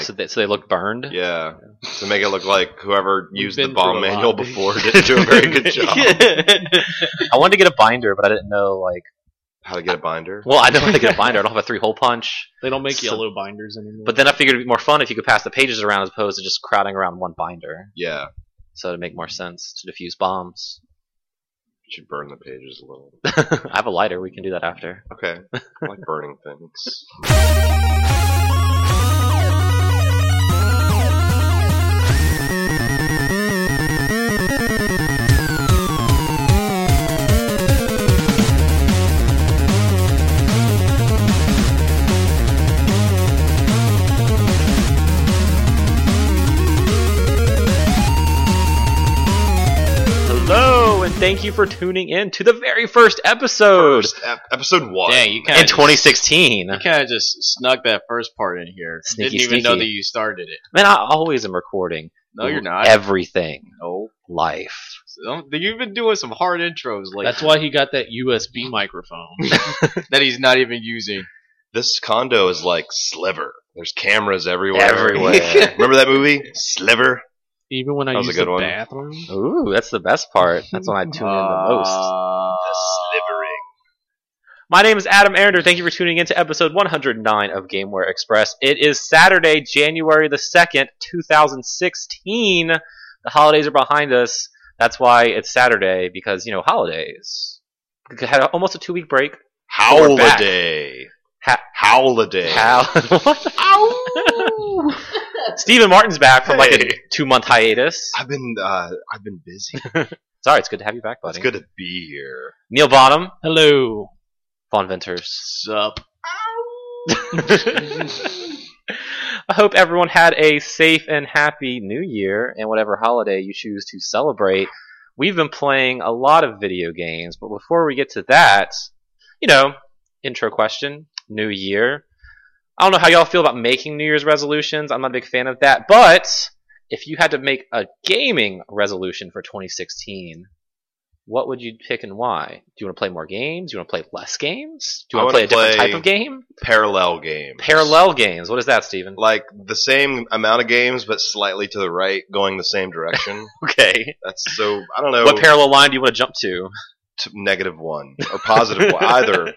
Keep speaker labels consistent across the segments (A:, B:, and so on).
A: so, they, so they look burned.
B: yeah, to make it look like whoever used the
A: been through
B: bomb
A: a
B: manual
A: lot.
B: before didn't do a very good job.
C: I wanted to get a binder, but I didn't know like
B: How to get a binder?
C: well, I don't want to get a binder. I don't have a three hole punch.
D: They don't make
C: So-
D: yellow binders anymore.
C: But then I figured it'd be more fun if you could pass the pages around as opposed to just crowding around one binder.
B: Yeah,
C: So it'd make more sense to diffuse bombs.
B: you should burn the pages a little.
C: I have a lighter. We can do that after.
B: Okay, I like burning things.
C: Hello, and thank you for tuning in to the very first episode
B: First ep- episode one.
D: Dang, you kind
C: in
D: of
C: 2016. Man,
D: kind of just snuck that first part in here.
C: Sneaky,
D: Didn't even know
C: sneaky.
D: that you started it.
C: I always am recording.
D: No, you're not.
C: Everything,
D: no.
C: life.
D: Some- You've been doing some hard intros lately.
A: That's why he got that USB microphone.
D: that he's not even using.
B: This condo is like Sliver. There's cameras everywhere.
C: Everywhere.
B: Remember that movie Sliver?
A: Even when I
B: That was a
A: use
B: good
A: the
B: one.
A: bathroom,
C: Ooh, that's the best part. That's when I tune in
B: Ah.
C: the most.
D: Uh,
B: Slivering.
C: My name is Adam Arender. Thank you for tuning in to episode 109 of Gameware Express. It is Saturday, January the 2nd, 2016. The holidays are behind us. That's why it's Saturday, because, you know, holidays. We had almost a two week break. We're back.
B: Howladay.
C: Ha-
B: Howladay.
C: How? Stephen Martin's back from like a
B: Hey.
C: two month hiatus.
B: I've been uh, I've been busy.
C: Sorry, it's good to have you back, buddy.
B: it's good to be here.
C: Neil Bonham,
A: hello.
C: Vaughn Venters.
D: sup?
C: I hope everyone had a safe and happy new year and whatever holiday you choose to celebrate. We've been playing a lot of video games, but before we get to that, you know, intro question, new year. I don't know how y'all feel about making New Year's resolutions. I'm not a big fan of that, but if you had to make a gaming resolution for 2016, what would you pick and why? Do you want to play more games? Do you want to play less games? Do you
B: I
C: want to play a
B: wanna
C: different
B: play-
C: type of game?
B: Parallel games.
C: Parallel games. What is that, Steven?
B: Like the same amount of games, but slightly to the right, going the same direction.
C: Okay.
B: That's so I don't know.
C: What parallel line do you want to jump to?
B: t- negative one or positive one, either,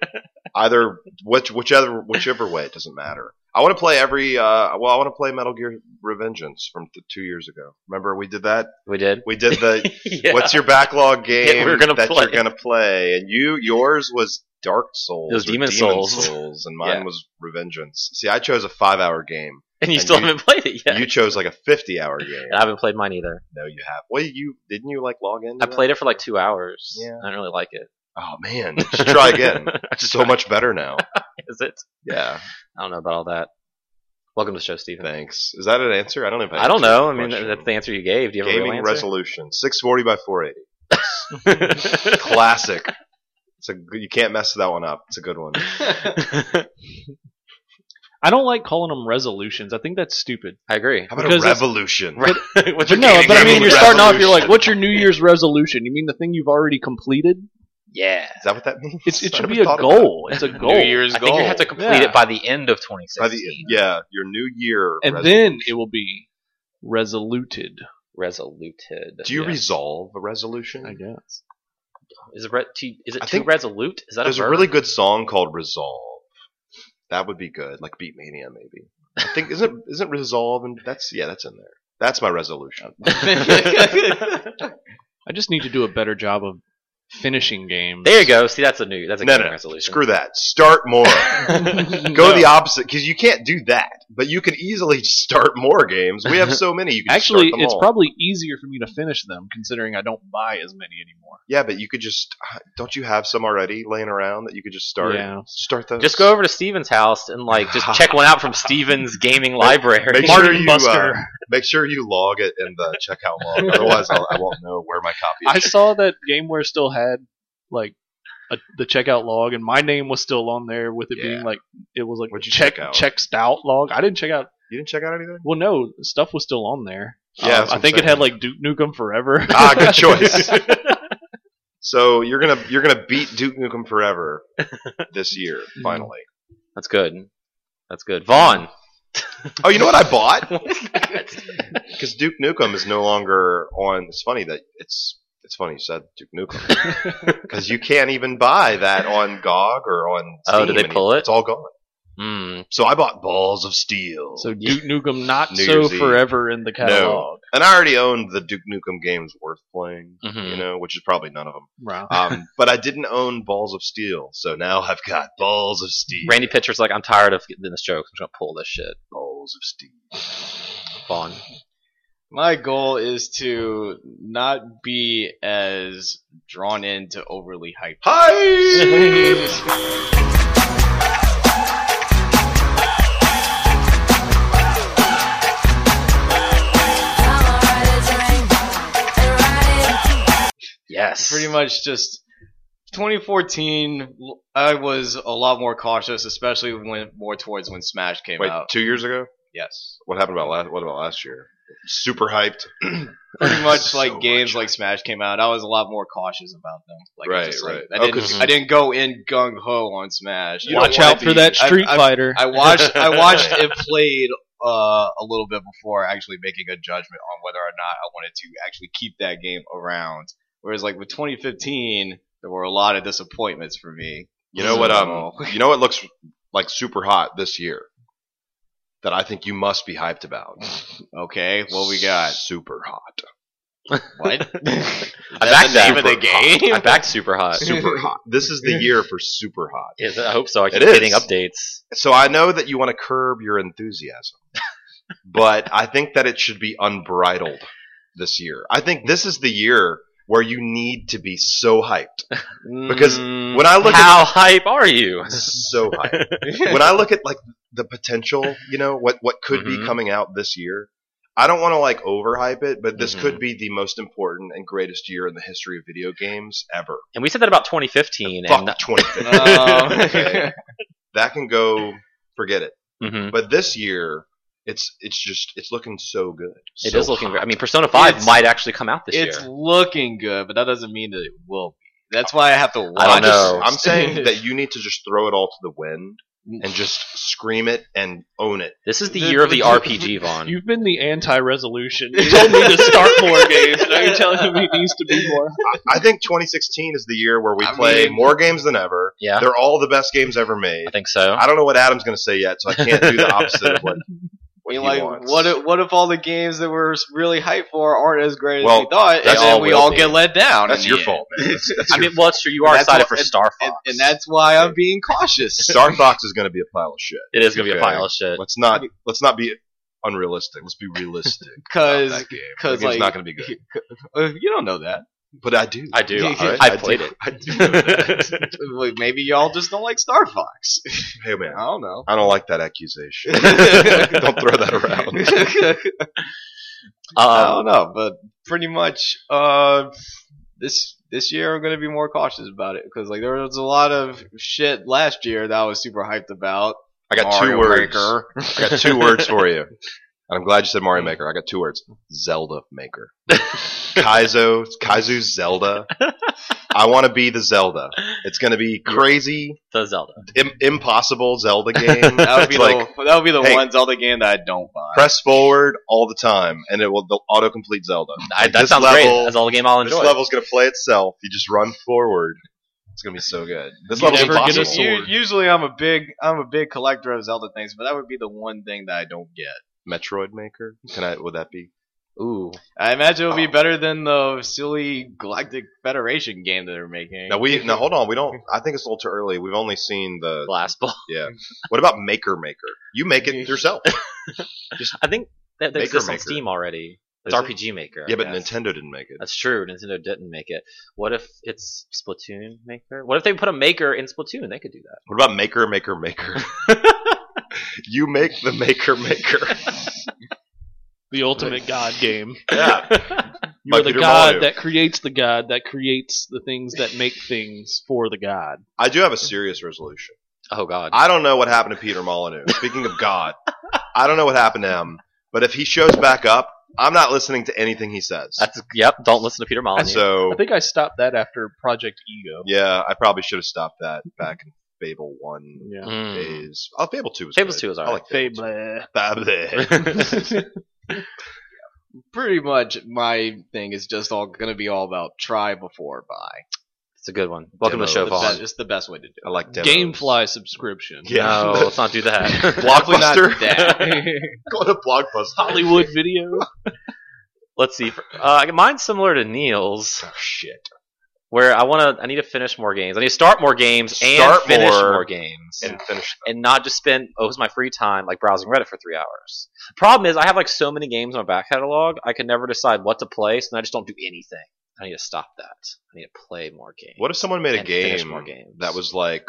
B: either which whichever whichever way it doesn't matter. I want to play every. Uh, well, I want to play Metal Gear Revengeance from th- two years ago. Remember we did that?
C: We did.
B: We did the
C: yeah.
B: what's your backlog game
C: Yeah, we were gonna
B: that
C: play.
B: you're gonna play, and you yours was Dark Souls.
C: It was
B: or
C: Demon Souls.
B: Souls, and mine
C: Yeah.
B: was Revengeance. See, I chose a five-hour game.
C: and you
B: and
C: still
B: you-
C: haven't played it yet.
B: You chose like a fifty-hour game.
C: And I haven't played mine either.
B: No, you have. Well, you didn't you like log in?
C: I played it for like two hours.
B: Yeah.
C: I don't really like it.
B: Oh man, just try again.
C: Just
B: so much better now.
C: Is it?
B: Yeah.
C: I don't know about all that. Welcome to the show, Steven.
B: Thanks. Is that an answer? I don't know. If I,
C: I don't
B: answered
C: know. I
B: the
C: mean,
B: question.
C: that's the answer you gave. Do you have
B: gaming
C: a real answer?
B: resolution six forty by four eighty.
C: Wrestle.
B: Classic. it's a g- you can't mess that one up. It's a good one.
A: I don't like calling them resolutions. I think that's stupid.
C: I agree.
B: How about
A: Because
B: a
A: it's-
B: revolution?
A: but
B: your
A: no,
B: gaming
A: but I mean,
B: resolution?
A: you're starting off. You're like, what's your New Year's resolution? You mean the thing you've already completed? Yeah,
B: Is that what that means?
A: it's, it
B: I
A: should
B: never
A: be a
B: thought
A: goal. It's a goal.
D: New Year's
C: I
D: goal.
C: think you have to complete
A: Yeah.
C: it by the end of
B: about
C: 2016.
B: it. By the, e- yeah, your new year.
A: and
B: resolution.
A: then it will be resoluted.
C: Resoluted.
B: do you
C: Yeah.
B: resolve a resolution?
A: I guess.
C: is it re- t- is it
B: I
C: too
B: think-
C: resolute? Is that
B: There's
C: a,
B: a
C: verb?
B: really good song called Resolve. That would be good, like Beatmania maybe. I think isn't isn't resolve and that's yeah that's in there. That's my resolution.
A: I just need to do a better job of finishing games.
C: There you go. See, that's a new. That's a
B: No,
C: gaming
B: no,
C: resolution.
B: Screw that. Start more. Go
A: No.
B: the opposite because you can't do that. But you can easily just start more games. We have so many. You can just
A: Actually,
B: start them
A: it's
B: all.
A: probably easier for me to finish them considering I don't buy as many anymore.
B: yeah, but you could just uh, don't you have some already laying around that you could just start
A: Yeah.
B: start those.
C: Just go over to Steven's house and like just check one out from Steven's gaming library.
B: Make
C: Martin
B: sure you
C: Buster.
B: Uh, make sure you log it in the checkout log. Otherwise, I'll, I won't know where my copy
A: I
B: is.
A: saw that GameWare still had like a, the checkout log, and my name was still on there with it
B: Yeah.
A: being like it was like
B: What'd you
A: check
B: check out?
A: checked out log. I didn't check out.
B: You didn't check out anything.
A: Well, no, stuff was still on there.
B: Yeah, that's
A: Um,
B: what
A: I
B: I'm
A: think it
B: saying.
A: had like Duke Nukem Forever.
B: Ah, good choice. So you're gonna you're gonna beat Duke Nukem Forever this year. Finally,
C: That's good. That's good. Vaughn,
B: Oh, you know what I bought?
C: What's that?
B: Because Duke Nukem is no longer on. It's funny that it's it's funny you said Duke Nukem because you can't even buy that on GOG or on.
C: Oh,
B: Steam
C: did they
B: any-
C: pull it?
B: It's all gone.
C: Hmm.
B: So I bought Balls of Steel.
A: So Duke Nukem not
B: New
A: so
B: Year's Eve.
A: forever in the catalog.
B: and I already owned the Duke Nukem games worth playing.
C: Mhm.
B: You know, which is probably none of them.
A: Wow.
B: Um, but I didn't own Balls of Steel, so now I've got Balls of Steel.
C: Randy Pitcher's like, I'm tired of getting this joke. I'm just gonna pull this shit.
B: Balls of Steel.
C: Fun.
D: My goal is to not be as drawn into overly hyped.
B: Hi.
C: Yes.
D: pretty much just 2014 l- i was a lot more cautious especially when more towards when smash came
B: Wait,
D: out
B: two years ago?
D: yes
B: What happened about last? What about last year? Super hyped.
D: pretty much
B: So
D: like games
B: much.
D: like smash came out i was a lot more cautious about them like I
B: Right,
D: just, like,
B: right.
D: I,
B: Oh,
D: didn't,
B: 'cause-
D: I didn't go in gung-ho on smash
B: You don't
A: Watch
B: wanna
A: out for
B: be-
A: that
D: I-
A: Street
D: I-
A: Fighter.
D: i watched i watched it played uh, a little bit before actually making a judgment on whether or not i wanted to actually keep that game around whereas like with 2015 there were a lot of disappointments for me
B: You know what? Um,
D: So-
B: you know what looks like super hot this year that I think you must be hyped about.
D: Okay, what we got?
B: Super hot.
D: What?
C: I backed
B: That's the
C: that.
B: name of the game.
C: I backed super hot.
B: Uh, Super hot. This is the year for super hot.
C: Yes, I hope so. I keep
B: It is.
C: getting updates.
B: So I know that you want to curb your enthusiasm, but I think that it should be unbridled this year. I think this is the year where you need to be so hyped. Because When I look
C: Hmm. how hype are you?
B: at so hyped. when I look at like the potential, you know, what what could
C: Mhm.
B: be coming out this year, I don't want to like overhype it, but this
C: Mhm.
B: could be the most important and greatest year in the history of video games ever.
C: And we said that about 2015.
B: Fuck
C: And, uh,
B: 2015.
D: Um,
B: that can go forget it.
C: Mhm.
B: But this year it's it's just it's looking so good.
C: It is
B: so
C: looking.
B: hot.
C: Very, I mean, Persona 5
D: It's-
C: might actually come out this
D: it's
C: year.
D: looking good, but that doesn't mean that it will be. That's why I have to
C: I
D: watch.
C: don't
B: I'm just-
C: know.
B: I'm saying that you need to just throw it all to the wind and
C: Mm.
B: just scream it and own it.
C: This is the
A: The-
C: year of the
A: the-
C: RPG, Vaughn.
A: You've been the anti-resolution. You told me to start more games. Now you're telling me it needs to be more.
B: I think 2016 is the year where we
D: I
B: play
D: mean-
B: more games than ever.
C: yeah,
B: They're all the best games ever made.
C: I think so.
B: I don't know what Adam's going to say yet, so I can't do the opposite of what,
D: I
B: what he
D: mean, like,
B: wants.
D: what? If, what if all the games that we're really hyped for aren't as great
B: Well,
D: as we thought, and
B: that's
D: then
B: all
D: we
B: will
D: all
B: be.
D: get let down?
B: That's
D: in
B: your
D: the
B: fault. man. That's, that's
C: I
B: your
C: mean, well, it's true. You are
D: That's
C: excited
D: what-
C: for Star Fox,
D: end. And, and that's why I'm being cautious.
B: Star Fox is going to be a pile of shit.
C: it is going to be a
B: Okay.
C: pile of shit.
B: Let's not let's not be unrealistic. Let's be realistic. about
D: because
B: that game. That
D: because
B: game's
D: like
B: not going to be good.
D: uh, you don't know that.
B: But I do.
C: I do.
D: Yeah,
B: Alright?
C: I've
B: I do-
C: played it.
B: I do know that.
D: Like, Maybe y'all just don't like Star Fox.
B: hey
D: I
B: man,
D: don't know.
B: I don't like that accusation. don't throw that around.
D: I
C: Um,
D: don't know, but pretty much uh, this this year I'm gonna be more cautious about it because like there was a lot of shit last year that I was super hyped about.
B: I got
D: Mario
B: two words.
D: Maker.
B: I got two words for you. And I'm glad you said Mario Maker. I got two words. Zelda Maker. Kaizo, Kaizu Zelda. I want to be the Zelda. It's going to be crazy,
C: the Zelda.
B: Im- impossible Zelda game.
D: That would be
B: It's like
D: the that would be the
B: hey.
D: one Zelda game that I don't buy.
B: press forward all the time, and it will the autocomplete Zelda.
C: I,
B: Like,
C: that
B: this
C: sounds great.
B: level-
C: That's all the game I'll
B: This
C: enjoy.
B: level's going to play itself. You just run forward. It's going to be so good. This
A: You
B: level's
A: never get a
B: impossible.
A: sword.
D: U- usually I'm a big I'm a big collector of Zelda things, but that would be the one thing that I don't get.
B: Metroid Maker. Can I? Would that be?
C: Ooh,
D: I imagine it'll be
B: Oh.
D: better than the silly Galactic Federation game that they're making.
B: Now we. Now hold on. We don't. I think it's a little too early. We've only seen the
C: Blast Ball.
B: What about Maker Maker? You make it yourself.
C: I think that that
B: Maker
C: exists on
B: Maker.
C: Steam already. It's
B: Is it?
C: RPG Maker. I
B: Yeah, but
C: guess.
B: Nintendo didn't make it.
C: That's true. Nintendo didn't make it. What if it's Splatoon Maker? What if they put a Maker in Splatoon? They could do that.
B: What about Maker Maker Maker? you make the Maker Maker.
A: The ultimate god game.
B: Yeah.
A: You're
B: By
A: the
B: Peter
A: god
B: Molyneux.
A: that creates the god that creates the things that make things for the god.
B: I do have a serious resolution.
C: Oh God.
B: I don't know what happened to Peter Molyneux. Speaking of God, I don't know what happened to him. But if he shows back up, I'm not listening to anything he says.
C: That's yep. Don't listen to Peter Molyneux.
B: So
A: I think I stopped that after Project Ego.
B: yeah, I probably should have stopped that back in Fable One
A: Yeah.
C: Mm.
B: is. Oh, Fable Two is.
C: Fable
B: good.
C: 2 is
B: I
C: alright.
B: like Fable. 2. Fable.
D: Pretty much, my thing is just all gonna be all about try before buy.
C: It's a good one. Welcome to the show,
B: Demo.
D: That-
C: Vaughn.
B: Fun.
D: It's the best way to do.
B: I like demos.
A: Gamefly subscription.
B: Yeah.
C: No, let's not do that.
D: it. Definitely not
B: Blockbuster.
D: that.
B: Go to Blockbuster.
A: Hollywood video.
C: let's see. Uh, mine's similar to Neil's,
B: Oh, shit.
C: where I want to. I need to finish more games. I need to start more games and
B: Start
C: finish more,
B: more
C: games, and,
B: And finish.
C: not just spend oh, it was my free time like browsing Reddit for three hours. Problem is, I have like so many games on my back catalog, I can never decide what to play, so then I just don't do anything. I need to stop that. I need to play more games.
B: What if someone made a
C: And finish
B: game
C: more games.
B: that was like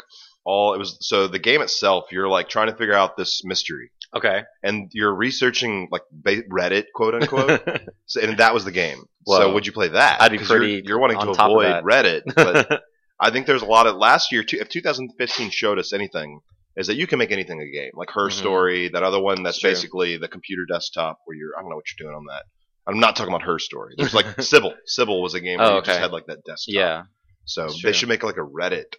B: all it was? So the game itself, you're like trying to figure out this mystery,
C: Okay.
B: and you're researching like ba- Reddit, quote unquote, so, and that was the game.
C: Whoa.
B: so would you play that?
C: I'd be
B: 'Cause you're-
C: pretty
B: You're, wanting
C: on
B: to
C: top of
B: avoid
C: that.
B: Reddit, but I think there's a lot of last year. Two, if 2015 showed us anything, is that you can make anything a game, like her
C: Mhm.
B: story, that other one that's
C: It's true.
B: basically the computer desktop where you're. I don't know what you're doing on that. I'm not talking about her story. There's like Sybil. Sybil was a game where
C: Oh,
B: you just
C: okay.
B: had like that desktop.
C: yeah.
B: So
C: That's
B: they
C: true.
B: should make like a Reddit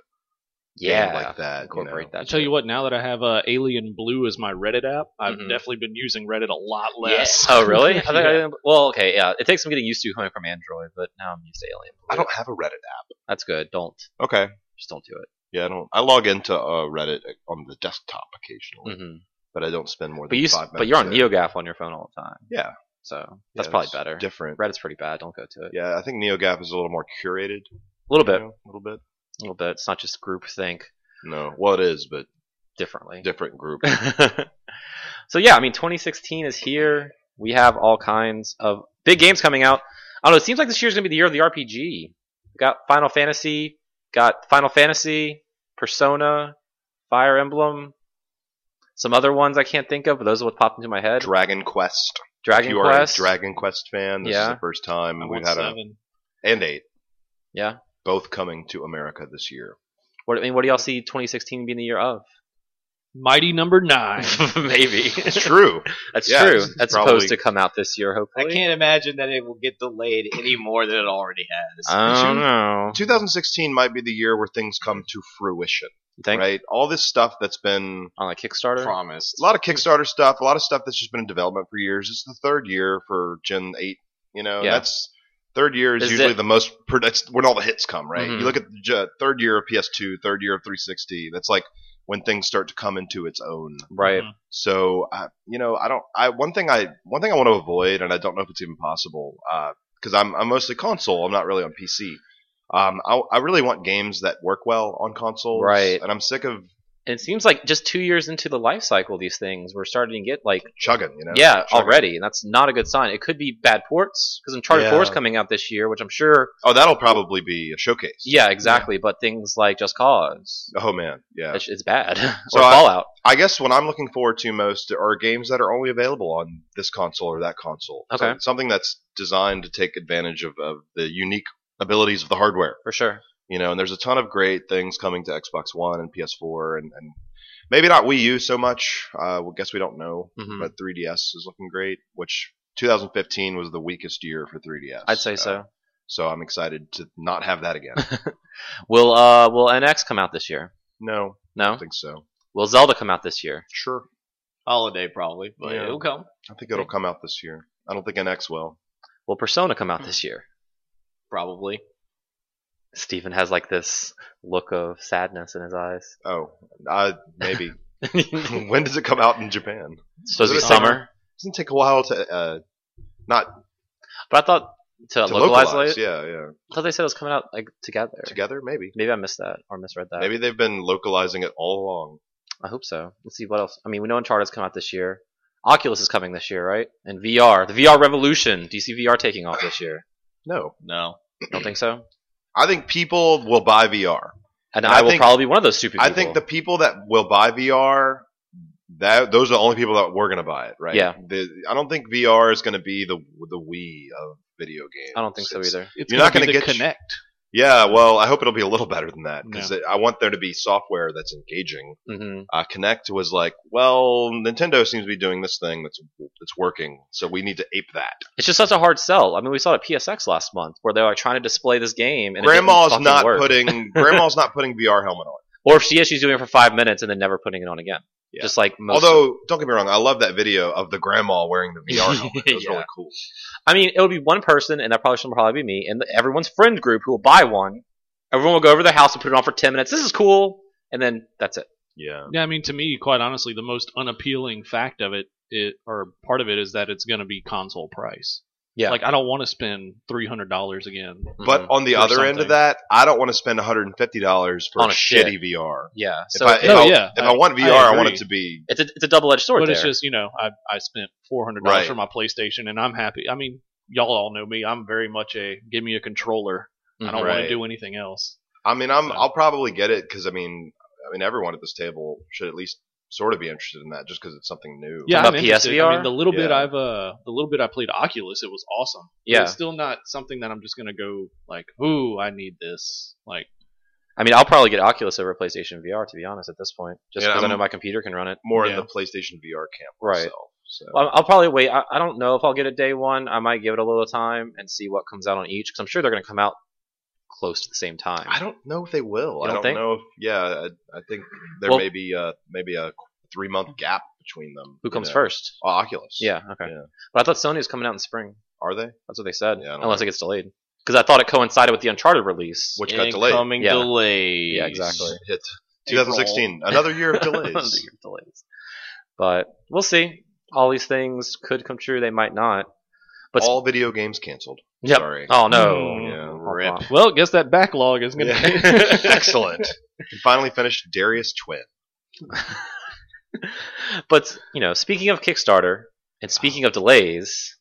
C: Yeah.
B: game like that.
C: Incorporate
A: I
C: that.
A: tell you what, now that I have uh, Alien Blue as my Reddit app, I've
C: Mhm.
A: definitely been using Reddit a lot
C: Yeah.
A: less.
C: Oh, really? I think I
A: Yeah.
C: didn't- well, okay, yeah. It takes some getting used to coming from Android, but now I'm used to Alien.
B: I don't have a Reddit app.
C: That's good. Don't
B: Okay.
C: just don't do it.
B: Yeah, I don't. I log into uh, Reddit on the desktop occasionally,
C: Mm-hmm.
B: but I don't spend more than
C: But you, s-
B: five minutes.
C: but you're on
B: there.
C: NeoGaf on your phone all the time,
B: Yeah,
C: so that's
B: yeah,
C: probably
B: it's
C: better.
B: Different.
C: Reddit's pretty bad. Don't go to it.
B: Yeah, I think NeoGAF is a little more curated.
C: A little
B: you
C: bit.
B: know, a little bit.
C: A little bit. It's not just groupthink
B: No, well, it is, but
C: differently.
B: different group.
C: so yeah, I mean, 2016 is here. We have all kinds of big games coming out. I don't know. It seems like this year's gonna be the year of the RPG. We got Final Fantasy. Got Final Fantasy, Persona, Fire Emblem, some other ones I can't think of, but those are what popped into my head.
B: Dragon Quest.
C: Dragon
B: if you
C: Quest.
B: are a Dragon Quest fan, this
C: Yeah.
B: is the first time
A: I
B: we've
A: want
B: had a
A: seven.
B: and eight,
C: yeah.
B: both coming to America this year.
C: What I mean, what do y'all see 2016 being the year of?
A: Mighty Number Nine.
C: Maybe.
B: It's true.
C: That's
B: Yeah,
C: true.
B: it's- it's
C: That's
B: probably-
C: supposed to come out this year,
D: I
C: hopefully.
D: can't imagine that it will get delayed any more than it already has.
C: I don't know.
B: 2016 might be the year where things come to fruition,
C: You think
B: right? All this stuff that's been
C: on like Kickstarter?
D: promised.
B: a lot of Kickstarter stuff, a lot of stuff that's just been in development for years. It's the third year for Gen Eight. You know,
C: Yeah.
B: that's third year is,
C: Is
B: usually
C: it-
B: the most pro- that's when all the hits come, right?
C: Mhm.
B: You look at the j- third year of PS2, third year of 360. That's like when things start to come into its own.
C: Right.
A: Mhm.
B: So uh, you know, I don't. I one thing I one thing I want to avoid, and I don't know if it's even possible, because I'm I'm mostly console. I'm not really on PC. Um, I, I really want games that work well on consoles,
C: Right.
B: And I'm sick of
C: And it seems like just two years into the life cycle of these things, we're starting to get like
B: chugging, you know.
C: yeah
B: chugging.
C: already, and that's not a good sign. It could be bad ports because Uncharted
B: Yeah.
C: 4 is coming out this year, which I'm sure.
B: Oh, that'll probably be a showcase.
C: Yeah, exactly. But things like Just Cause,
B: Oh man, yeah.
C: it's, it's bad.
B: So
C: or
B: I-
C: Fallout.
B: I guess what I'm looking forward to most are games that are only available on this console or that console. So-
C: Okay.
B: something that's designed to take advantage of, of the unique abilities of the hardware.
C: For sure.
B: You know, and there's a ton of great things coming to Xbox One and PS4 and, and maybe not Wii U so much. Uh, I guess we don't know,
C: Mhm.
B: but 3DS is looking great. Which 2015 was the weakest year for 3DS.
C: I'd say
B: Uh,
C: so.
B: So I'm excited to not have that again.
C: Will uh will NX come out this year?
B: no, I
C: No.
B: don't think so.
C: Will Zelda come out this year?
B: Sure.
D: Holiday probably, but
B: Yeah.
D: it'll come.
B: I think it'll come out this year. I don't think NX will.
C: Will Persona come out this year?
D: Hmm. Probably.
C: Stephen has like this look of sadness in his eyes.
B: Oh, uh, maybe.
C: Supposed
B: when does it come out in Japan?
C: to be
B: Is it
C: summer,
B: Doesn't take a while to uh, not
C: but I thought to,
B: to
C: localize,
B: localize.
C: it.
B: Yeah, yeah.
C: I thought they said it was coming out like together.
B: Together, maybe.
C: Maybe I missed that or misread that.
B: Maybe they've been localizing it all along.
C: I hope so. Let's see what else. I mean, we know Uncharted's come out this year. Oculus is coming this year, right? And VR, the VR revolution. Do you see VR taking off this year?
B: No,
D: No.
C: Don't think so.
B: I think people will buy VR.
C: And,
B: And
C: I,
B: I
C: will
B: think-
C: probably be one of those stupid people.
B: I think the people that will buy VR, that those are the only people that were going to buy it, right?
C: Yeah.
B: The, I don't think VR is going to be the the Wii of video games.
C: I don't think so
B: It's-
C: either.
A: It's
B: You're not
A: gonna be
B: gonna
A: the
B: get-
A: connect.
B: Yeah, well, I hope it'll be a little better than that because
A: No.
B: I want there to be software that's engaging.
C: hmm
B: uh, Connect was like, well, Nintendo seems to be doing this thing that's that's working, so we need to ape that.
C: It's just such a hard sell. I mean, we saw it at PSX last month where they were like, trying to display this game. And it didn't
B: grandma's
C: fucking
B: not
C: work.
B: putting grandma's not putting VR helmet on.
C: Or if she is, she's doing it for five minutes and then never putting it on again.
A: Yeah.
C: Just like most.
B: Although, don't get me wrong, I love that video of the grandma wearing the VR helmet. It was
C: Yeah.
B: really cool.
C: I mean, it would be one person, and that probably should probably be me, and everyone's friend group who will buy one. Everyone will go over to their house and put it on for ten minutes. This is cool, and then that's it.
B: Yeah.
A: Yeah, I mean, to me, quite honestly, the most unappealing fact of it, it or part of it, is that it's going to be console price.
C: Yeah.
A: Like, I don't want to spend three hundred dollars again.
B: But on the
A: Or
B: other end of
A: something.
B: that, I don't want to spend $150 for
C: On a
B: a
C: shit.
B: shitty VR.
C: yeah.
B: If
C: So
B: I,
C: it-
B: if,
A: No,
B: I,
A: yeah,
B: if I,
A: I-
B: want VR,
A: I
B: I, want it
A: agree.
B: to be.
C: it's a it's a double edged sword.
A: But it's
C: there.
A: just you know, I I spent four hundred dollars
B: Right.
A: for my PlayStation, and I'm happy. I mean, y'all all know me. I'm very much a give me a controller. I don't want
B: Right.
A: to do anything else.
B: I mean, I'm,
A: So-
B: I'll probably get it because I mean, I mean, everyone at this table should at least sort of be interested in that just because it's something new.
C: Talking
A: Yeah, I'm
C: about
A: interested. I
C: PSVR?
A: mean, the little bit
B: Yeah.
A: I've uh, the little bit I played Oculus, it was awesome. But
C: Yeah.
A: it's still not something that I'm just gonna go like, ooh, I need this. Like,
C: I mean, I'll probably get Oculus over PlayStation VR to be honest at this point, just
B: Yeah,
C: because I
B: I'm-
C: know my computer can run it.
B: More in
A: Yeah.
B: the PlayStation VR camp.
C: Right.
B: Myself, so.
C: Well, I'll probably wait. I, I don't know if I'll get it day one. I might give it a little time and see what comes out on each, because I'm sure they're going to come out close to the same time.
B: I don't know if they will. I
C: don't
B: don't
C: think?
B: know if. Yeah, I, I think there
C: Well-
B: may be a, maybe a three month gap between them.
C: Who
B: you
C: comes
B: know.
C: first?
B: Oh, Oculus.
C: Yeah. Okay.
B: Yeah.
C: But I thought Sony was coming out in spring.
B: Are they?
C: That's what they said.
B: Yeah, I don't
C: Unless it gets delayed. Because I thought it coincided with the Uncharted release.
B: Which got delayed.
D: Incoming
C: Yeah.
D: delays.
C: Yeah, exactly.
B: Hit 2016. Another year of delays.
C: The delays. But we'll see. All these things could come true. They might not. But-
B: All video games canceled.
C: Yep.
B: Sorry.
C: Oh no.
A: Mm.
B: Yeah.
D: Rip.
C: Hold on.
A: well, guess that backlog is gonna.
B: Yeah. Excellent. And finally finished Darius Twin.
C: But you know, speaking of Kickstarter and speaking of delays,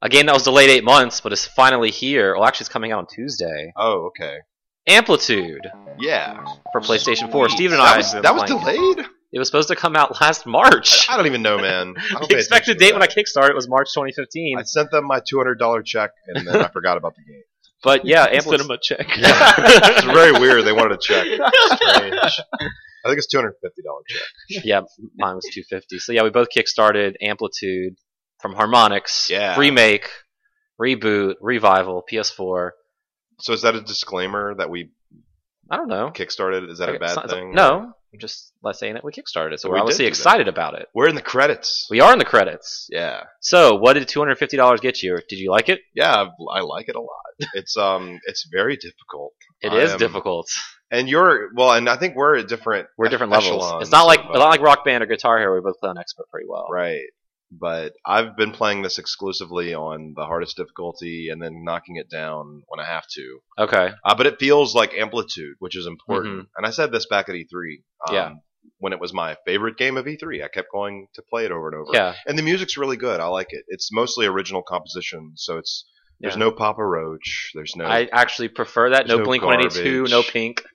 C: a game that was delayed eight months but is finally here. Well, actually, it's coming out on Tuesday.
B: Oh, okay.
C: Amplitude
B: Yeah.
C: for PlayStation 4.
D: Sweet.
C: Steven and I
B: That was,
C: have been
B: that was
C: playing it.
B: delayed?
C: It was supposed to come out last March.
B: I don't even know, man. I don't
C: the
B: pay
C: expected
B: attention to
C: date when I
B: that.
C: kickstarted was March 2015.
B: I sent them my $200 check and then I forgot about the game.
C: But yeah,
A: send
C: Amplitude.
A: them a check.
B: It's very weird. They wanted a check. It's strange. I think it's $250 check.
C: yeah, mine was 250. So yeah, we both kickstarted Amplitude from Harmonix.
B: Yeah.
C: Remake, reboot, revival, PS4.
B: So is that a disclaimer that we
C: I don't know.
B: kickstarted? Is that a
C: It's
B: bad
C: not- it's-
B: thing?
C: No, I'm just not saying that we kickstarted. it, So
B: We
C: we're
B: did
C: obviously
B: do that.
C: excited about it.
B: We're in the credits.
C: We are in the credits.
B: Yeah.
C: So what did $250 get you? Did you like it?
B: Yeah, I I like it a lot. It's um it's very difficult.
C: It
B: I
C: is
B: am-
C: difficult.
B: And you're well, and I think we're at different
C: We're different
B: echelons
C: levels. It's not like
B: of,
C: not like Rock Band or Guitar Hero. We both play on expert pretty well.
B: right. But I've been playing this exclusively on the hardest difficulty and then knocking it down when I have to.
C: Okay.
B: Uh, but it feels like amplitude, which is important. And I said this back at E3. Um,
C: Mm-hmm. Yeah.
B: When it was my favorite game of E3, I kept going to play it over and over.
C: Yeah.
B: And the music's really good. I like it. It's mostly original composition, so it's there's
C: Yeah.
B: no Papa Roach. There's no
C: I actually prefer that. No,
B: There's no
C: Blink 182. No
B: garbage.
C: Pink.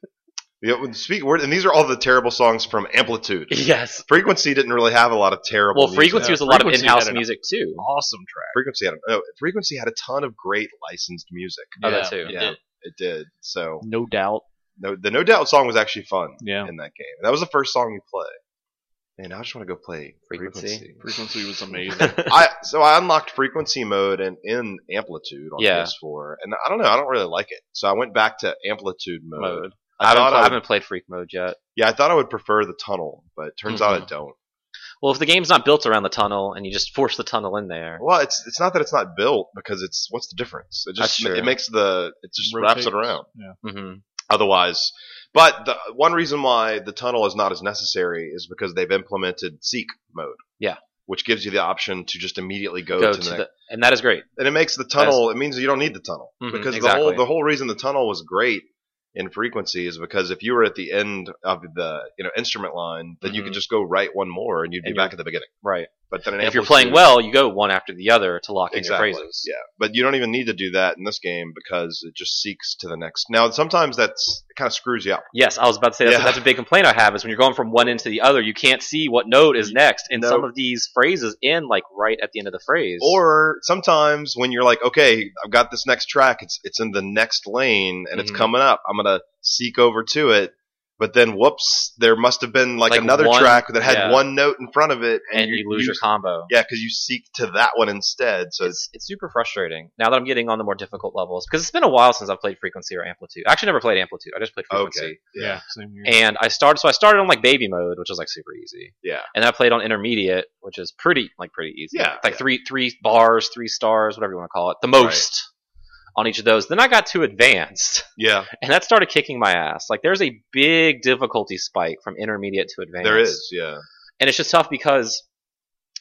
B: Yeah, when speak word, and these are all the terrible songs from Amplitude.
C: yes.
B: Frequency didn't really have a lot of terrible.
C: Well,
B: music.
C: Frequency
A: Yeah,
C: was a Oh, lot of
A: Frequency
C: in-house
A: had an
C: music too.
A: awesome track.
B: Frequency had a, no, Frequency had a ton of great licensed music.
C: Oh, that too.
B: Yeah, it did. So
A: No doubt.
B: no, the No Doubt song was actually fun
A: Yeah.
B: in that game. That was the first song you play. Man, I just want to go play
C: Frequency.
B: Frequency.
A: Frequency was amazing.
B: I so I unlocked Frequency mode and in Amplitude on
C: Yeah.
B: PS4, and I don't know, I don't really like it. So I went back to Amplitude mode.
C: mode. I,
B: I
C: haven't,
B: thought
C: pl- I
B: I would,
C: haven't played Freak Mode yet.
B: yeah, I thought I would prefer the tunnel, but turns out I
C: Mm-hmm.
B: don't.
C: Well, if the game's not built around the tunnel and you just force the tunnel in there,
B: Well, it's it's not that it's not built because it's what's the difference? It
C: That's
B: just
C: true.
B: it makes the it just wraps it
A: Rotates.
B: around.
C: Mhm.
B: Otherwise, but the one reason why the tunnel is not as necessary is because they've implemented seek mode.
C: Yeah.
B: which gives you the option to just immediately go,
C: go
B: to, the, next-
C: and that is great.
B: and it makes the tunnel. It means that you don't need the tunnel
C: Mhm,
B: because
C: exactly.
B: the whole the whole reason the tunnel was great in frequency is because if you were at the end of the you know instrument line, then you
C: Mhm.
B: could just go right one more and you'd be
C: And
B: back at the beginning.
C: Right.
B: But then an
C: And if you're
B: amplitude-
C: playing well, you go one after the other to lock in
B: Exactly,
C: your phrases.
B: Yeah, but you don't even need to do that in this game because it just seeks to the next. Now, sometimes that's it kind of screws you up.
C: Yes, I was about to say that's,
B: Yeah.
C: that's a big complaint I have is when you're going from one end to the other, you can't see what note is next, and
B: No.
C: some of these phrases end like right at the end of the phrase.
B: Or sometimes when you're like, okay, I've got this next track, it's it's in the next lane and it's
C: Mhm.
B: coming up. I'm gonna seek over to it, But then, whoops, there must have been like,
C: Like
B: another
C: one-
B: track that had
C: yeah.
B: one note in front of it,
C: and, you, lose your combo.
B: yeah, because you seek to that one instead. So it's,
C: It's, it's super frustrating now that I'm getting on the more difficult levels because it's been a while since I've played frequency or amplitude. I actually never played amplitude. I just played frequency.
B: okay.
A: Yeah,
B: Yeah.
A: same here.
C: And I started, so I started on like baby mode, which was like super easy.
B: Yeah.
C: And then I played on intermediate, which is pretty like pretty easy.
B: Yeah,
C: Like
B: yeah.
C: three three bars, three stars, whatever you want to call it, the most on each of those. Then I got to advanced,
B: Yeah,
C: and that started kicking my ass. Like there's a big difficulty spike from intermediate to advanced.
B: there is. Yeah,
C: and it's just tough because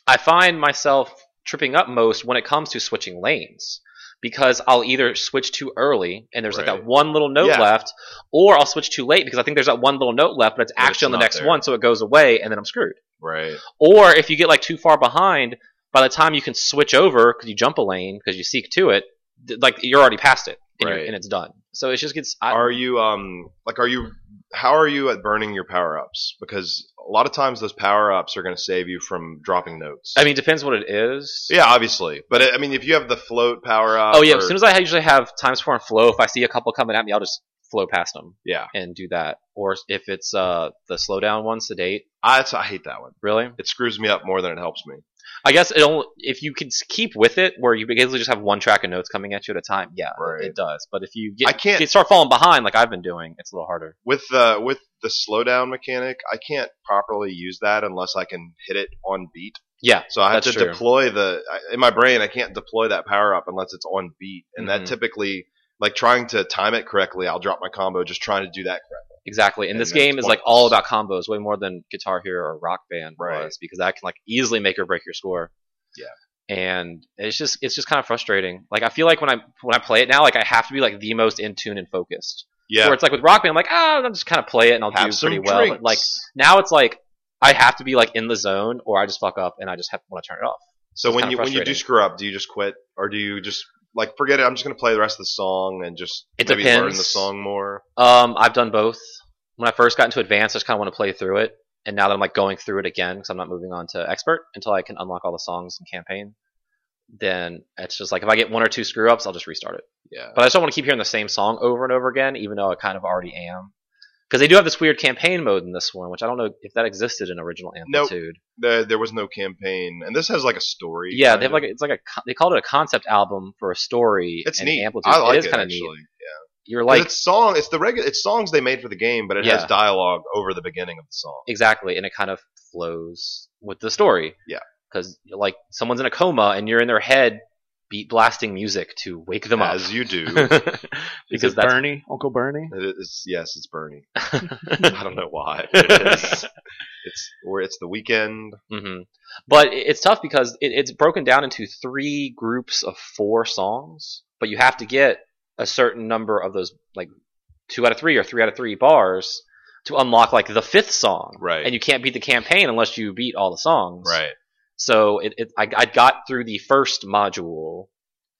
C: I find myself tripping up most when it comes to switching lanes because I'll either switch too early and there's like
B: Right.
C: that one little note
B: Yeah.
C: left, or I'll switch too late because I think there's that one little note left, but it's
B: But it's
C: actually on the
B: not
C: next
B: there.
C: one, so it goes away and then I'm screwed.
B: right.
C: Or if you get like too far behind, by the time you can switch over because you jump a lane because you seek to it, th- like you're already past it and, you're-
B: Right.
C: and it's done. So it just gets. I,
B: Are you um like are you how are you at burning your power ups? Because a lot of times those power ups are going to save you from dropping notes.
C: I mean, it depends what it is.
B: yeah, obviously. But I- I mean, if you have the float power up,
C: Oh yeah.
B: or-
C: As soon as I usually have times four and flow, if I see a couple coming at me, I'll just flow past them.
B: Yeah.
C: And do that. Or if it's uh the slowdown one, sedate.
B: I, I hate that one.
C: Really?
B: It screws me up more than it helps me.
C: I guess it only if you can s- keep with it, where you basically just have one track of notes coming at you at a time. Yeah,
B: Right.
C: it does. But if you
B: I
C: get
B: can't
C: if you start falling behind, like I've been doing, it's a little harder.
B: with the with the slowdown mechanic. I can't properly use that unless I can hit it on beat.
C: Yeah,
B: So I have
C: that's
B: to
C: true.
B: deploy the I- in my brain. I can't deploy that power up unless it's on beat, and
C: Mhm.
B: that typically like trying to time it correctly. I'll drop my combo just trying to do that correctly.
C: Exactly. And
B: And
C: this
B: that's
C: game is like
B: pointless.
C: all about combos, way more than Guitar Hero or Rock Band
B: Right.
C: was, because that can like easily make or break your score.
B: Yeah.
C: And it's just it's just kind of frustrating. Like I feel like when I when I play it now, like I have to be like the most in tune and focused. Where
B: Yeah,
C: it's like with Rock Band, I'm like, ah, I'll just kind of play it and I'll
B: have
C: do
B: some
C: pretty well. But
B: drinks.
C: like now it's like I have to be like in the zone or I just fuck up and I just have want to turn it off.
B: so when
C: kinda
B: you when you do
C: frustrating.
B: screw up, do you just quit or do you just like forget it? I'm just gonna play the rest of the song and just
C: It
B: maybe learn
C: depends.
B: the song more.
C: Um, I've done both. When I first got into advanced, I just kind of want to play through it, and now that I'm like going through it again because I'm not moving on to expert until I can unlock all the songs and campaign. Then it's just like if I get one or two screw ups, I'll just restart it.
B: Yeah,
C: But I just don't want to keep hearing the same song over and over again, even though I kind of already am. Because they do have this weird campaign mode in this one, which I don't know if that existed in original
B: Nope.
C: Amplitude.
B: there, there was no campaign, and this has like a story.
C: Yeah,
B: kind
C: they have
B: of.
C: like a- it's like a co- they called it a concept album for a story.
B: it's
C: and
B: neat.
C: Amplitude.
B: I like
C: it is
B: it,
C: kind of
B: actually.
C: neat.
B: Yeah.
C: You're
B: 'Cause
C: like
B: it's song. It's the regular. It's songs they made for the game, but it has
C: Yeah.
B: dialogue over the beginning of the song.
C: Exactly, and it kind of flows with the story.
B: Yeah.
C: Because like someone's in a coma and you're in their head beat blasting music to wake them
B: as you do.
C: up.
A: Is
C: because
A: it
C: that's
A: Bernie, Uncle Bernie.
B: It is, yes, it's Bernie. I don't know why. it's or it's the weekend.
C: hmm But i- it's tough because it, it's broken down into three groups of four songs, but you have to get a certain number of those like two out of three or three out of three bars to unlock like the fifth song.
B: Right.
C: And you can't beat the campaign unless you beat all the songs. So it, it I, I got through the first module,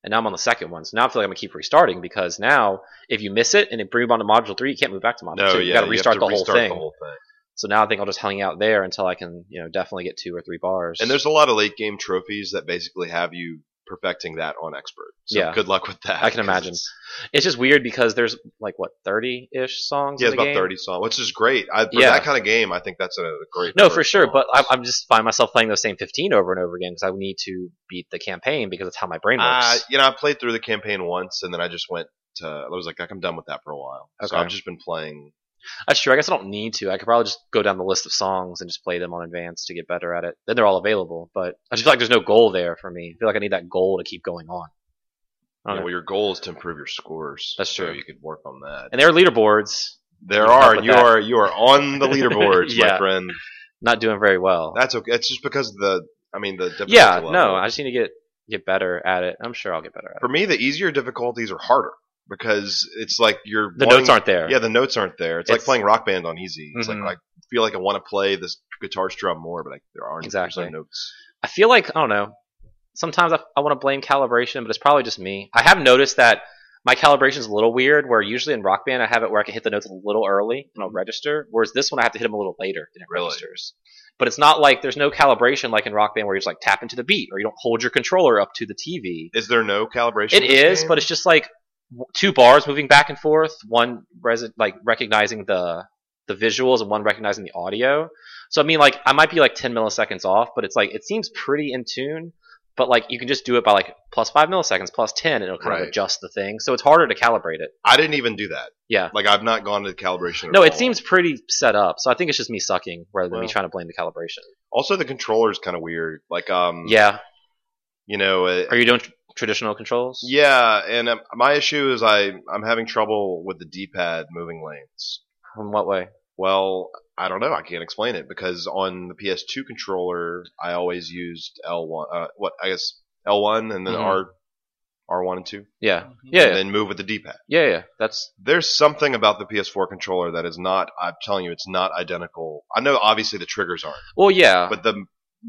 C: and now I'm on the second one. So now I feel like I'm gonna keep restarting because now if you miss it and it brings you on to module three, you can't move back to module
B: No,
C: two.
B: yeah,
C: you gotta
B: have
C: restart,
B: to
C: the,
B: restart
C: whole thing.
B: the whole thing.
C: So now I think I'll just hang out there until I can, you know, definitely get two or three bars.
B: And there's a lot of late game trophies that basically have you perfecting that on expert. So
C: Yeah.
B: good luck with that.
C: I can
B: 'cause
C: imagine.
B: it's-
C: it's just weird because there's like what thirty ish songs.
B: Yeah,
C: in
B: it's
C: the
B: about
C: game?
B: 30 songs, which is great. I, for
C: Yeah.
B: that kind of game, I think that's a great.
C: No,
B: number
C: for
B: of
C: sure. But I,
B: songs.
C: I'm just find myself playing those same fifteen over and over again because I need to beat the campaign because it's how my brain works.
B: Uh, you know, I played through the campaign once, and then I just went to. I was like, I'm done with that for a while. So
C: Okay.
B: I've just been playing.
C: That's true. I guess I don't need to. I could probably just go down the list of songs and just play them on advance to get better at it. Then they're all available, but I just feel like there's no goal there for me. I feel like I need that goal to keep going on.
B: You know,
C: Okay.
B: well, your goal is to improve your scores.
C: That's
B: so
C: true.
B: you could work on that.
C: And there are leaderboards.
B: There
C: Keep up
B: are,
C: with
B: and you
C: that.
B: are you are on the leaderboards,
C: Yeah.
B: my friend.
C: Not doing very well.
B: That's okay. It's just because of the I mean the difficulty
C: yeah,
B: level.
C: no, I just need to get get better at it. I'm sure I'll get better at it.
B: for me the easier difficulties are harder because it's like you're
C: The
B: wanting-
C: notes aren't there.
B: yeah the notes aren't there. It's, like
C: It's-
B: playing Rock Band on easy. It's
C: Mhm.
B: like I feel like I want to play this guitar strum more, but like there aren't there's
C: Exactly.
B: no notes.
C: I feel like I don't know. Sometimes I, I want to blame calibration, but it's probably just me. I have noticed that my calibration is a little weird. Where usually in Rock Band I have it where I can hit the notes a little early and I'll register, whereas this one I have to hit them a little later and it
B: Really?
C: registers. But it's not like there's no calibration like in Rock Band where you just like tap into the beat or you don't hold your controller up to the TV.
B: Is there no calibration?
C: It
B: in this
C: is,
B: game?
C: but it's just like w- two bars moving back and forth, one resi- like recognizing the the visuals and one recognizing the audio. So I mean, like I might be like 10 milliseconds off, but it's like it seems pretty in tune. But like you can just do it by like plus five milliseconds, plus 10, and it'll kind
B: Right.
C: of adjust the thing. So it's harder to calibrate it.
B: I didn't even do that.
C: Yeah.
B: Like I've not gone to the calibration. at
C: No, it
B: all.
C: seems pretty set up. So I think it's just me sucking rather than me
B: Oh. Well.
C: trying to blame the calibration.
B: Also, the controller's kind of weird. Like, um,
C: Yeah.
B: you know, uh,
C: Are you doing tr- traditional controls?
B: yeah. And um, my issue is I I'm having trouble with the D-pad moving lanes.
C: In what way?
B: Well, I don't know. I can't explain it because on the PS2 controller, I always used L1. Uh, what I guess L1 and then
C: Mhm.
B: R R1 and 2,
C: Yeah.
A: Mm-hmm.
C: Yeah.
B: and
C: Yeah.
B: then move with the D-pad.
C: Yeah. yeah. That's
B: There's something about the PS4 controller that is not. I'm telling you, it's not identical. I know obviously the triggers aren't,
C: well, yeah.
B: but the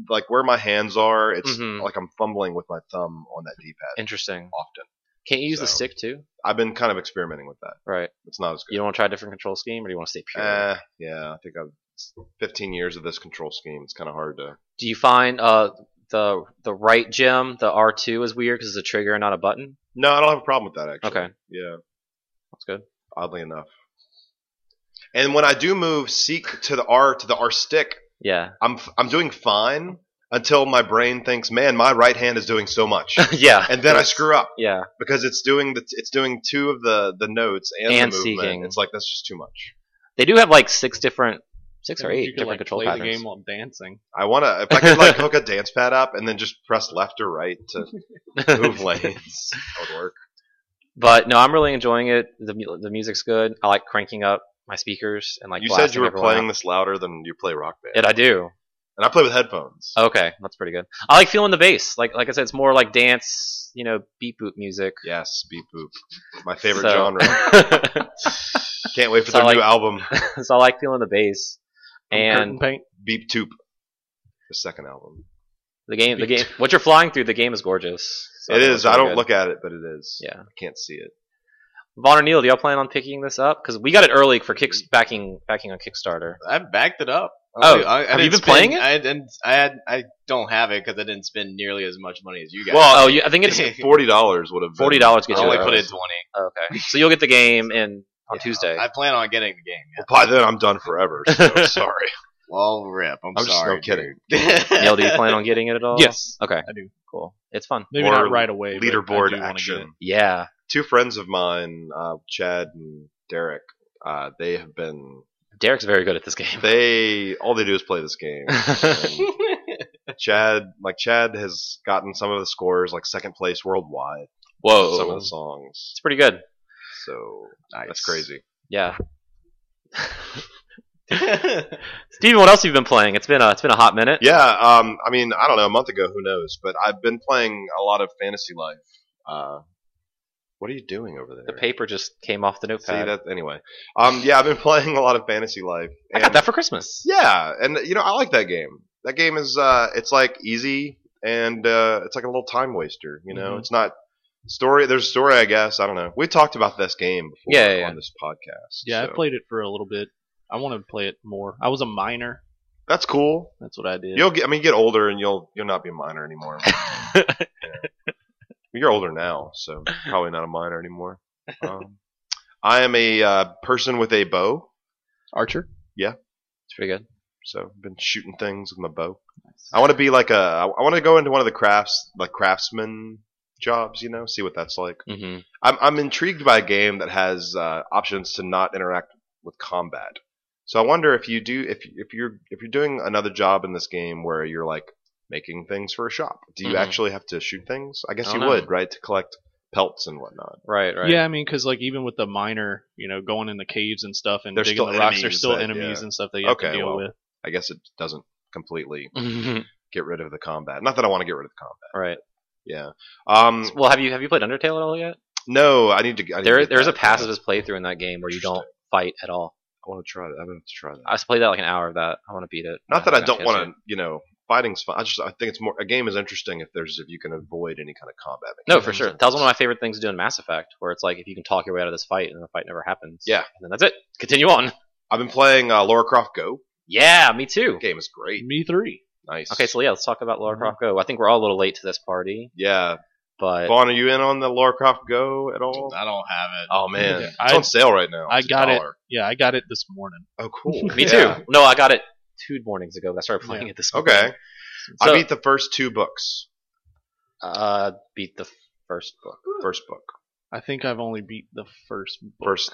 B: like where my hands are, it's
C: Mhm.
B: like I'm fumbling with my thumb on that D-pad
C: Interesting.
B: often.
C: Can't you use the
B: So.
C: stick too?
B: I've been kind of experimenting with that.
C: Right.
B: It's not as
C: You
B: good.
C: don't want to try a different control scheme, or do you want to stay pure?
B: Eh, yeah, I think I've 15 years of this control scheme. It's kind of hard to.
C: do you find uh the the right gem, the R two, is weird because it's a trigger and not a button?
B: No, I don't have a problem with that actually.
C: Okay,
B: Yeah,
C: that's good.
B: oddly enough. And when I do move seek to the R to the R stick,
C: Yeah,
B: I'm f- I'm doing fine until my brain thinks, "Man, my right hand is doing so much."
C: yeah,
B: And then I screw up
C: yeah.
B: because it's doing the it's doing two of the the notes and,
C: And
B: the movement.
C: seeking.
B: It's like that's just too much.
C: They do have like six different, six or
A: You
C: eight
A: could,
C: different
A: like,
C: control
A: play
C: patterns.
A: the game while dancing.
B: I wanna if I could like hook a dance pad up and then just press left or right to move lanes. That would work.
C: But no, I'm really enjoying it. the mu- The music's good. I like cranking up my speakers and like.
B: you said
C: blasting
B: you were
C: everyone
B: playing
C: out.
B: this louder than you play Rock Band,
C: It I do.
B: and I play with headphones.
C: Okay, that's pretty good. I like feeling the bass. Like like I said, it's more like dance, you know, beat boot music.
B: Yes, beep boop, my favorite
C: So-
B: genre. Can't wait for
C: So,
B: their new
C: like-
B: album,
C: so I like feeling the bass. And
A: Curtain paint.
B: Beep Toop, the second album.
C: The game, the game. What you're flying through, the game is gorgeous. So
B: it
C: think
B: is.
C: that's
B: I
C: really good.
B: don't look at it, but it is.
C: Yeah,
B: I can't see it.
C: Von or Neil, do y'all plan on picking this up? Because we got it early for kicks backing backing on Kickstarter.
D: I backed it up.
C: Oh,
D: I, I
C: have you
D: didn't
C: been
D: spend-
C: playing it?
D: I didn't. I had. I don't have it because I didn't spend nearly as much money as you guys.
B: Well,
C: Oh, you, I think it's
B: forty dollars would have been-
C: forty dollars
D: I
C: gets you.
D: only
C: it
D: put
C: early.
D: in twenty.
C: Oh, okay, so you'll get the game in on
D: Yeah,
C: Tuesday.
D: I plan on getting the game. Yeah.
B: Well, by then, I'm done forever. So sorry.
D: Well, rip. I'm,
B: I'm just
D: sorry.
B: no kidding.
D: kidding.
C: Neil, do you plan on getting it at all?
A: Yes,
C: Okay.
A: I do.
C: Cool. It's fun.
A: Maybe
B: Or
A: not right away. but I do
B: Leaderboard
A: wanna get it.
B: action.
C: Yeah.
B: Two friends of mine, uh, Chad and Derek, uh, they have been.
C: Derek's very good at this game.
B: They all they do is play this game. And Chad, like Chad, has gotten some of the scores, like second place worldwide. for Some
C: Oh.
B: of the songs.
C: It's pretty good.
B: So
D: Nice.
B: that's crazy.
C: Yeah.
D: crazy.
C: Steven, what else have you been playing? It's been a it's been a hot minute.
B: Yeah, um, I mean, I don't know, a month ago, who knows? But I've been playing a lot of Fantasy Life. Uh, what are you doing over there?
C: The paper just came off the
B: See
C: notepad.
B: that anyway. Um, yeah, I've been playing a lot of Fantasy Life.
C: I got that for Christmas.
B: Yeah, and you know, I like that game. That game is uh, it's like easy and uh, it's like a little time waster. You know,
A: Mhm.
B: it's not story. There's story, I guess. I don't know. We talked about this game before
C: Yeah, yeah,
B: on
C: yeah.
B: this podcast.
A: Yeah,
B: so.
A: I played it for a little bit. I want to play it more. I was a minor.
B: That's cool.
A: That's what I did.
B: You'll get. I mean, you get older and you'll you'll not be a minor anymore. You're older now, so probably not a minor anymore. Um, I am a uh, person with a bow,
A: Archer.
C: It's pretty good.
B: so I've been shooting things with my bow. I want to be like a. I want to go into one of the crafts, like craftsman jobs. You know, see what that's like.
C: Mm-hmm.
B: I'm I'm intrigued by a game that has uh, options to not interact with combat. So I wonder if you do if if you're if you're doing another job in this game where you're like making things for a shop, do you
C: Mhm.
B: actually have to shoot things? I guess
C: I
B: you
C: don't know.
B: would, right, to collect pelts and whatnot.
C: Right, right.
A: Yeah, I mean, because like even with the minor, you know, going in the caves and stuff and
B: There's
A: digging
B: still
A: the rocks,
B: enemies
A: there's still
B: that-
A: enemies
B: yeah.
A: and stuff that you have to
B: Okay,
A: deal
B: well.
A: with.
B: I guess it doesn't completely
C: Yeah.
B: get rid of the combat. Not that I want to get rid of the combat.
C: right.
B: Yeah. Um.
C: Well, have you have you played Undertale at all yet?
B: No, I need to. I need
C: There
B: to get
C: there's a
B: that.
C: passive playthrough in that game where you don't fight at all.
B: I want to try that. I'm gonna have to try that.
C: I just played that like an hour of that. I want to beat it.
B: Not that I don't want
C: to.
B: to. You know, fighting's fun. I just I think it's more. A game is interesting if there's if you can avoid any kind of combat.
C: No,
B: mechanics.
C: for sure. That was one of my favorite things to do in Mass Effect, where it's like if you can talk your way out of this fight and the fight never happens.
B: Yeah.
C: And then that's it. Continue on.
B: I've been playing uh, Lara Croft Go.
C: Yeah, me too.
B: The game is great.
A: Me three.
B: Nice. Mm-hmm.
C: Okay, so yeah, let's talk about Lara Croft Go. I think we're all a little late to this party.
B: yeah,
C: But
B: Vaughn, are you in on the Lara Croft Go at all?
D: I don't have it.
B: Oh man,
A: Yeah,
B: it's
A: I-
B: on sale right now.
A: I
B: It's a
A: got it.
B: dollar.
A: Yeah, I got it this morning.
B: Oh, cool.
C: me too.
B: Yeah.
C: No, I got it two mornings ago. I started playing
A: Yeah.
C: it this morning.
B: Okay,
C: So,
B: I beat the first two books.
C: uh, beat the first book.
B: First book,
A: I think I've only beat the first book,
B: first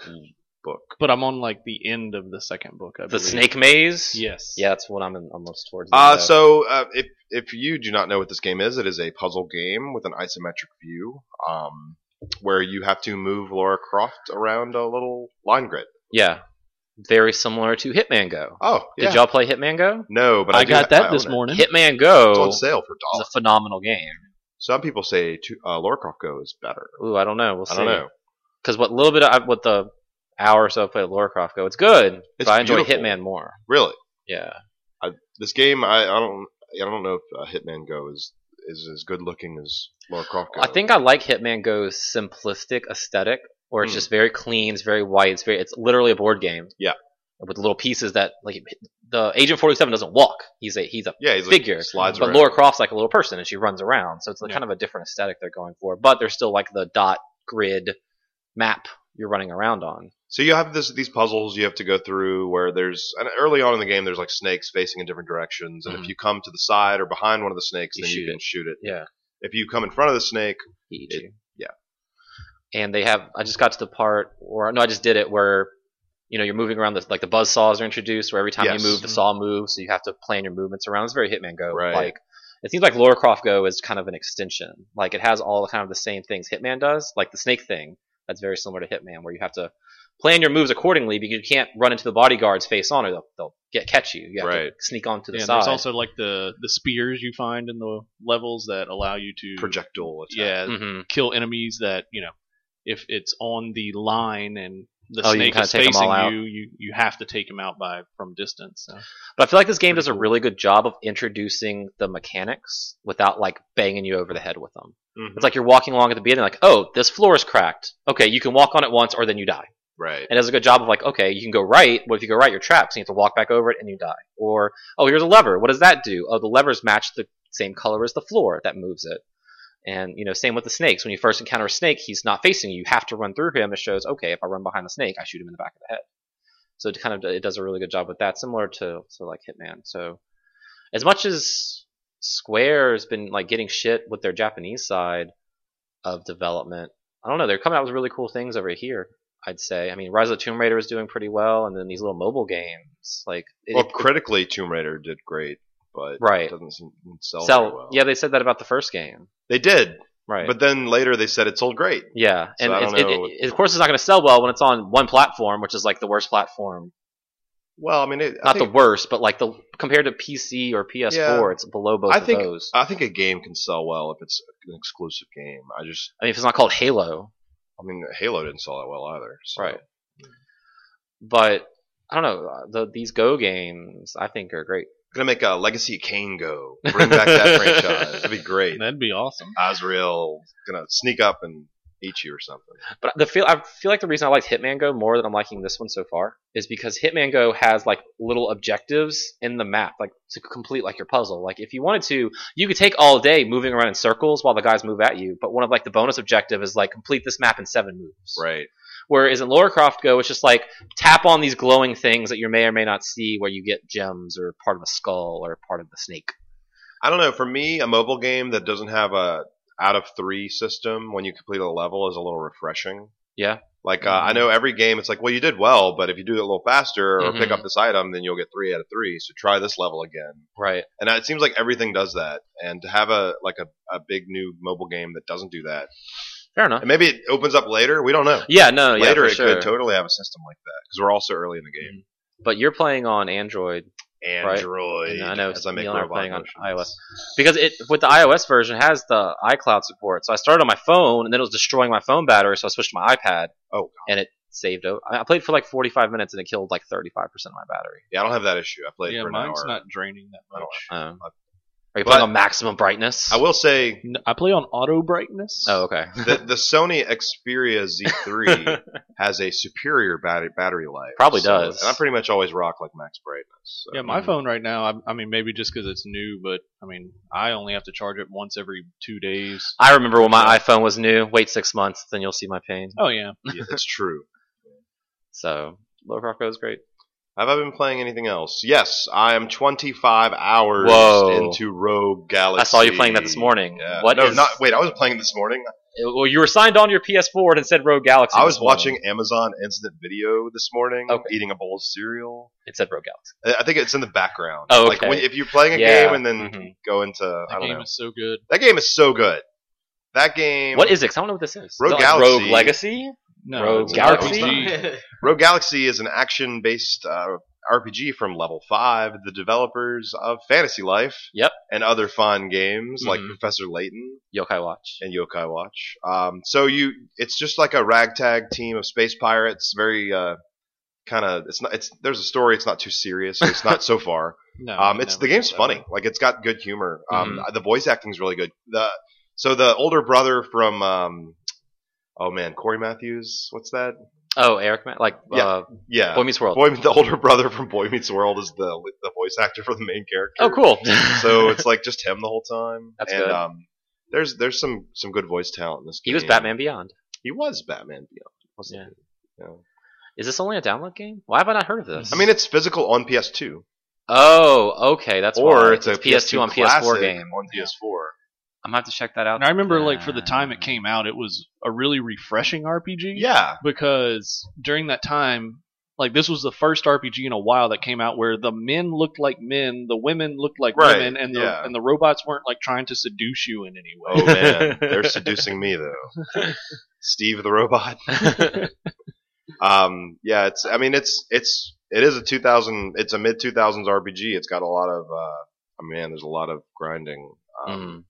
B: book.
A: but I'm on like the end of the second book. I
C: The
A: believe.
C: Snake Maze.
A: Yes.
C: Yeah, that's what I'm I'm almost towards. the
B: Uh,
C: end of.
B: so uh, if if you do not know what this game is, it is a puzzle game with an isometric view, um, where you have to move Laura Croft around a little line grid.
C: yeah, very similar to Hitman Go.
B: Oh, yeah.
C: Did y'all play Hitman Go?
B: No, but I,
A: I,
B: do ha-
A: got
B: I
A: that
B: own
A: this
B: it.
A: morning.
C: Hitman
B: It's
C: Go
B: on
C: is
B: sale for a
C: a
B: dollar.
C: phenomenal game.
B: Some people say to, uh, Laura Croft Go is better.
C: Ooh, I don't know. We'll see.
B: I don't know.
C: Because what little bit of what the hour or so I played Lara Croft Go, it's good. but
B: It's
C: I enjoy
B: beautiful.
C: Hitman more.
B: Really,
C: Yeah.
B: this game I, I don't I don't know if uh, Hitman Go is is as good looking as Laura Croft Go.
C: I think I like Hitman Go's simplistic aesthetic, where it's
B: Hmm.
C: just very clean, it's very white, it's very it's literally a board game.
B: Yeah.
C: With little pieces that like the Agent Forty Seven doesn't walk. He's a he's a
B: yeah, he's
C: figure.
B: like, slides
C: but
B: around.
C: Laura Croft's like a little person and she runs around, so it's like
A: Yeah.
C: kind of a different aesthetic they're going for. But they're still like the dot grid map you're running around on.
B: So you have this these puzzles you have to go through where there's and early on in the game there's like snakes facing in different directions, and
C: Mhm.
B: if you come to the side or behind one of the snakes,
C: You
B: then
C: shoot
B: you can
C: it.
B: shoot it.
C: Yeah.
B: If you come in front of the snake,
C: He eats
B: It-
C: you.
B: yeah.
C: E And they have. I just got to the part, or no, I just did it where, you know, you're moving around. The, like the buzz saws are introduced, where every time
B: Yes.
C: you move, the saw moves. So you have to plan your movements around. It's very Hitman Go.
B: Right.
C: Like it seems like Lara Croft Go is kind of an extension. Like it has all kind of the same things Hitman does. Like the snake thing. That's very similar to Hitman, where you have to plan your moves accordingly because you can't run into the bodyguards face on, or they'll, they'll get catch you. You have
B: Right.
C: to sneak onto the
A: Yeah, and
C: side.
A: there's also like the the spears you find in the levels that allow you to
B: projectile attack.
A: yeah
C: Mhm.
A: kill enemies that you know if it's on the line and the
C: Oh, you
A: snake
C: can
A: is
C: kinda take 'em
A: facing
C: all out.
A: you, you you have to take him out by from distance. So.
C: But I feel like this game
A: Pretty
C: does a
A: cool.
C: really good job of introducing the mechanics without like banging you over the head with them.
B: Mhm.
A: Mm-hmm.
C: It's like you're walking along at the beginning, like, oh, this floor is cracked. Okay, you can walk on it once, or then you die.
B: right.
C: And it does a good job of like, okay, you can go right, but if you go right, you're trapped, so you have to walk back over it and you die. Or, oh, here's a lever. What does that do? Oh, the levers match the same color as the floor that moves it. And you know, same with the snakes. When you first encounter a snake, he's not facing you. You have to run through him. It shows, okay, if I run behind the snake, I shoot him in the back of the head. So it kind of it does a really good job with that, similar to to like Hitman. So as much as Square has been like getting shit with their Japanese side of development, I don't know. They're coming out with really cool things over here. I'd say. I mean, Rise of the Tomb Raider is doing pretty well, and then these little mobile games like it,
B: Well, critically, Tomb Raider did great, but
C: Right.
B: it doesn't seem, sell,
C: sell.
B: very well.
C: Yeah, they said that about the first game,
B: they did,
C: right?
B: but then later they said it sold great.
C: Yeah,
B: So
C: and
B: I
C: it's,
B: don't
C: it,
B: know.
C: it- of course it's not going to sell well when it's on one platform, which is like the worst platform.
B: Well, I mean, it, I
C: not
B: think,
C: the worst, but like the compared to PC or PS4,
B: Yeah.
C: it's below both
B: I
C: of
B: think-
C: those.
B: I think a game can sell well if it's an exclusive game. I just,
C: I mean, if it's not called Halo,
B: I mean, Halo didn't sell that well either. So.
C: Right. but I don't know. uh, The, these Go games, I think, are great.
B: Gonna make a Legacy of Kane go. Bring back that franchise. That'd be great.
A: That'd be awesome.
B: Azrael gonna sneak up and eat you or something.
C: But the feel I feel like the reason I liked Hitman Go more than I'm liking this one so far is because Hitman Go has like little objectives in the map, like to complete like your puzzle. Like if you wanted to, you could take all day moving around in circles while the guys move at you. But one of like the bonus objective is like complete this map in seven moves.
B: Right.
C: Whereas in Lara Croft Go, it's just like tap on these glowing things that you may or may not see, where you get gems or part of a skull or part of the snake.
B: I don't know. For me, a mobile game that doesn't have a out of three system when you complete a level is a little refreshing.
C: Yeah. Mm-hmm.
B: Like uh, I know every game, it's like, well, you did well, but if you do it a little faster or pick
C: Mhm.
B: up this item, then you'll get three out of three. So try this level again.
C: Right.
B: And uh, it seems like everything does that. And to have a like a, a big new mobile game that doesn't do that,
C: Fair enough.
B: and maybe it opens up later. We don't know.
C: Yeah. No. Uh, yeah,
B: later
C: for
B: it
C: sure.
B: could totally have a system like that because we're all so early in the game.
C: But you're playing on Android Mm-hmm. Right.
B: Android.
C: And I know
B: as I make
C: Neil and I are
B: robot
C: playing on
B: motions.
C: iOS. because it with the iOS version has the iCloud support. So I started on my phone, and then it was destroying my phone battery. So I switched to my iPad.
B: Oh, God.
C: And it saved. o- I I played for like 45 minutes, and it killed like 35 percent of my battery.
B: Yeah, I don't have that issue. I played
A: yeah,
B: for an
A: mine's
B: hour.
A: not draining that
B: I
A: much.
B: don't
C: Um, Are you
B: But-
C: playing on maximum brightness?
B: I will say
A: N- I play on auto brightness.
C: Oh, okay.
B: the, the Sony Xperia Z3 has a superior battery battery life.
C: Probably does.
B: And I pretty much always rock like max brightness. so.
A: Yeah, my phone right now. I, I mean, maybe just because it's new, but I mean, I only have to charge it once every two days.
C: I remember when my iPhone was new. Wait six months, then you'll see my pain.
A: Oh yeah,
B: Yeah, it's true.
C: So Lord Rocco is great.
B: Have I been playing anything else? Yes, I am 25 hours
C: Whoa.
B: into Rogue Galaxy.
C: I saw you playing that this morning.
B: Yeah.
C: What
B: no,
C: is-
B: not wait. I was playing this morning.
C: Well, you were signed on your PS4 and said Rogue Galaxy.
B: I was
C: this morning.
B: watching Amazon Instant Video this morning,
C: Okay.
B: eating a bowl of cereal.
C: It said Rogue Galaxy.
B: I I think it's in the background.
C: Oh,
B: Like
C: okay.
B: when, if you're playing a
C: Yeah.
B: game and then
C: Mhm.
B: go into I
A: that
B: don't
A: game
B: know.
A: is so good.
B: that game is so good. That game.
C: What is it? 'Cause I don't know what this is.
B: Rogue
C: Is it like Rogue
B: Galaxy.
C: Legacy.
A: No,
C: Rogue
A: it's an
C: Galaxy?
A: RPG.
B: Rogue Galaxy is an action based uh, RPG from Level 5, the developers of Fantasy Life.
C: Yep. Mm-hmm.
B: And other fun games like
A: Mhm.
B: Professor Layton
C: Yokai Watch.
B: and Yokai Watch. Um, so you, it's just like a ragtag team of space pirates. Very uh, kind of, it's not, it's there's a story. It's not too serious. So it's not so far.
A: No,
B: Um, it's
A: never
B: the game's
A: played that
B: funny.
A: one.
B: Like it's got good humor. Um,
C: Mm-hmm.
B: The voice acting's really good. The so the older brother from um, oh man, Corey Matthews. What's that?
C: Oh, Eric, Ma- like uh,
B: Yeah,
C: Boy Meets World.
B: Boy, the older brother from Boy Meets World is the the voice actor for the main character.
C: oh, cool.
B: So it's like just him the whole time.
C: That's
B: and,
C: good.
B: Um, there's there's some some good voice talent in this game.
C: he was Batman Beyond.
B: He was Batman Beyond. Wasn't
C: Yeah.
B: he? Yeah.
C: Is this only a download game? Why have I not heard of this?
B: I mean, it's physical on PS2,
C: oh, okay, that's
B: or
C: why.
B: it's a
C: PS2 on PS4
B: classic
C: game.
B: on PS4.
C: I'm gonna have to check that out.
A: And I remember, like, for the time it came out, it was a really refreshing RPG.
B: Yeah,
A: Because during that time, like, this was the first RPG in a while that came out where the men looked like men, the women looked like
B: Right,
A: women, and the
B: yeah.
A: and the robots weren't like trying to seduce you in any way.
B: Oh man, they're seducing me though. Steve the robot. Um, yeah, it's. I mean, it's it's it is a 2000. It's a mid 2000s RPG. It's got a lot of. Uh, I mean, man, there's a lot of grinding. Um,
C: Mm.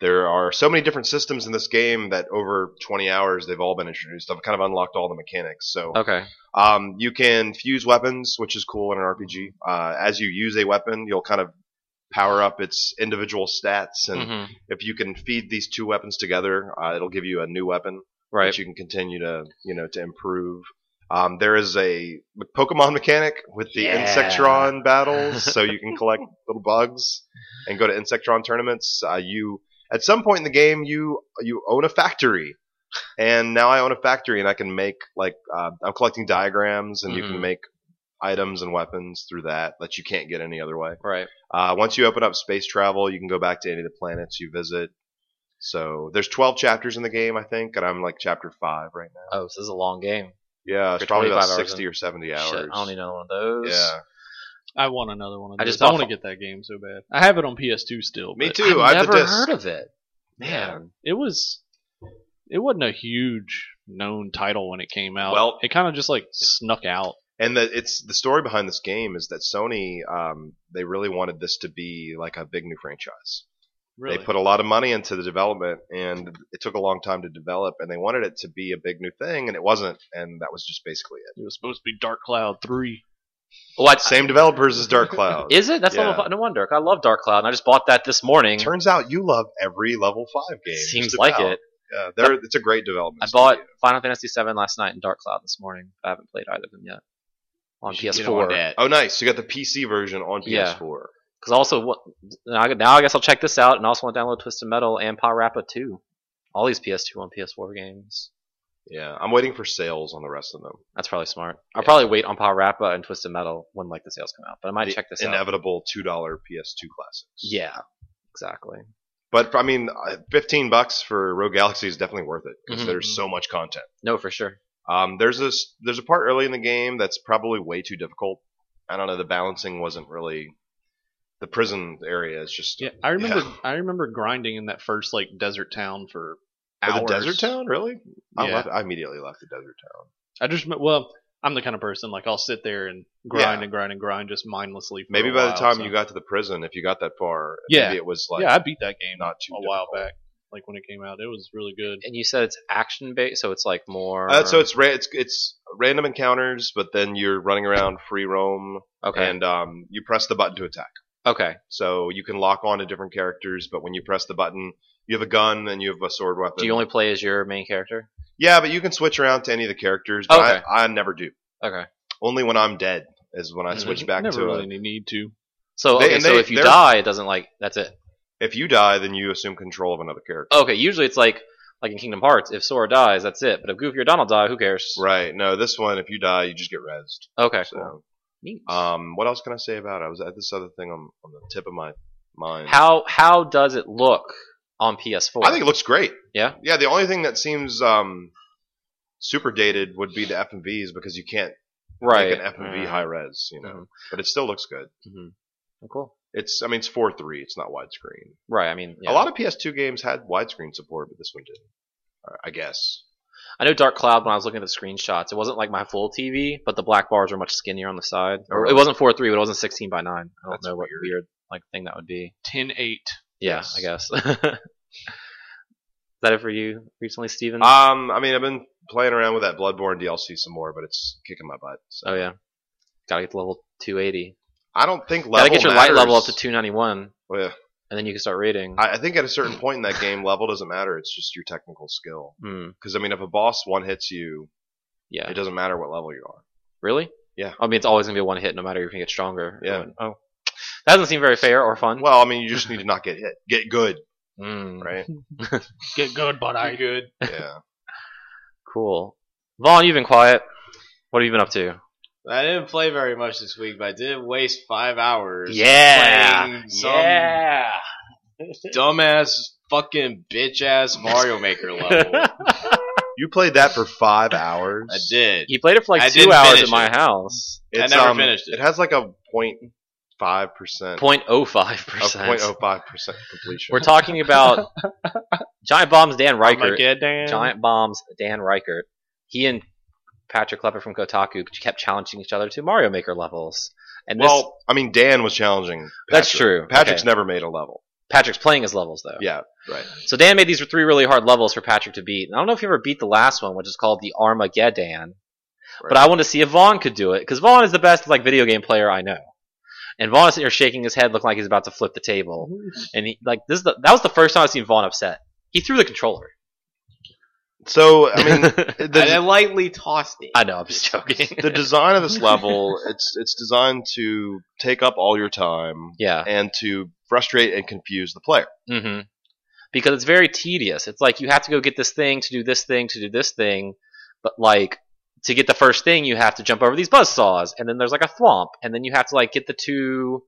B: There are so many different systems in this game that over 20 hours they've all been introduced. I've kind of unlocked all the mechanics. So
C: Okay.
B: um, you can fuse weapons, which is cool in an RPG. Uh, as you use a weapon, you'll kind of power up its individual stats and
C: Mhm.
B: if you can feed these two weapons together, uh, it'll give you a new weapon
C: Right.
B: that you can continue to you know to improve. Um, there is a Pokemon mechanic with the
C: Yeah.
B: Insectron battles, so you can collect little bugs and go to Insectron tournaments. Uh, you at some point in the game you you own a factory, and now I own a factory and I can make like uh, I'm collecting diagrams and you
C: Mhm.
B: can make items and weapons through that that you can't get any other way.
C: Right.
B: Uh, once you open up space travel, you can go back to any of the planets you visit. So there's 12 chapters in the game, I think, and I'm like chapter five right now.
C: Oh, so this is a long game.
B: Yeah, it's
C: You're
B: probably about
C: 25 hours
B: 60 or 70 hours.
C: Shit, I don't need another one of those.
B: yeah,
A: I want another one of
C: I
A: those. I
C: just
A: just
C: bought
A: want to
C: fi-
A: get that game so bad. I have it on PS2 still.
B: me
A: but
B: too.
C: I've
B: I have the
C: never
B: disc.
C: heard of it. Man.
A: It was. It wasn't a huge known title when it came out.
B: Well-
A: it kind of just like snuck out.
B: And the, it's the story behind this game is that Sony, um, they really wanted this to be like a big new franchise.
A: Really,
B: They put a lot of money into the development, and it took a long time to develop. And they wanted it to be a big new thing, and it wasn't. And that was just basically it.
A: it was supposed to be Dark Cloud Three.
C: Well, I'd-
B: Same developers as Dark Cloud.
C: Oh, Is it? That's
B: Yeah.
C: level five. no wonder. 'cause I love Dark Cloud, and I just bought that this morning.
B: Turns out you love every level five game.
C: Seems
B: just
C: like
B: about.
C: it.
B: Yeah, they're, it's a great development.
C: I bought
B: studio.
C: Final Fantasy VII last night and Dark Cloud this morning. I haven't played either of them yet on
D: You should get
C: PS4.
D: on that.
B: Oh, nice! You got the PC version on
C: Yeah.
B: PS4.
C: Because also, what, now I- now I guess I'll check this out, and also want to download Twisted Metal and Pa Rappa 2. All these PS2 on PS4 games.
B: Yeah, I'm waiting for sales on the rest of them.
C: That's probably smart. I'll
B: Yeah.
C: probably wait on Pa Rappa and Twisted Metal when like the sales come out, but I might
B: The
C: check this out.
B: inevitable two dollar PS2 classics.
C: Yeah, exactly.
B: but I mean, uh, fifteen bucks for Rogue Galaxy is definitely worth it because
C: Mhm.
B: there's so much content.
C: No, for sure.
B: Um, there's this there's a part early in the game that's probably way too difficult. I don't know. The balancing wasn't really. The prison area is just
A: Yeah, I remember. I remember grinding in that first like desert town for
B: Oh,
A: hours.
B: the desert town. Really? I,
A: Yeah.
B: left, I immediately left the desert town.
A: I just me- well, I'm the kind of person like I'll sit there and grind
B: Yeah.
A: and grind and grind just mindlessly. For
B: Maybe
A: a
B: by the
A: while,
B: time
A: Oh, so-
B: you got to the prison, if you got that far,
A: Yeah.
B: maybe it was like
A: yeah, I beat that game
B: not too
A: a while
B: difficult.
A: back. Like when it came out, it was really good.
C: And you said it's action based, so it's like more.
B: Uh, so it's ra- it's it's random encounters, but then you're running around free roam,
C: okay.
B: and um, you press the button to attack.
C: Okay.
B: So you can lock on to different characters, but when you press the button, you have a gun and you have a sword weapon.
C: Do you only play as your main character?
B: yeah, but you can switch around to any of the characters. But
C: Okay.
B: I, I never do.
C: Okay.
B: Only when I'm dead is when I
C: Mhm.
B: switch back
A: Mm-hmm. Never
B: to
A: really
B: it.
A: need to.
C: So
B: They-
C: okay,
B: and
C: so
B: they-
C: if you
B: they're-
C: die, it doesn't like that's it.
B: If you die, then you assume control of another character.
C: Okay. Usually it's like like in Kingdom Hearts, if Sora dies, that's it. But if Goofy or Donald die, who cares?
A: Oh.
B: Right. No, this one, if you die, you just get rezzed.
C: Okay. Cool.
B: So,
C: Neat.
B: um, what else can I say about it? I was at this other thing on, on the tip of my mind.
C: How how does it look on PS4?
B: I think it looks great.
C: Yeah?
B: Yeah. The only thing that seems um, super dated would be the FMVs because you can't
C: right.
B: make an FMV high res, you know.
C: Mhm.
B: But it still looks good.
C: Mhm. Oh, cool.
B: It's I mean it's four three. It's not widescreen.
C: Right. I mean, yeah.
B: A lot of PS2 games had widescreen support, but this one didn't. I- I guess.
C: I know Dark Cloud when I was looking at the screenshots, it wasn't like my full TV, but the black bars were much skinnier on the side.
B: Oh,
C: Or
B: really?
C: It wasn't four three, but it wasn't sixteen by nine. I don't
B: That's
C: know what weird. like thing that would be.
A: 10 8.
C: Yeah,
B: Yes.
C: I guess. Is that it for you recently, Steven?
B: Um, I mean I've been playing around with that Bloodborne DLC some more, but it's kicking my butt. So
C: oh yeah, gotta get to level two eighty.
B: I don't think level.
C: Gotta get your light
B: matters.
C: level up to two ninety one,
B: Well, yeah.
C: and then you can start raiding.
B: I, I think at a certain point in that game, level doesn't matter. It's just your technical skill.
C: Hmm,
B: Because I mean, if a boss one hits you,
C: yeah,
B: it doesn't matter what level you are.
C: really?
B: Yeah.
C: I mean, it's always gonna be a one hit, no matter if you get stronger.
B: Yeah.
C: Oh, that doesn't seem very fair or fun.
B: Well, I mean, you just need to not get hit. Get good,
C: Hmm,
B: right?
A: Get good, but I.
D: good.
B: Yeah.
C: Cool. Vaughn, you've been quiet. What have you been up to?
D: I didn't play very much this week, but I did waste five hours. playing some Dumbass, fucking bitch ass Mario Maker level.
B: You played that for five hours.
D: I did.
C: He played it for like
D: I
C: two
D: didn't
C: hours
D: finish
C: at my
D: it.
C: house.
D: I never finished it.
B: um, It has like a 05 percent,
C: 0.05
B: a
C: percent.
B: 0.05 percent completion.
C: We're talking about Giant Bombs Dan
A: my
C: Reichert.
A: god, damn.
C: Giant Bombs Dan Reichert. He and Patrick Klepper from Kotaku kept challenging each other to Mario Maker levels. And this,
B: well, I mean, Dan was challenging. Patrick.
C: that's true.
B: Patrick's
C: Okay.
B: never made a level.
C: Patrick's playing his levels though.
B: Yeah, right.
C: So Dan made these three really hard levels for Patrick to beat. And I don't know if you ever beat the last one, which is called the Armageddon. But I wanted to see if Vaughn could do it because Vaughn is the best like video game player I know. And Vaughn is sitting here shaking his head, looking like he's about to flip the table. And he, like this, is the, that was the first time I seen Vaughn upset. He threw the controller.
B: So I mean,
D: And I
B: the,
D: lightly tossed it.
C: I know, I'm just joking.
B: the design of this level it's it's designed to take up all your time
C: yeah.
B: and to frustrate and confuse the player.
C: hmm Because it's very tedious. It's like you have to go get this thing to do this thing to do this thing, but like to get the first thing, you have to jump over these buzz saws, and then there's like a thwomp, and then you have to like get the two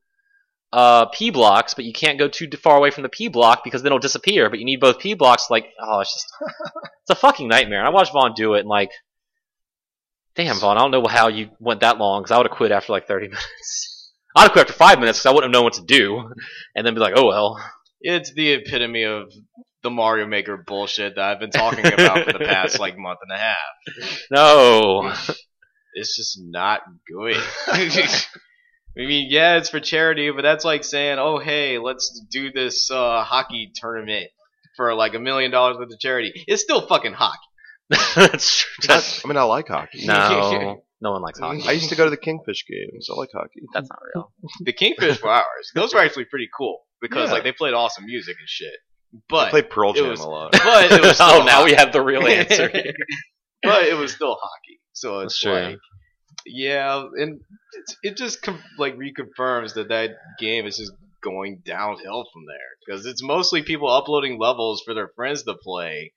C: uh, P blocks, but you can't go too far away from the P block because then it'll disappear. But you need both P blocks. Like, oh, it's just it's a fucking nightmare. And I watched Vaughn do it, and like, damn, Vaughn, I don't know how you went that long because I would have quit after like 30 minutes. I'd have quit after five minutes because I wouldn't have known what to do, and then be like, oh well.
D: It's the epitome of the Mario Maker bullshit that I've been talking about for the past like month and a half.
C: No.
D: It's just not good. I mean, yeah, it's for charity, but that's like saying, "Oh, hey, let's do this uh, hockey tournament for like a million dollars worth of charity." It's still fucking hockey.
C: That's true.
B: I mean, I like hockey.
C: no. No one likes hockey.
B: I used to go to the Kingfish games. I like hockey.
C: That's not real.
D: The Kingfish were ours. Those were actually pretty cool because
B: Yeah.
D: like they played awesome music and shit.
B: I
D: But
B: play Pearl
D: it
B: Jam
D: was-
B: a lot.
D: but it was still
C: oh, now
D: hockey.
C: we have the real answer. here.
D: but it was still hockey. So it's
C: That's true.
D: like, yeah, and it's, it just com- like reconfirms that that game is just going downhill from there because it's mostly people uploading levels for their friends to play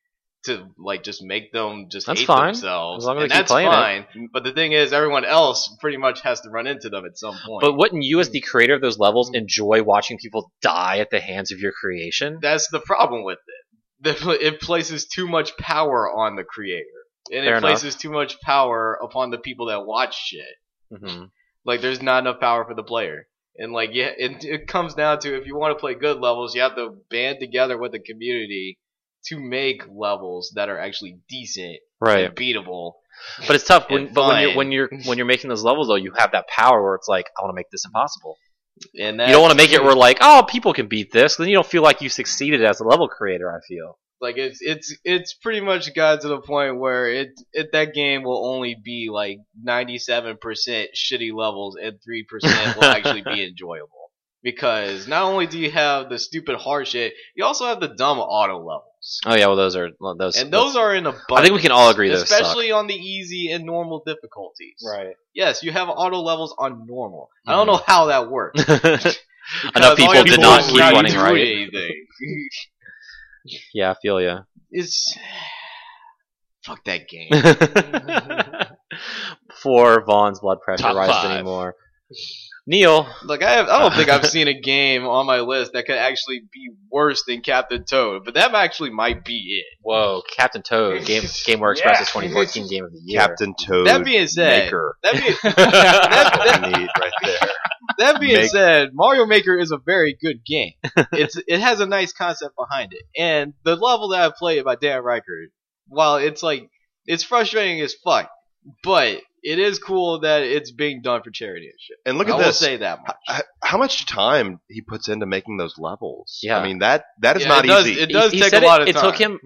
D: to like just make them just
C: That's
D: hate
C: fine,
D: themselves.
C: as long as
D: and
C: they keep
D: that's
C: playing
D: fine. But the thing is, everyone else pretty much has to run into them at some point.
C: but wouldn't you, as the creator of those levels, enjoy watching people die at the hands of your creation?
D: that's the problem with it. The, it places too much power on the creator, and
C: Fair
D: it
C: enough.
D: places too much power upon the people that watch shit.
C: Mhm.
D: Like there's not enough power for the player. And like yeah, it, it comes down to if you want to play good levels, you have to band together with the community to make levels that are actually decent
C: Right.
D: and beatable.
C: But it's tough when,
D: And
C: but when you're
D: fine.
C: when you're when you're making those levels though, you have that power where it's like, I want to make this impossible.
D: And
C: you don't want to make it where like, oh, people can beat this. Then you don't feel like you succeeded as a level creator. I feel.
D: like it's it's it's pretty much got to the point where it it that game will only be like 97% shitty levels and 3% will actually be enjoyable. because not only do you have the stupid hard shit, you also have the dumb auto levels,
C: Oh yeah, well those are well, those.
D: and those are in abundance.
C: I think we can all agree those suck.
D: especially on the easy and normal difficulties.
C: right.
D: Yes, you have auto levels on normal. I don't know how that works. because
C: Enough
D: all
C: Hmm. people
D: your
C: did not
D: tools
C: keep
D: not
C: running
D: do
C: right.
D: anything.
C: Yeah, I feel you.
D: It's fuck that game.
C: Before Vaughn's blood pressure
A: Top
C: rises
A: five.
C: anymore. Neil,
D: Like I, have, I don't think I've seen a game on my list that could actually be worse than Captain Toad, but that actually might be it.
C: whoa, Captain Toad, Game GameWare Express's 2014 Game of the Year.
B: Captain Toad
D: That being said,
B: Maker.
D: that being that, that,
B: Neat right there.
D: that being
B: Make-
D: said, Mario Maker is a very good game. It's it has a nice concept behind it, and the level that I played by Dan Riker, while it's like it's frustrating as fuck, but it is cool that it's being done for charity and shit.
B: And look at
D: I will
B: this.
D: say that much.
B: H- how much time he puts into making those levels?
C: Yeah.
B: I mean that that is
D: Yeah,
B: not
D: it does-
B: easy.
D: it does
C: He- he
D: take a
C: said it-
D: lot of
C: it
D: time.
C: took him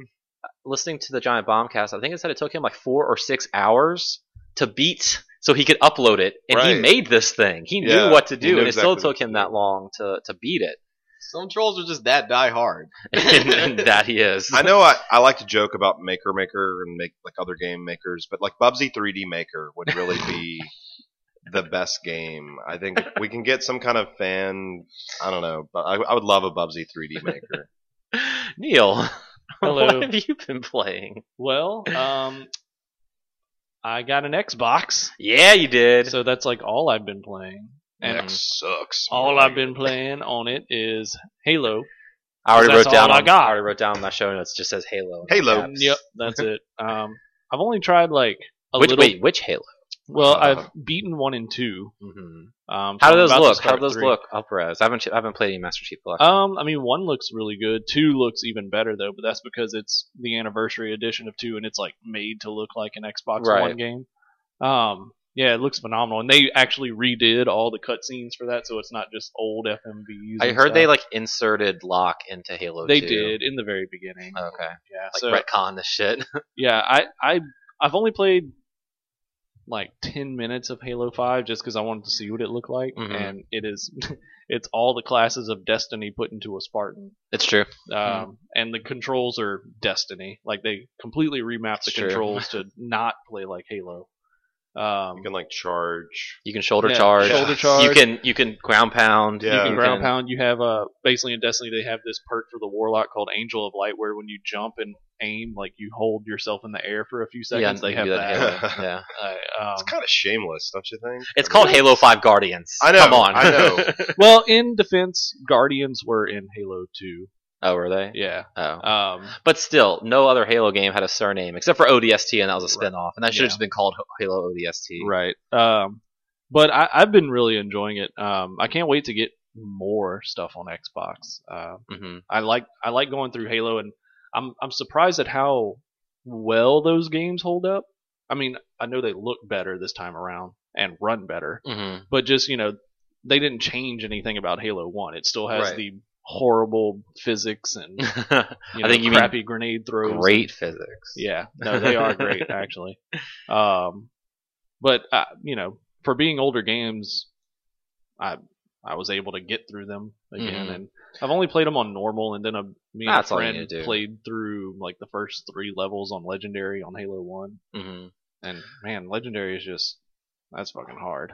C: listening to the Giant Bombcast. I think it said it took him like four or six hours to beat so he could upload it, and he
B: Right.
C: made this thing. He knew
B: Yeah,
C: what to
B: he
C: do,
B: knew
C: and it
B: exactly
C: still
B: what
C: took him that long to to beat it.
D: Some trolls are just that die hard.
C: and that he is.
B: I know I, I like to joke about Maker Maker and make like other game makers, but like Bubsy 3D Maker would really be the best game. I think if we can get some kind of fan. I don't know, but I, I would love a Bubsy 3D Maker.
C: Neil,
A: Hello.
C: what have you been playing?
A: Well, um, I got an Xbox,
C: Yeah, you did.
A: so that's like all I've been playing. And
B: That
C: Mm-hmm.
B: sucks.
C: Oh.
A: all I've been playing on it is Halo.
C: I already
A: That's
C: wrote
A: all
C: down.
A: I got.
C: I already wrote down my show notes. Just says Halo. in
B: Halo.
C: caps.
A: Yep, that's it. Um, I've only tried like a
C: Which
A: little.
C: wait, which Halo?
A: Well,
B: Uh.
A: I've beaten one and two.
C: Mhm.
A: Um, so
C: How do
A: I'm
C: those
A: about to
C: look? How
A: start
C: do those
A: three.
C: look? Up res. I haven't. ch- I haven't played any Master Chief Collection.
A: Um, I mean, one looks really good. Two looks even better though, but that's because it's the anniversary edition of two, and it's like made to look like an Xbox
C: Right.
A: One game. Um, yeah, it looks phenomenal, and they actually redid all the cutscenes for that, so it's not just old FMVs.
C: I
A: and
C: heard they
A: stuff.
C: like inserted Locke into Halo.
A: Uh, they
C: 2.
A: did in the very beginning.
C: Okay.
A: yeah,
C: Uh, Like
A: so
C: retcon the shit.
A: yeah, I I I've only played like 10 minutes of Halo 5 just cuz I wanted to see what it looked like
C: Mhm.
A: and it is it's all the classes of Destiny put into a Spartan.
C: it's true.
A: Um,
C: Hmm.
A: and the controls are Destiny. Like they completely remapped the
C: It's true.
A: controls to not play like Halo. Um
B: You can like charge.
C: You can shoulder
A: yeah,
C: charge.
A: shoulder
C: You
A: charge.
C: can you can ground pound.
B: Yeah.
A: you can ground pound. You have uh, basically in Destiny they have this perk for the Warlock called Angel of Light, where when you jump and aim, like you hold yourself in the air for a few
C: yeah,
A: seconds. they
C: you can
A: have
C: do that in
A: that.
C: Halo, yeah.
A: Uh, um,
B: It's kind of shameless, don't you think?
C: It's
B: I mean,
C: called Halo Five Guardians.
B: I know,
C: Come on.
B: I know.
A: well, in defense, Guardians were in Halo 2.
C: oh, were they?
A: Yeah.
C: Oh.
A: Um,
C: But still, no other Halo game had a surname except for ODST, and that was a
A: Right.
C: spin off, and that should have
A: Yeah.
C: just been called Halo ODST.
A: right. Um, but I, I've been really enjoying it. Um, I can't wait to get more stuff on Xbox. Um,
C: hmm
A: I like I like going through Halo, and I'm I'm surprised at how well those games hold up. I mean, I know they look better this time around and run better,
C: hmm
A: but just you know, they didn't change anything about Halo One. It still has
C: Right.
A: the horrible physics and you know,
C: think you mean
A: crappy grenade throws. and
C: Great physics.
A: Mm-hmm. Yeah, no, they are great actually. Um, but uh, you know, for being older games, I I was able to get through them again,
C: Mhm.
A: and I've only played them on normal, and then a me and
C: That's
A: a
C: all you
A: friend
C: need to do.
A: played through like the first three levels on legendary on Halo One,
C: hmm
A: and man, legendary is just that's fucking hard.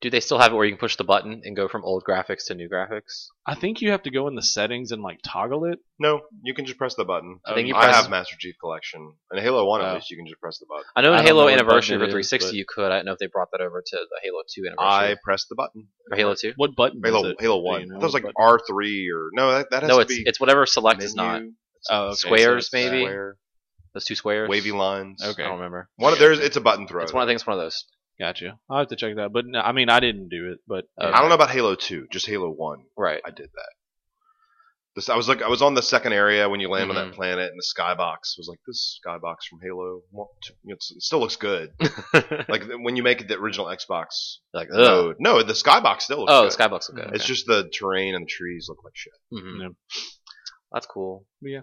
C: Do they still have it where you can push the button and go from old graphics to new graphics?
A: I think you have to go in the settings and like toggle it.
B: No, you can just press the button.
C: Oh, I think Uh, you
B: I
C: press-
B: have Master Chief Collection and Halo One.
A: Oh.
B: At least you can just press the button.
C: I know in
A: I don't know
C: Halo
A: what
C: Anniversary for
A: button it is,
C: 360
A: but-
C: you could. I don't know if they brought that over to the Halo 2
B: I
C: Anniversary
B: press the button.
C: for Halo 2.
A: What button? is
B: Halo
A: it?
B: Halo
A: Do
B: One.
A: you
B: That
A: know
B: was like
A: what-
B: R three or no? That, that has
C: No,
B: to
C: it's
B: be
C: it's whatever select is not.
B: menu,
A: Oh, okay, so
C: squares,
A: it's-
C: maybe?
B: square,
C: Those two squares.
B: wavy lines.
A: Okay.
C: I don't remember.
B: One of there's it's a button throw.
C: It's one. I think it's one of those.
A: Gotcha. I'll have to check that. But no, I mean, I didn't do it. But uh,
B: I don't know about Halo Two, just Halo One.
C: Right.
B: I did that. This I was like I was on the second area when you land
C: Mm-hmm.
B: on that planet, and the skybox was like this skybox from Halo. One, two, it's, it still looks good. like when you make the original Xbox
C: like ugh.
A: Oh,
B: mode. No, the skybox still looks.
C: Oh, the
B: good.
C: skybox look good.
B: It's just the terrain and the trees look like shit.
C: Mhm.
A: Yeah.
C: That's cool.
A: Yeah.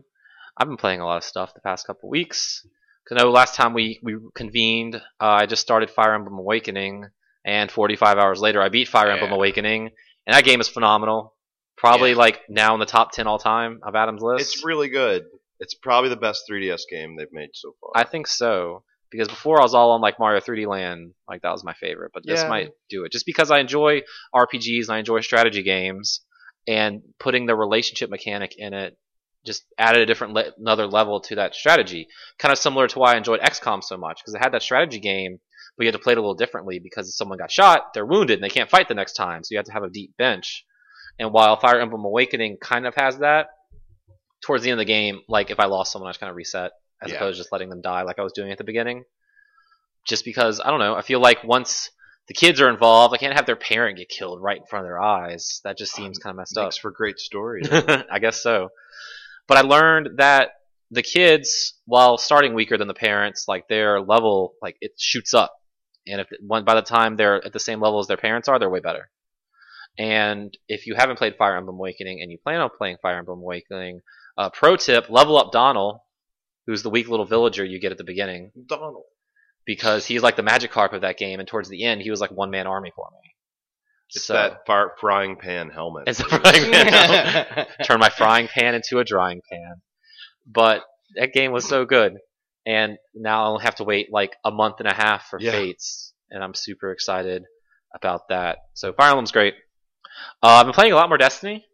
C: I've been playing a lot of stuff the past couple weeks. 'Cause I know last time we we convened, uh, I just started Fire Emblem Awakening, and 45 hours later, I beat Fire Emblem
A: Yeah.
C: Awakening, And that game is phenomenal. Probably like now in the top ten all time of Adam's list.
B: It's really good. It's probably the best 3DS game they've made so far.
C: I think so because before I was all on like Mario 3D Land, like that was my favorite. But this
B: Yeah.
C: might do it just because I enjoy RPGs and I enjoy strategy games, and putting the relationship mechanic in it just added a different le- another level to that strategy. Kind of similar to why I enjoyed XCOM so much because it had that strategy game, but you had to play it a little differently because if someone got shot, they're wounded and they can't fight the next time, so you have to have a deep bench. And while Fire Emblem Awakening kind of has that, towards the end of the game, like if I lost someone, I just kind of reset as
B: Yeah.
C: opposed to just letting them die like I was doing at the beginning. Just because I don't know, I feel like once the kids are involved, I can't have their parent get killed right in front of their eyes. That just seems kind of messed up.
B: Um, Makes for great story.
C: I guess so. But I learned that the kids, while starting weaker than the parents, like their level, like it shoots up, and if one by the time they're at the same level as their parents are, they're way better. And if you haven't played Fire Emblem Awakening and you plan on playing Fire Emblem Awakening, uh, pro tip: level up Donald, who's the weak little villager you get at the beginning,
B: Donald.
C: because he's like the magic carp of that game, and towards the end, he was like one man army for me.
B: It's
C: so,
B: that fire, frying pan helmet.
C: it's a frying pan. turn my frying pan into a drying pan. But that game was so good, and now I'll have to wait like a month and a half for
B: Yeah.
C: Fates, and I'm super excited about that. So Fire Emblem's great. Uh, I've been playing a lot more Destiny.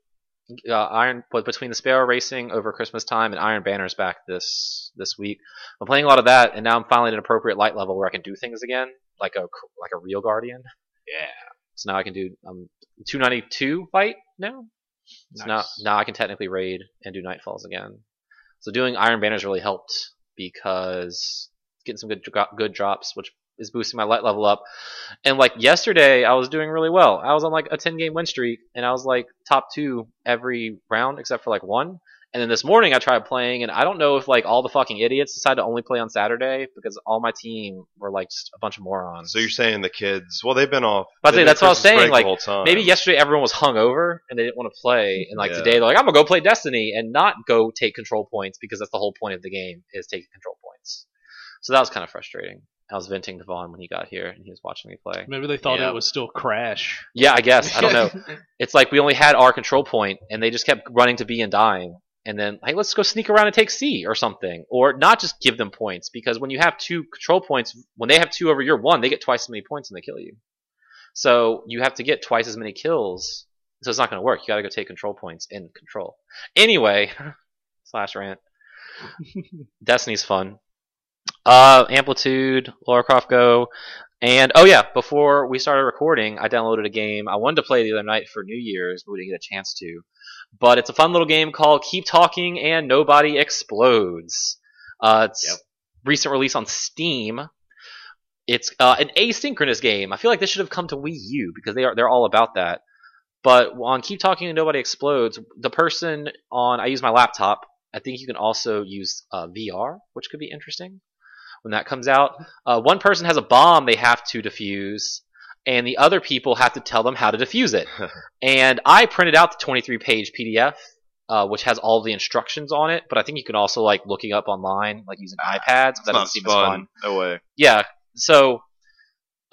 C: Uh, Iron but between the Sparrow Racing over Christmas time and Iron Banners back this this week. I'm playing a lot of that, and now I'm finally at an appropriate light level where I can do things again, like a like a real Guardian.
D: Yeah.
C: So now I can do um 292 light now, so now,
A: Nice.
C: now I can technically raid and do Nightfalls again. So doing Iron Banners really helped because getting some good dro- good drops, which is boosting my light level up. And like yesterday, I was doing really well. I was on like a 10 game win streak, and I was like top two every round except for like one. And then this morning, I tried playing, and I don't know if like all the fucking idiots decided to only play on Saturday because all my team were like just a bunch of morons.
B: so you're saying the kids? Well, they've been off.
C: But I
B: they've
C: think that's
B: been
C: what I was
B: Christmas
C: saying,
B: break the
C: like,
B: whole time.
C: Maybe yesterday everyone was hungover and they didn't want to play, and like
B: Yeah.
C: today they're like, I'm gonna go play Destiny and not go take control points because that's the whole point of the game is taking control points. So that was kind of frustrating. I was venting to Vaughn when he got here and he was watching me play.
A: Maybe they thought
D: Yeah.
A: it was still Crash.
C: Yeah, I guess I don't know. It's like we only had our control point and they just kept running to B and dying, and then hey, let's go sneak around and take C or something, or not just give them points because when you have two control points, when they have two over your one, they get twice as many points and they kill you. So you have to get twice as many kills. So it's not going to work. You got to go take control points in control. Anyway, slash rant. Destiny's fun. Uh, Amplitude, Lara Croft Go, and oh yeah, before we started recording, I downloaded a game I wanted to play the other night for New Year's, but we didn't get a chance to. But it's a fun little game called Keep Talking and Nobody Explodes. Uh, it's
D: Yep.
C: recent release on Steam. It's uh, an asynchronous game. I feel like this should have come to Wii U because they are they're all about that. But on Keep Talking and Nobody Explodes, the person on I use my laptop. I think you can also use uh, VR, which could be interesting when that comes out. Uh, one person has a bomb they have to defuse, and the other people have to tell them how to defuse it. and I printed out the 23 page PDF, uh, which has all the instructions on it. But I think you can also like looking up online, like using iPads. but That
B: Ah,
C: doesn't
B: It's not
C: seem as fun
B: fun. No way.
C: yeah. So,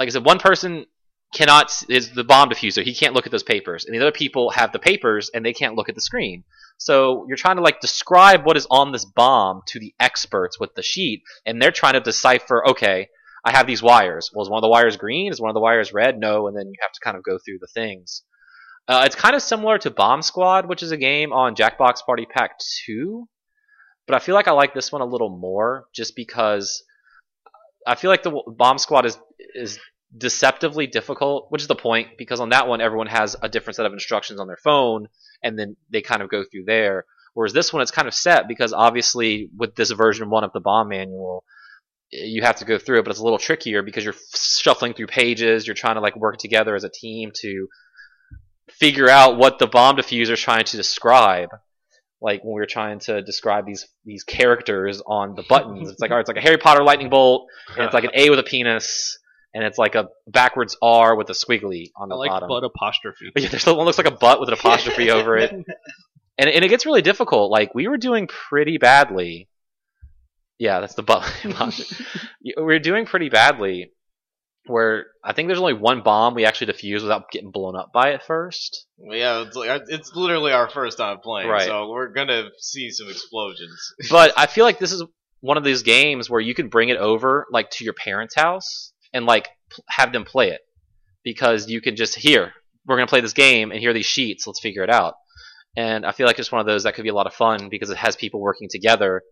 C: like I said, one person cannot is the bomb diffuser. He can't look at those papers, and the other people have the papers and they can't look at the screen. So you're trying to like describe what is on this bomb to the experts with the sheet, and they're trying to decipher. Okay, I have these wires. Well, is one of the wires green? Is one of the wires red? No, and then you have to kind of go through the things. Uh, it's kind of similar to Bomb Squad, which is a game on Jackbox Party Pack 2, but I feel like I like this one a little more just because I feel like the w- bomb squad is is deceptively difficult, which is the point because on that one everyone has a different set of instructions on their phone, and then they kind of go through there. Whereas this one, it's kind of set because obviously with this version one of the bomb manual, eh, you have to go through it, but it's a little trickier because you're f- shuffling through pages, you're trying to like work together as a team to figure out what the bomb diffuser is trying to describe. Like when we were trying to describe these these characters on the buttons, it's like all right, it's like a Harry Potter lightning bolt, and it's like an A with a penis, and it's like a backwards R with a squiggly on
A: I
C: the
A: like
C: bottom.
A: butt apostrophe.
C: Yeah, there's the one that looks like a butt with an apostrophe over it, and and it gets really difficult. Like we were doing pretty badly. Yeah, that's the butt. apostrophe. we were doing pretty badly, where I think there's only one bomb we actually defuse without getting blown up by it first.
D: Well, yeah, it's, like, it's literally our first time playing,
C: Right.
D: so we're gonna see some explosions.
C: But I feel like this is one of these games where you can bring it over like to your parents' house and like p- have them play it because you can just here we're gonna play this game and here are these sheets. Let's figure it out. And I feel like it's one of those that could be a lot of fun because it has people working together,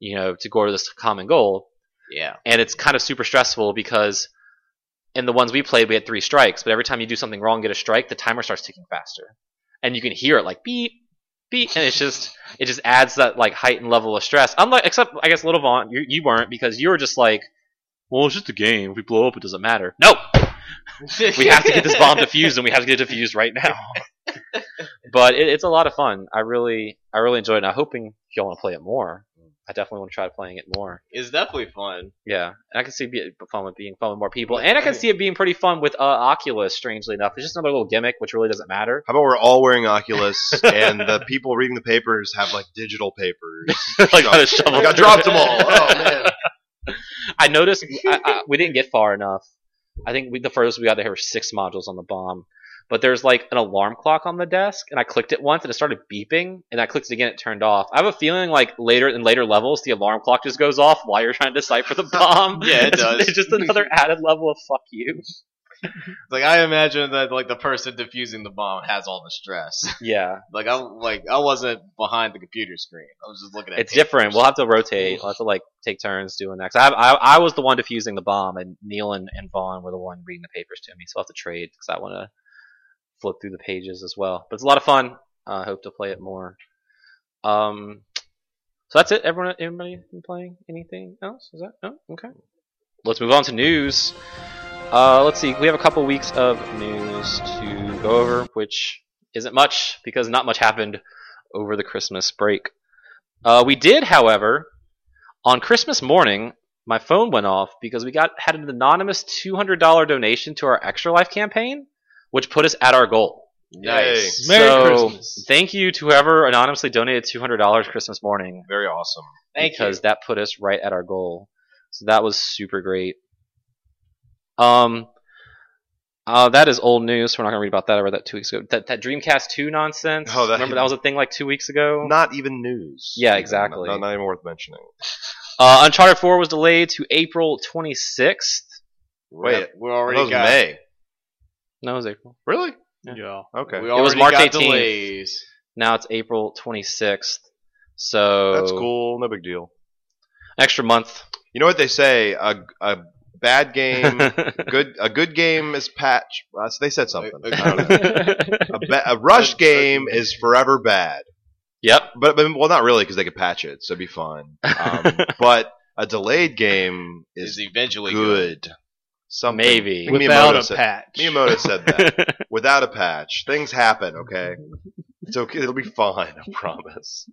C: you know, to go to this common goal.
D: Yeah,
C: and it's kind of super stressful because in the ones we played we had three strikes but every time you do something wrong get a strike the timer starts ticking faster and you can hear it like beep beep and it's just it just adds that like heightened level of stress unlike except i guess little vaughn you, you weren't because you were just like well it's just a game if we blow up it doesn't matter no we have to get this bomb defused and we have to get it defused right now but it, it's a lot of fun i really i really enjoyed it and i'm hoping y'all want to play it more i definitely want to try playing it more
D: It's definitely fun.
C: yeah, and I can see it fun with being fun with more people, and I can see it being pretty fun with uh, Oculus. Strangely enough, it's just another little gimmick, which really doesn't matter.
B: How about we're all wearing Oculus and the people reading the papers have like digital papers?
C: like how to
B: I
C: shovel.
B: got dropped them all. Oh man.
C: I noticed I, I, we didn't get far enough. I think we, the furthest we got there were six modules on the bomb, but there's like an alarm clock on the desk, and I clicked it once and it started beeping, and I clicked it again, it turned off. I have a feeling like later in later levels, the alarm clock just goes off while you're trying to decipher the bomb.
D: Yeah, it
C: It's-
D: does.
C: It's just another added level of fuck you.
D: It's like I imagine that like the person defusing the bomb has all the stress.
C: Yeah.
D: Like I like I wasn't behind the computer screen. I was just looking at.
C: It's different. We'll have to rotate. We'll have to like take turns doing that. 'Cause I, I I was the one defusing the bomb, and Neil and, and Vaughn were the one reading the papers to me. So I'll have to trade because I want to flip through the pages as well. But it's a lot of fun. I hope to play it more. Um, so that's it. Everyone, anybody been playing anything else? Is that no? Okay. Let's move on to news. Uh, let's see. We have a couple weeks of news to go over, which isn't much because not much happened over the Christmas break. Uh, we did, however, on Christmas morning, my phone went off because we got had an anonymous two hundred dollar donation to our Extra Life campaign, which put us at our goal.
D: Nice.
A: Merry
C: so,
A: Christmas.
C: Thank you to whoever anonymously donated two hundred dollars Christmas morning
B: Very awesome.
D: Thank you.
C: because that put us right at our goal. So that was super great. Um, uh, that is old news. so we're not gonna read about that. I read that two weeks ago. That, that Dreamcast two nonsense.
B: Oh, that-
C: Remember that was a thing like two weeks ago.
B: Not even news.
C: Yeah, exactly.
B: Not, not even worth mentioning.
C: Uh, Uncharted 4 was delayed to April 26th.
B: Wait,
D: we're
B: that
D: already
B: was
D: got.
B: May.
C: No, it was April.
B: Really?
A: Yeah.
B: Okay.
D: We
C: It
D: already
C: was March
D: got
C: 18th.
D: delays.
C: Now it's April 26th. So
B: That's cool. No big deal.
C: Extra month.
B: You know what they say? A, a bad game,
C: Something.
B: good a good game is patch. Uh, so they said something.
D: A- a-
B: I don't know. A, ba- a rush game is forever bad.
C: yep.
B: But, but well, not really because they could patch it, so it'd be fine. Um, but a delayed game
D: Is
B: is
D: eventually good.
B: good. Something.
C: Maybe.
B: Miyamoto
A: Without a
B: said-
A: patch.
B: Miyamoto said that. Without a patch, things happen. Okay, it's okay. It'll be fine. I promise.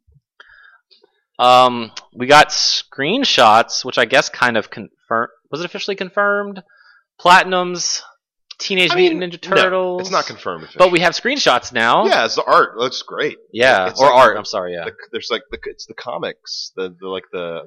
C: Um, we got screenshots, which I guess kind of confirmed. Was it officially confirmed? Platinum's Teenage
B: I mean,
C: Mutant Ninja
B: no,
C: Turtles.
B: It's not confirmed. Officially.
C: But we have screenshots now.
B: yeah, it's the art. looks great.
C: Yeah.
B: It's
C: or
B: like-
C: art. I'm sorry. Yeah.
B: The, there's like the, it's the comics, the, the like the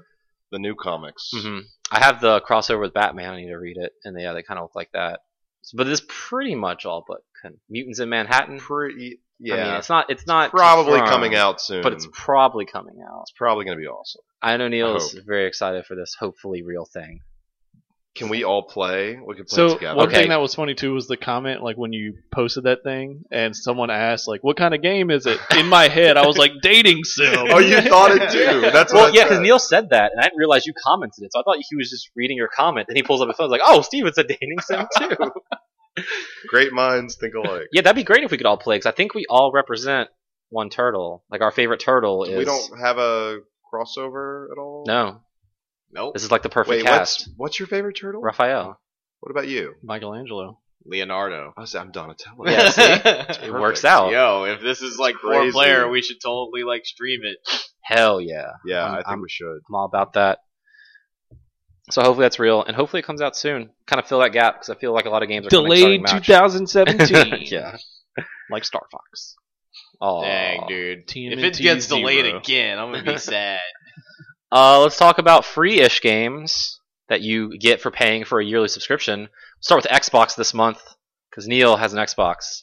B: the new comics.
C: hmm I have the crossover with Batman. I need to read it, and yeah, they kind of look like that. So- but it's pretty much all but con- mutants in Manhattan.
B: Pretty,
C: I mean,
B: yeah,
C: it's not. It's not
B: probably
C: confirmed,
B: coming out soon.
C: but it's probably coming out.
B: it's probably gonna be awesome.
C: I know Neil
B: I
C: is very excited for this hopefully real thing.
B: Can we all play? We can play
A: So
B: together.
A: one
C: Okay.
A: thing that was funny too was the comment like when you posted that thing and someone asked like what kind of game is it? In my head I was like dating sim.
B: Oh, you thought it too. That's
C: Well,
B: what I
C: yeah, because
B: said.
C: Neil said that, and I didn't realize you commented it, so I thought he was just reading your comment. Then he pulls up his phone, like, "Oh, Steve, it's a dating sim too."
B: great minds think alike.
C: yeah, that'd be great if we could all play, because I think we all represent one turtle. Like our favorite turtle is.
B: we don't have a crossover at all.
C: No,
D: Nope.
C: this is like the perfect
B: Wait,
C: cast.
B: what's what's your favorite turtle?
C: Raphael.
B: What about you?
A: Michelangelo.
D: Leonardo.
B: I said I'm Donatello.
C: Yeah, It
B: Perfect.
C: works out.
D: Yo, if this is like four
B: Crazy.
D: player, we should totally like stream it.
C: Hell yeah.
B: Yeah, I think
C: I'm-
B: we should.
C: I'm all about that. So hopefully that's real, and hopefully it comes out soon. Kind of fill that gap because I feel like a lot of games are kinda
A: Delayed
C: starting March.
A: 2017.
C: yeah.
A: Like Star Fox.
C: Aw.
D: Dang, dude.
A: Team
D: If it gets delayed again, I'm gonna be sad.
C: Uh, let's talk about free-ish games. that you get for paying for a yearly subscription. We'll start with Xbox this month because Neil has an Xbox.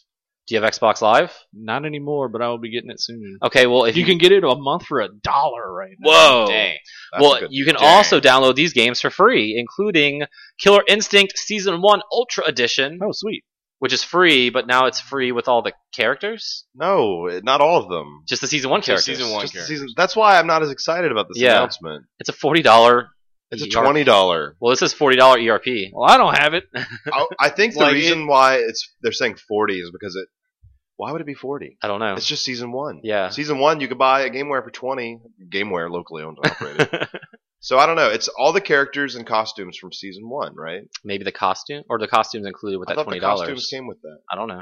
C: Do you have Xbox Live?
A: Not anymore, but I will be getting it soon.
C: Okay, well if
A: you, can get it a month for a dollar right now.
C: whoa.
D: Dang.
B: That's
C: well,
B: a good-
C: you can
D: Dang.
C: also download these games for free, including Killer Instinct Season 1 Ultra Edition,
A: Oh, sweet.
C: which is free, but now it's free with all the characters?
B: no, it- not all of them.
C: Just the Season 1
D: Just
C: characters.
D: Season 1
B: Just the
D: character.
B: season- that's why I'm not as excited about this
C: Yeah.
B: announcement.
C: It's a $40.
B: It's a
C: ERP.
B: twenty dollar.
C: Well, this is E $40 ERP.
A: Well, I don't have it.
B: I, I think the
D: Like,
B: reason why it's they're saying forty is because it. Why would it be forty?
C: I don't know.
B: It's just season one.
C: Yeah.
B: Season one, you could buy a GameWare for twenty. GameWare locally owned and operated. so I don't know. It's all the characters and costumes from season one, right?
C: Maybe the costume or the costumes included with
B: I
C: that
B: thought
C: $20.
B: the costumes came with that.
C: I don't know.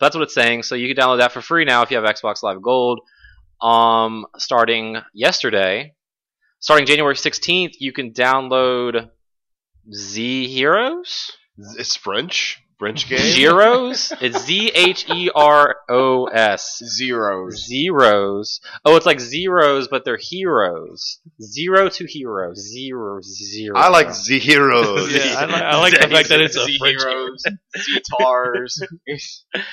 C: But that's what it's saying. So you can download that for free now if you have Xbox Live Gold. Um, starting yesterday, starting January 16th, you can download Z Heroes.
B: It's French. French game.
C: Zeros? It's Z H E R O S.
D: Zeros.
C: Zeros. Oh, it's like zeros, but they're heroes. Zero to hero. Zero, zero.
B: I like zeros.
A: Yeah, I like- I like the fact that it's a French
D: Zeros, Zetars.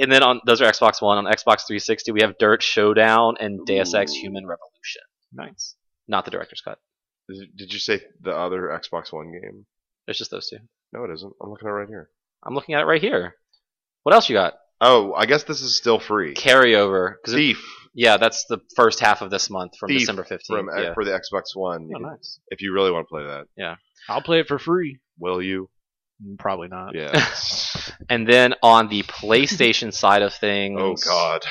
C: And then on those are Xbox One. On Xbox 360, we have Dirt Showdown and Deus Ex
B: Ooh.
C: Human Revolution.
A: nice.
C: Not the director's cut.
B: Did you say the other Xbox One game?
C: There's just those two.
B: No, it isn't. I'm looking at it right here.
C: I'm looking at it right here. What else you got?
B: Oh, I guess this is still free.
C: Carryover. 'Cause it-
B: Thief
C: yeah, that's the first half of this month from
B: Thief
C: December 15th.
B: from
C: yeah.
B: for the Xbox One. You
A: Oh,
B: can-
A: nice.
B: If you really want to play that,
A: I'll play it for free.
B: will you?
A: Probably not.
B: Yeah.
C: And then on the PlayStation side of things.
B: oh God,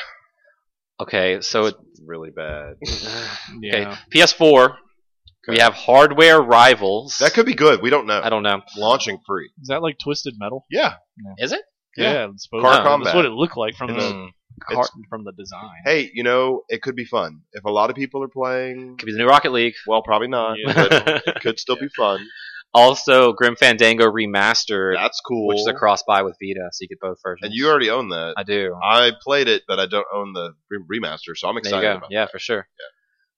C: Okay, so it,
B: really bad.
A: Yeah.
C: okay, PS4. We
B: Okay.
C: have Hardware Rivals.
B: That could be good. We don't know.
C: I don't know.
B: Launching free.
A: Is that like Twisted Metal?
B: Yeah.
C: Is it?
B: Yeah.
A: it's supposed-
B: Car
A: that's
B: combat.
A: what it looked like from
B: It's-
A: the
C: Mm.
A: car, from the design.
B: Hey, you know, it could be fun if a lot of people are playing.
C: Could be the new Rocket League.
B: Well, probably not.
A: Yeah.
B: But it could still be fun.
C: also, Grim Fandango Remastered,
B: That's cool.
C: which is a cross buy with Vita, so you get both versions.
B: and you already own that.
C: I do.
B: I played it, but I don't own the re- remaster, so I'm
C: There you
B: excited
C: go.
B: about.
C: Yeah, for sure.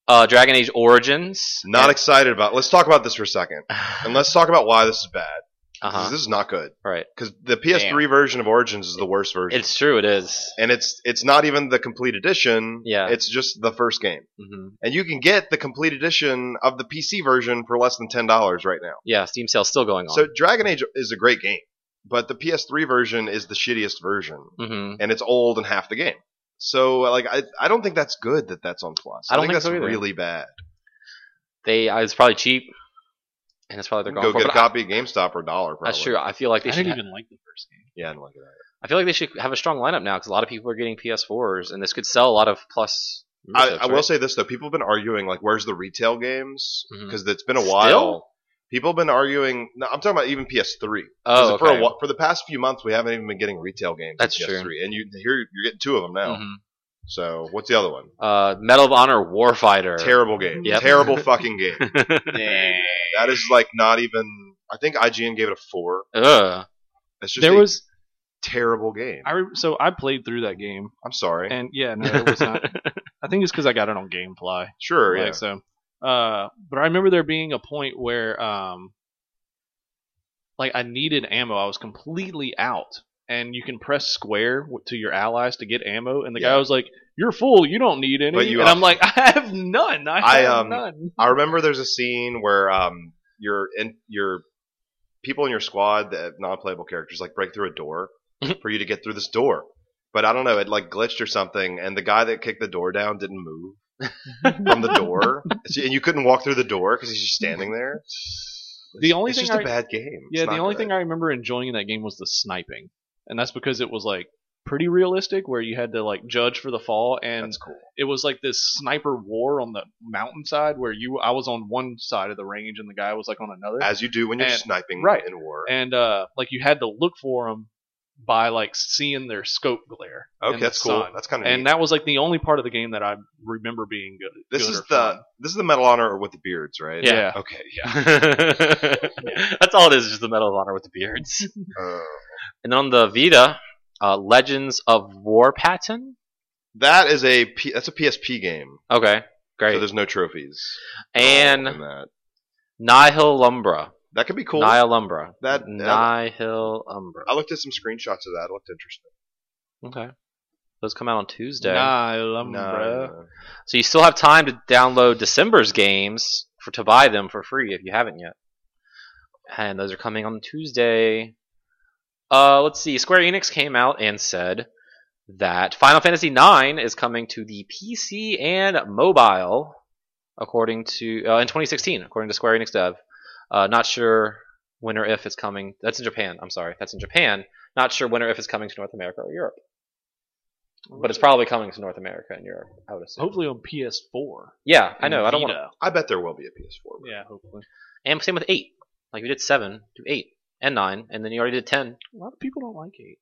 C: Uh, Dragon Age Origins.
B: Not excited about. Let's talk about this for a second, and let's talk about why this is bad. 'Cause
C: uh-huh.
B: This is not good
C: Right.
B: because the PS3 version of Origins is the worst version,
C: It's true. It is.
B: and it's it's not even the complete edition.
C: Yeah.
B: it's just the first game.
C: Mm-hmm.
B: And you can get the complete edition of the PC version for less than ten dollars right now.
C: Yeah, Steam sale's still going on.
B: So Dragon Age is a great game, but the PS3 version is the shittiest version,
C: mm-hmm.
B: and it's old and half the game. So like I, I don't think that's good that that's on Plus.
C: I don't think
B: that's
C: so either.
B: really bad.
C: They uh, it's probably cheap, and that's probably what they're
B: Go
C: going for.
B: get a
C: but I-
B: copy of GameStop or a dollar. Probably.
C: that's true. I feel like they
A: I
C: should.
A: didn't
C: ha-
A: even like the first game.
B: Yeah, and look at that.
C: I feel like they should have a strong lineup now because a lot of people are getting PS4s, and this could sell a lot of plus.
B: I,
C: memberships,
B: I will
C: right?
B: say this though: people have been arguing like, "Where's the retail games?"
C: Mhm.
B: Because it's been a
C: Still?
B: while. People have been arguing. No, I'm talking about even PS3. 'Cause
C: Oh,
B: for a
C: okay.
B: whi- for the past few months, we haven't even been getting retail games.
C: That's
B: on
C: true.
B: PS3. And you here you're getting two of them now.
C: Mhm.
B: So what's the other one?
C: Uh, Medal of Honor Warfighter.
B: Terrible game.
C: Yep.
B: Terrible fucking game.
D: Dang.
B: That is like not even. I think IGN gave it a four.
C: Ugh.
B: That's just
A: There
B: a
A: was
B: terrible game.
A: I re- so I played through that game
B: I'm sorry.
A: and yeah, no, it was not. I think it's because I got it on GameFly.
B: sure.
A: Like,
B: yeah.
A: so, uh, but I remember there being a point where, um, like I needed ammo. I was completely out, and you can press square w- to your allies to get ammo. And the
B: Yeah.
A: guy was like, "You're full. You don't need any."
B: But you
A: and
B: have-
A: I'm like, "I have none. I,
B: I,
A: have
B: um,
A: none."
B: I remember there's a scene where um your in your people in your squad that non-playable characters like break through a door
A: Mm-hmm.
B: for you to get through this door. But I don't know, it like glitched or something, and the guy that kicked the door down didn't move from the door, So- and you couldn't walk through the door because he's just standing there.
A: The only
B: it's
A: thing
B: just a
A: I-
B: bad game.
A: Yeah, the only thing I remember enjoying in that game was the sniping, and that's because it was like pretty realistic, where you had to like judge for the fall, and
B: that's cool.
A: it was like this sniper war on the mountainside where you I was on one side of the range and the guy was like on another.
B: As you do when you're
A: And-
B: sniping
A: right.
B: in war.
A: and uh like you had to look for them by like seeing their scope glare.
B: okay,
A: in the
B: that's cool.
A: sun.
B: That's kind of
A: And that was like the only part of the game that I remember being good.
B: This
A: good
B: is
A: or
B: the
A: fun.
B: this is the Medal of Honor with the beards, right?
A: yeah.
B: Okay. Yeah.
C: That's all it is, just the Medal of Honor with the beards.
B: Uh,
C: And then on the Vita, uh, Legends of War Pattern.
B: that is a P- that's a PSP game.
C: Okay,
B: So
C: great.
B: there's no trophies.
C: and
B: in that.
C: Nihil Umbra.
B: That could be cool.
C: Nihil Umbra.
B: That- that-
C: Nihil Umbra.
B: I looked at some screenshots of that. It looked interesting.
C: Okay. Those come out on Tuesday.
A: Nihilum,
B: No,
A: bruh.
B: no.
C: So you still have time to download December's games for to buy them for free if you haven't yet. And those are coming on Tuesday. Uh, let's see. Square Enix came out and said that Final Fantasy IX is coming to the PC and mobile, according to uh, in 2016, according to Square Enix Dev. Uh, not sure when or if it's coming. That's in Japan. I'm sorry. That's in Japan. Not sure when or if it's coming to North America or Europe. But it's probably coming to North America and Europe. I would assume.
A: Hopefully on PS4.
C: Yeah, I know. I don't want to.
A: Vita.
B: I bet there will be a PS4.
A: Yeah, hopefully.
C: And same with eight. Like we did seven to eight and nine, and then you already did ten.
A: A lot of people don't like eight.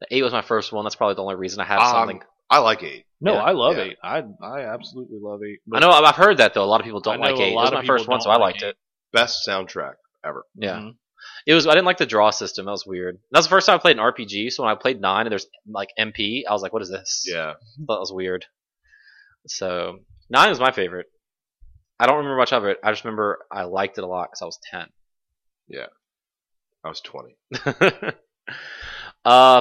C: The eight was my first one. That's probably the only reason I have
B: Um,
C: something.
B: I like eight.
A: No,
C: Yeah,
A: I love
B: yeah.
A: eight. I I absolutely love eight.
C: I know I've heard that though. A lot of people don't
A: I know
C: like
A: a
C: eight. It
A: lot
C: was
A: of
C: my
A: people
C: first one,
A: don't
C: so I
A: like
C: liked
A: eight.
C: it.
B: Best soundtrack ever.
C: Yeah,
A: Mhm.
C: it was. I didn't like the draw system. That was weird. That's the first time I played an RPG. So when I played nine and there's like MP, I was like, "What is this?"
B: Yeah.
C: that was weird. So nine was my favorite. I don't remember much of it. I just remember I liked it a lot because I was ten.
B: I was 20.
C: uh,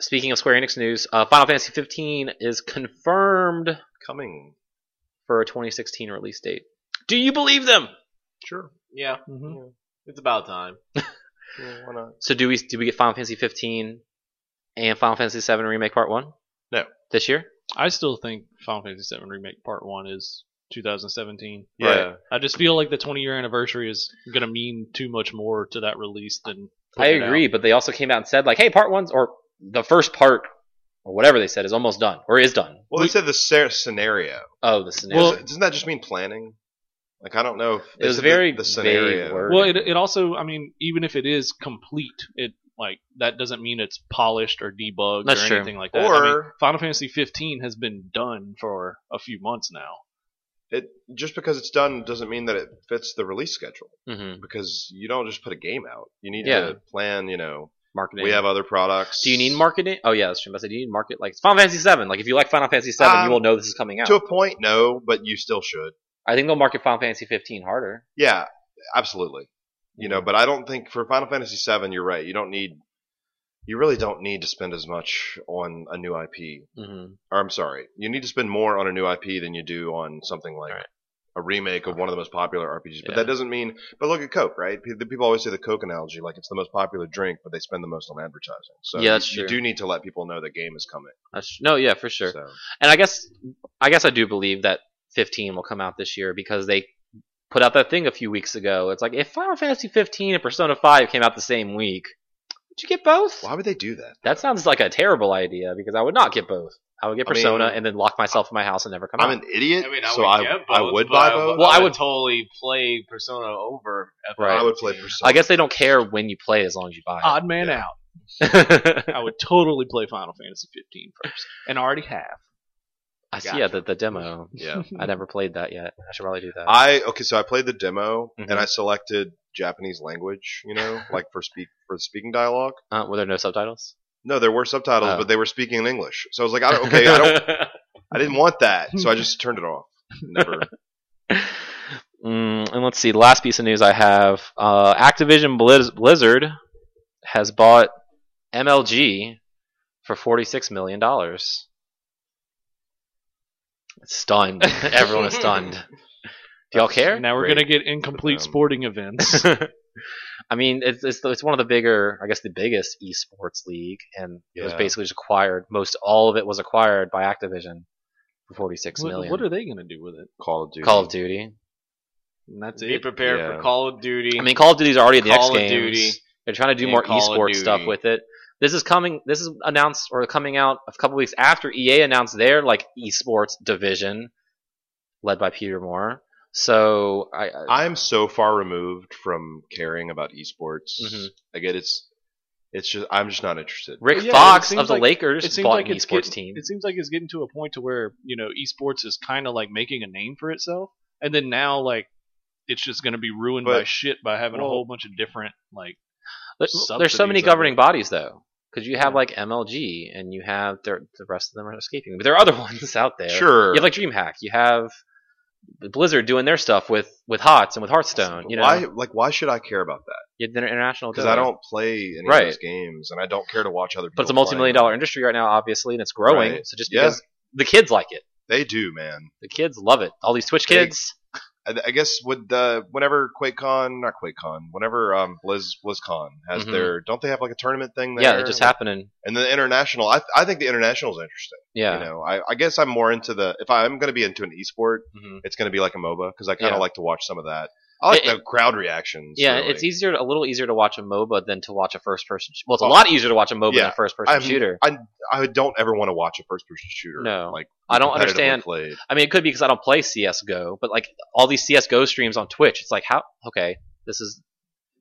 C: speaking of Square Enix news, uh, Final Fantasy 15 is confirmed
B: Coming.
C: for a 2016 release date. Do you believe them?
B: Sure.
D: Yeah,
A: Mhm.
D: it's about time.
B: Yeah, why not?
C: So do we? Do we get Final Fantasy 15 and Final Fantasy 7 Remake Part One?
B: No.
C: This year?
A: I still think Final Fantasy VII Remake Part One is 2017.
B: Yeah.
C: Right.
A: I just feel like the 20 year anniversary is gonna mean too much more to that release than.
C: I
A: putting it
C: agree, but they also came out and said like, "Hey, Part One's or the first part or whatever they said is almost done or is done."
B: Well, they said the scer- scenario.
C: Oh, the scenario.
B: Well, doesn't that just mean planning? Like I don't know. If they
C: was
B: said the-
C: very
B: the,
C: vague
B: scenario.
C: word.
A: out. Well, it it also I mean even if it is complete, it like that doesn't mean it's polished or debugged
C: That's
A: or
C: true.
A: anything like that. I
B: Or-
A: mean, Final Fantasy 15 has been done for a few months now.
B: It just because it's done doesn't mean that it fits the release schedule.
C: hmm
B: Because you don't just put a game out. You need
C: Yeah.
B: to plan. You know,
C: Marketing.
B: we have other products.
C: Do you need marketing? Oh yeah, that's true. I said, do you need market like Final Fantasy Seven? Like if you like Final Fantasy Seven,
B: Um,
C: you will know this is coming out.
B: To a point, no, but you still should.
C: I think they'll market Final Fantasy 15 harder.
B: Yeah, absolutely. You
C: Mm-hmm.
B: know, but I don't think for Final Fantasy VII, you're right. You don't need. You really don't need to spend as much on a new IP.
C: Mm-hmm.
B: Or I'm sorry, you need to spend more on a new IP than you do on something like
C: Right.
B: a remake of one of the most popular RPGs. But
C: Yeah.
B: that doesn't mean. But look at Coke, right? Pe- the People always say the Coke analogy, like it's the most popular drink, but they spend the most on advertising. So
C: Yeah, that's
B: you, you
C: true.
B: do need to let people know the game is coming.
C: no, yeah, for sure.
B: So,
C: And I guess, I guess I do believe that 15 will come out this year because they put out that thing a few weeks ago. It's like if Final Fantasy 15 and Persona 5 came out the same week, would you get both?
B: why would they do that?
C: That sounds like a terrible idea because I would not get both. I would get
B: I mean-
C: Persona and then lock myself in my house and never come
B: I'm
C: out.
B: an idiot,
D: I mean,
B: so I,
D: get
B: I
D: both,
B: would
D: but
B: buy
D: I
B: both.
D: Well, I
C: Well,
D: would totally play Persona over. FF.
C: Right.
B: I would Ah. play Persona.
C: I guess they don't care when you play as long as you buy it.
A: Odd man
B: Yeah.
A: out. I would totally play Final Fantasy 15 first, and I already have.
C: I see
D: Gotcha.
C: yeah, the, the demo.
B: Yeah.
C: I never played that yet. I should probably do that.
B: I okay, so I played the demo
C: Mhm.
B: and I selected Japanese language, you know, like for speak for speaking dialogue.
C: uh, were there no subtitles?
B: No, there were subtitles,
C: Oh.
B: but they were speaking in English. So I was like, I don't, okay, I don't, I didn't want that, so I just turned it off. Never.
C: Mm, and let's see. The last piece of news I have: uh, Activision Blizz- Blizzard has bought MLG for forty-six million dollars. Stunned. Everyone is stunned. Do y'all care?
A: Now we're
B: Great.
A: gonna get incomplete
B: Um,
A: sporting events.
C: I mean, it's, it's it's one of the bigger, I guess, the biggest esports league, and it was
B: Yeah.
C: basically just acquired. Most all of it was acquired by Activision for forty-six
A: what,
C: million.
A: what are they gonna do with it?
B: Call of Duty.
C: Call of Duty.
A: And that's
D: Be
A: it.
D: prepared
B: Yeah.
D: for Call of Duty.
C: I mean, Call of Duty's already the next
D: Call of
C: games.
D: Duty.
C: They're trying to do
D: and
C: more
D: Call of
C: esports stuff
D: Duty.
C: with it. This is coming. This is announced or coming out a couple weeks after EA announced their like esports division, led by Peter Moore. So I, uh, I
B: I'm so far removed from caring about esports.
C: Mhm.
B: Again, it's, it's just I'm just not interested.
C: Rick
A: Well, yeah, it
C: Fox
A: seems
C: of the
A: like-
C: Lakers
A: It seems
C: bought
A: like
C: an
A: it's
C: esports
A: getting,
C: team.
A: It seems like it's getting to a point to where you know esports is kind of like making a name for itself, and then now like it's just gonna be ruined by
B: But-
A: shit by having a
B: well-
A: whole bunch of different like.
C: But There's so
A: subsidies
C: many
A: of
C: governing bodies though, because you have
A: Yeah.
C: like MLG and you have the, the rest of them are escaping, but there are other ones out there.
B: Sure.
C: You have like DreamHack. You have Blizzard doing their stuff with with Hots and with Hearthstone. You know,
B: why like why should I care about that?
C: Yeah, they're international
B: Because
C: doing
B: I
C: it.
B: don't play any
C: Right.
B: of those games, and I don't care to watch other. people
C: But it's a
B: play
C: multi-million
B: them.
C: dollar industry right now, obviously, and it's growing.
B: Right.
C: So just
B: Yeah.
C: because the kids like it,
B: They do, man.
C: the kids love it. All these Twitch
B: They-
C: kids.
B: I, I guess with the whenever QuakeCon, not QuakeCon, whenever um, Blizz BlizzCon has
C: Mhm.
B: their, don't they have like a tournament thing there?
C: Yeah, it just happening.
B: And the international, I I think the international is interesting.
C: Yeah.
B: You know, I, I guess I'm more into the if I'm going to be into an esport,
C: Mhm.
B: it's going to be like a MOBA because I kind of
C: Yeah.
B: like to watch some of that. I like
C: It-
B: the crowd reactions.
C: Yeah,
B: really.
C: it's e- easier, a little easier to watch a MOBA than to watch a first-person. Sh- well, it's a
B: Well,
C: lot easier to watch a MOBA
B: Oh. yeah,
C: than a first-person
B: I'm-
C: shooter.
B: I I don't ever want to watch a first person shooter.
C: No.
B: like
C: I don't
B: competitively
C: understand-
B: Played.
C: I mean, it could be because I don't play CS:GO, but like all these CS:GO streams on Twitch, it's like how okay, this is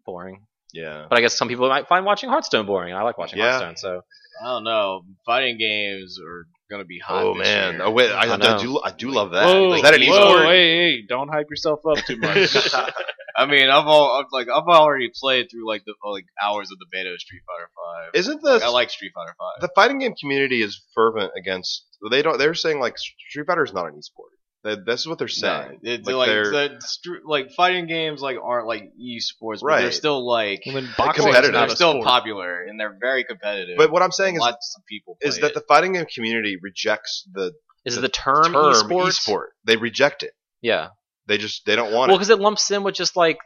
C: boring.
B: Yeah,
C: But I guess some people might find watching Hearthstone boring, and I like watching
B: Yeah.
C: Hearthstone. So
D: I don't know. Fighting games are gonna be hot.
B: Oh
D: this
B: man!
D: year.
B: Oh wait, I,
C: I
B: I,
C: know.
B: do I do love that.
A: Whoa,
B: Is that an
A: whoa,
B: esport?
A: hey, hey, don't hype yourself up too much.
D: I mean, I've all I've, like I've already played through like the like hours of the beta of Street Fighter Five.
B: Isn't the
D: I like Street Fighter Five.
B: the fighting game community is fervent against? They don't. They're saying like Street Fighter is not an esport. That this is what they're saying.
D: No, it-
B: Like,
D: like
B: they're-
D: the str- like fighting games like aren't like esports, but they're
B: Right.
D: still like
A: And then
B: boxing
A: boxing
B: is
A: is
B: competitive.
D: they're
A: not a
D: still
A: sport.
D: popular and they're very competitive.
B: But what I'm saying is
D: lots of people
B: is
D: play
B: that
D: it.
B: the fighting game community rejects the
C: is
B: The
C: the, term,
B: term
C: esports?
B: esport. They reject it.
C: Yeah,
B: They just they don't want
C: well,
B: it.
C: because it lumps in with just like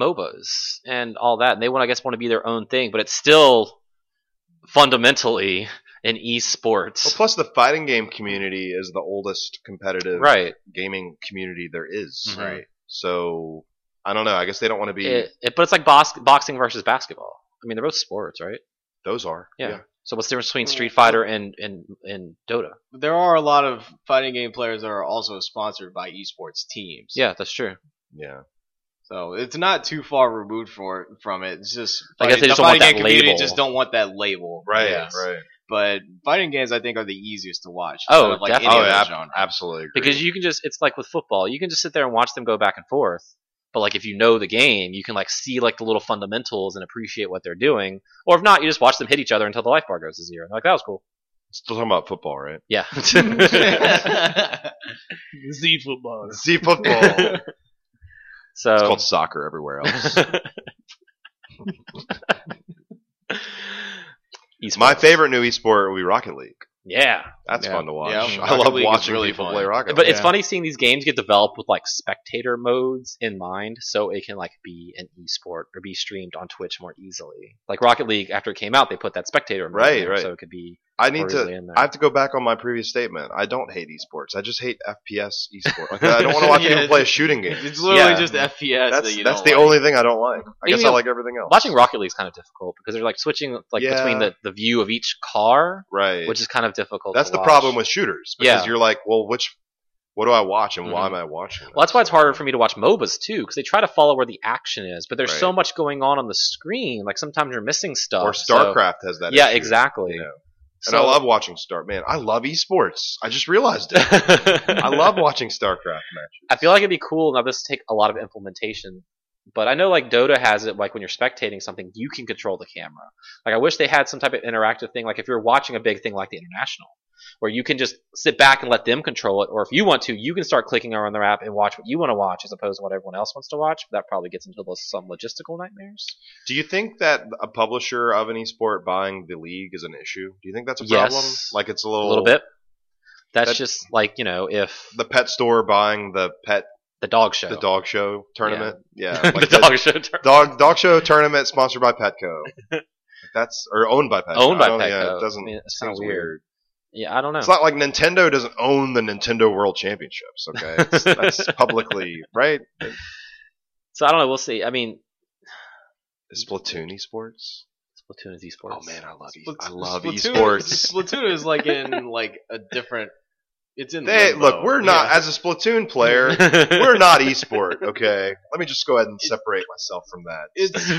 C: MOBAs and all that, and they want, I guess, want to be their own thing, but it's still fundamentally an
B: Well,
C: esports,
B: plus the fighting game community is the oldest competitive
C: right?
B: gaming community there is.
C: Mhm.
D: right.
B: So I don't know. I guess they don't want to be.
C: It, it- but it's like bos- boxing versus basketball. I mean, they're both sports, right?
B: those are.
C: Yeah. So what's the difference
B: Mm,
C: between
D: Well,
C: Street Fighter and and and Dota?
D: There are a lot of fighting game players that are also sponsored by esports teams.
C: Yeah, that's true.
B: Yeah.
D: So it's not too far removed for from it. It's just
C: I guess
D: fighting-
C: they just
D: the
C: don't want
D: fighting
C: that
D: game community
C: label.
D: Just don't want that label.
B: Right.
D: Yes.
B: Right.
D: But fighting games, I think, are the easiest to watch.
C: Oh,
D: out of, like, any
C: definitely.
B: Oh,
D: other
B: yeah, ab-
D: genre.
B: absolutely. Agree.
C: Because you can just it's like with football, you can just sit there and watch them go back and forth. But like if you know the game, you can like see like the little fundamentals and appreciate what they're doing. Or if not, you just watch them hit each other until the life bar goes to zero. Like that was cool.
B: still talking about football, right?
C: Yeah.
A: Z football.
B: See football. it's
C: so
B: called soccer everywhere else.
C: Esports.
B: My favorite new esport would be Rocket League.
C: Yeah.
B: That's
C: Yeah.
B: fun to watch.
D: Yeah,
B: I
D: Rocket
B: love
D: League is
B: watching
D: really
B: people
D: fun.
B: play Rocket.
C: But
B: League.
C: it's funny seeing these games get developed with like spectator modes in mind, so it can like be an esport or be streamed on Twitch more easily. Like Rocket League, after it came out, they put that spectator mode, in
B: Right,
C: there,
B: right.
C: So it could be.
B: I need
C: hurriedly
B: to.
C: in there.
B: I have to go back on my previous statement. I don't hate esports. I just hate FPS esports. Like, I don't want to watch
D: Yeah,
B: people
D: it's-
B: play a shooting game.
D: it's literally
C: Yeah.
D: just FPS. that
B: That's
D: you
B: that's
D: don't
B: the
D: like.
B: only thing I don't like. I
C: Even
B: guess I
C: if-
B: like everything else.
C: Watching Rocket League is kind of difficult because they're like switching like
B: Yeah.
C: between the, the view of each car,
B: right?
C: which is kind of difficult.
B: That's
C: to
B: the
C: watch.
B: problem with shooters because
C: Yeah. Mm-hmm.
B: you're like, well, which, what do I watch and why am I watching?
C: Well, that's why it's harder for me to watch MOBAs too, because they try to follow where the action is, but there's so
B: Right.
C: much going on on the screen. Like sometimes you're missing stuff.
B: Or
C: so-
B: StarCraft has that.
C: yeah,
B: issue,
C: exactly.
B: you know?
C: So-
B: and I love watching Star. Man, I love esports. I just realized it. I love watching StarCraft matches.
C: I feel like it'd be cool. Now this take a lot of implementation, but I know like Dota has it. Like when you're spectating something, you can control the camera. Like I wish they had some type of interactive thing. Like if you're watching a big thing like the international, where you can just sit back and let them control it, or if you want to, you can start clicking around their app and watch what you want to watch as opposed to what everyone else wants to watch. That probably gets into lo- some logistical nightmares.
B: Do you think that a publisher of an esport buying the league is an issue? Do you think that's a
C: Yes.
B: problem? Like it's a little,
C: A little bit. That's
B: Oh. That-
C: just like you know if the,
B: The pet store buying the pet
C: dog show,
B: the dog show tournament. Yeah,
C: the
B: like
C: dog show, turn-
B: dog dog show tournament sponsored by Petco. That's or owned by Petco.
C: owned by
B: I don't-
C: Petco.
B: Yeah, it
C: I
B: doesn't.
C: mean, it's kinda
B: seems
C: weird.
B: weird.
C: Yeah, I don't know.
B: It's not like Nintendo doesn't own the Nintendo World Championships. Okay, It's- that's publicly right.
C: so I don't know. We'll see. I mean,
B: Is Splatoon esports?
C: Splatoon is esports.
B: Oh man, I love e-
D: Splat-
B: I love
D: Splatoon-
B: esports.
D: Splatoon is like in like a different. It's in.
B: They,
D: limbo.
B: look, we're not as a Splatoon player. We're not esport, okay? Let me just go ahead and separate myself from that.
D: It's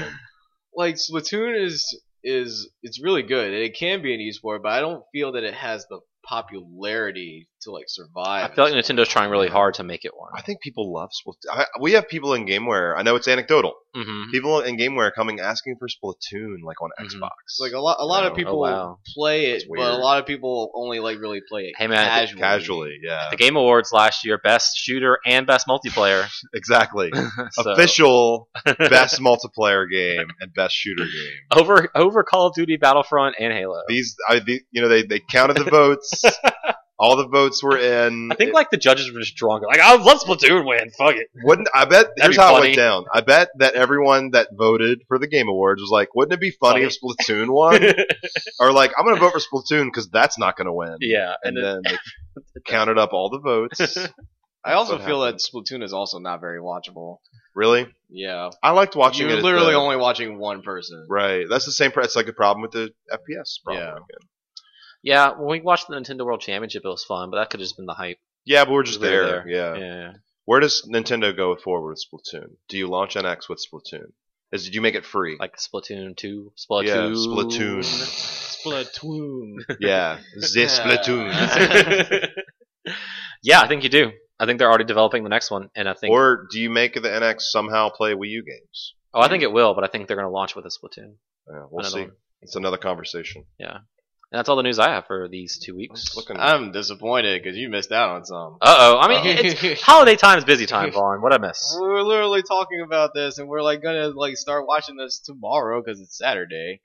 D: like Splatoon is is it's really good and it can be an esport, but I don't feel that it has the popularity to like survive.
C: I feel like
D: and
C: Nintendo's trying really hard to make it one.
B: I think people love Splatoon. I, we have people in GameWare. I know it's anecdotal.
C: Mm-hmm.
B: People in GameWare coming asking for Splatoon like on
C: Mhm.
B: Xbox.
D: It's like a lot, a lot
B: Oh,
D: of people
C: wow.
D: play
B: That's
D: it, but a
B: weird.
D: lot of people only like really play it
C: Hey, man, I
D: casually.
C: think-
B: casually, yeah,
C: The Game Awards last year, best shooter and best multiplayer.
B: exactly.
C: So,
B: Official best multiplayer game and best shooter game.
C: over over Call of Duty, Battlefront, and Halo.
B: These, I, the, you know, they, they counted the votes. All the votes were in.
C: I think like the judges were just drunk. Like I love Splatoon, win. Fuck it.
B: Wouldn't I bet? Here's
C: be
B: how it
C: funny.
B: went down. I bet that everyone that voted for the Game Awards was like, "Wouldn't it be funny, if Splatoon won?" or like, "I'm going to vote for Splatoon because that's not going to win."
C: yeah,
B: And,
C: and, then,
B: then they counted up all the votes.
D: I also
B: That's what
D: feel that Splatoon is also not very watchable.
B: really,
D: Yeah,
B: I liked watching
D: you're
B: it. at
D: literally
B: the-
D: only watching one person.
B: right. That's the same. pr- It's like the problem with the FPS. Problem
D: Yeah.
B: again.
C: yeah. When we watched the Nintendo World Championship, it was fun, but that could have just been the hype.
B: Yeah, but we're just
C: They're
B: there.
C: there.
B: Yeah.
C: yeah.
B: Where does Nintendo go forward with Splatoon? Do you launch NX with Splatoon? Is did you make it free?
C: like Splatoon two,
B: Yeah,
C: Splatoon,
A: Splatoon.
B: yeah, the Splatoon.
C: Splatoon. yeah, I think you do. I think they're already developing the next one, and I think
B: Or do you make the NX somehow play Wii U games?
C: oh, I think it will, but I think they're going to launch with a Splatoon.
B: Yeah, we'll
C: Another
B: see.
C: one.
B: It's another conversation.
C: And that's all the news I have for these two weeks.
B: Looking,
D: I'm disappointed because you missed out on some.
C: Uh oh. I mean, it's holiday time is busy time, Vaughn. What I miss?
D: we were literally talking about this, and we're like gonna like start watching this tomorrow because it's Saturday.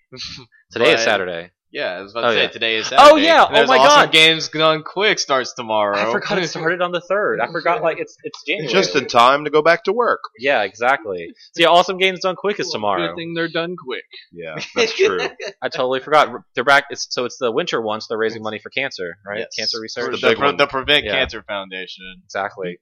C: Today is
D: But-
C: Saturday.
D: Yeah, I was about to
C: Oh,
D: say
C: yeah.
D: today is Saturday.
C: Oh, yeah.
D: and
C: Oh,
D: there's
C: my
D: awesome
C: God.
D: Games Done Quick starts tomorrow.
C: I forgot it started on the third. I forgot like it's it's January.
B: just in time to go back to work.
C: yeah, exactly. See, awesome games done quick is
A: Good
C: tomorrow.
A: thing they're done quick.
B: Yeah, that's true.
C: I totally forgot. They're back. It's, so it's the winter one. So they're raising money for cancer, right?
D: Yes.
C: Cancer
B: the
C: research.
B: big
D: Pre-
B: one.
D: the Prevent
C: Yeah.
D: Cancer Foundation,
C: Exactly.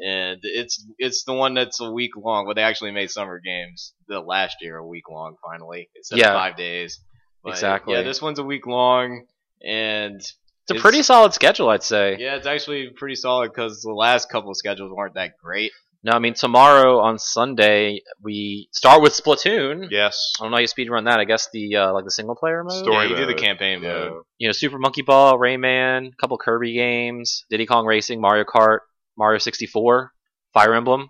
D: and it's it's the one that's a week long. Well, they actually made summer games the last year a week long. Finally, instead
C: Yeah.
D: of five days. But,
C: Exactly.
D: Yeah, this one's a week long, and
C: It's a pretty solid schedule, I'd say.
D: yeah, it's actually pretty solid because the last couple of schedules weren't that great.
C: No, I mean tomorrow on Sunday we start with Splatoon.
B: yes.
C: I don't know how you speedrun that. I guess the uh, like the single player mode.
B: Story
D: yeah, you do
B: mode.
D: the campaign
B: Yeah.
D: mode.
C: You know, Super Monkey Ball, Rayman, couple Kirby games, Diddy Kong Racing, Mario Kart, Mario 64, Fire Emblem.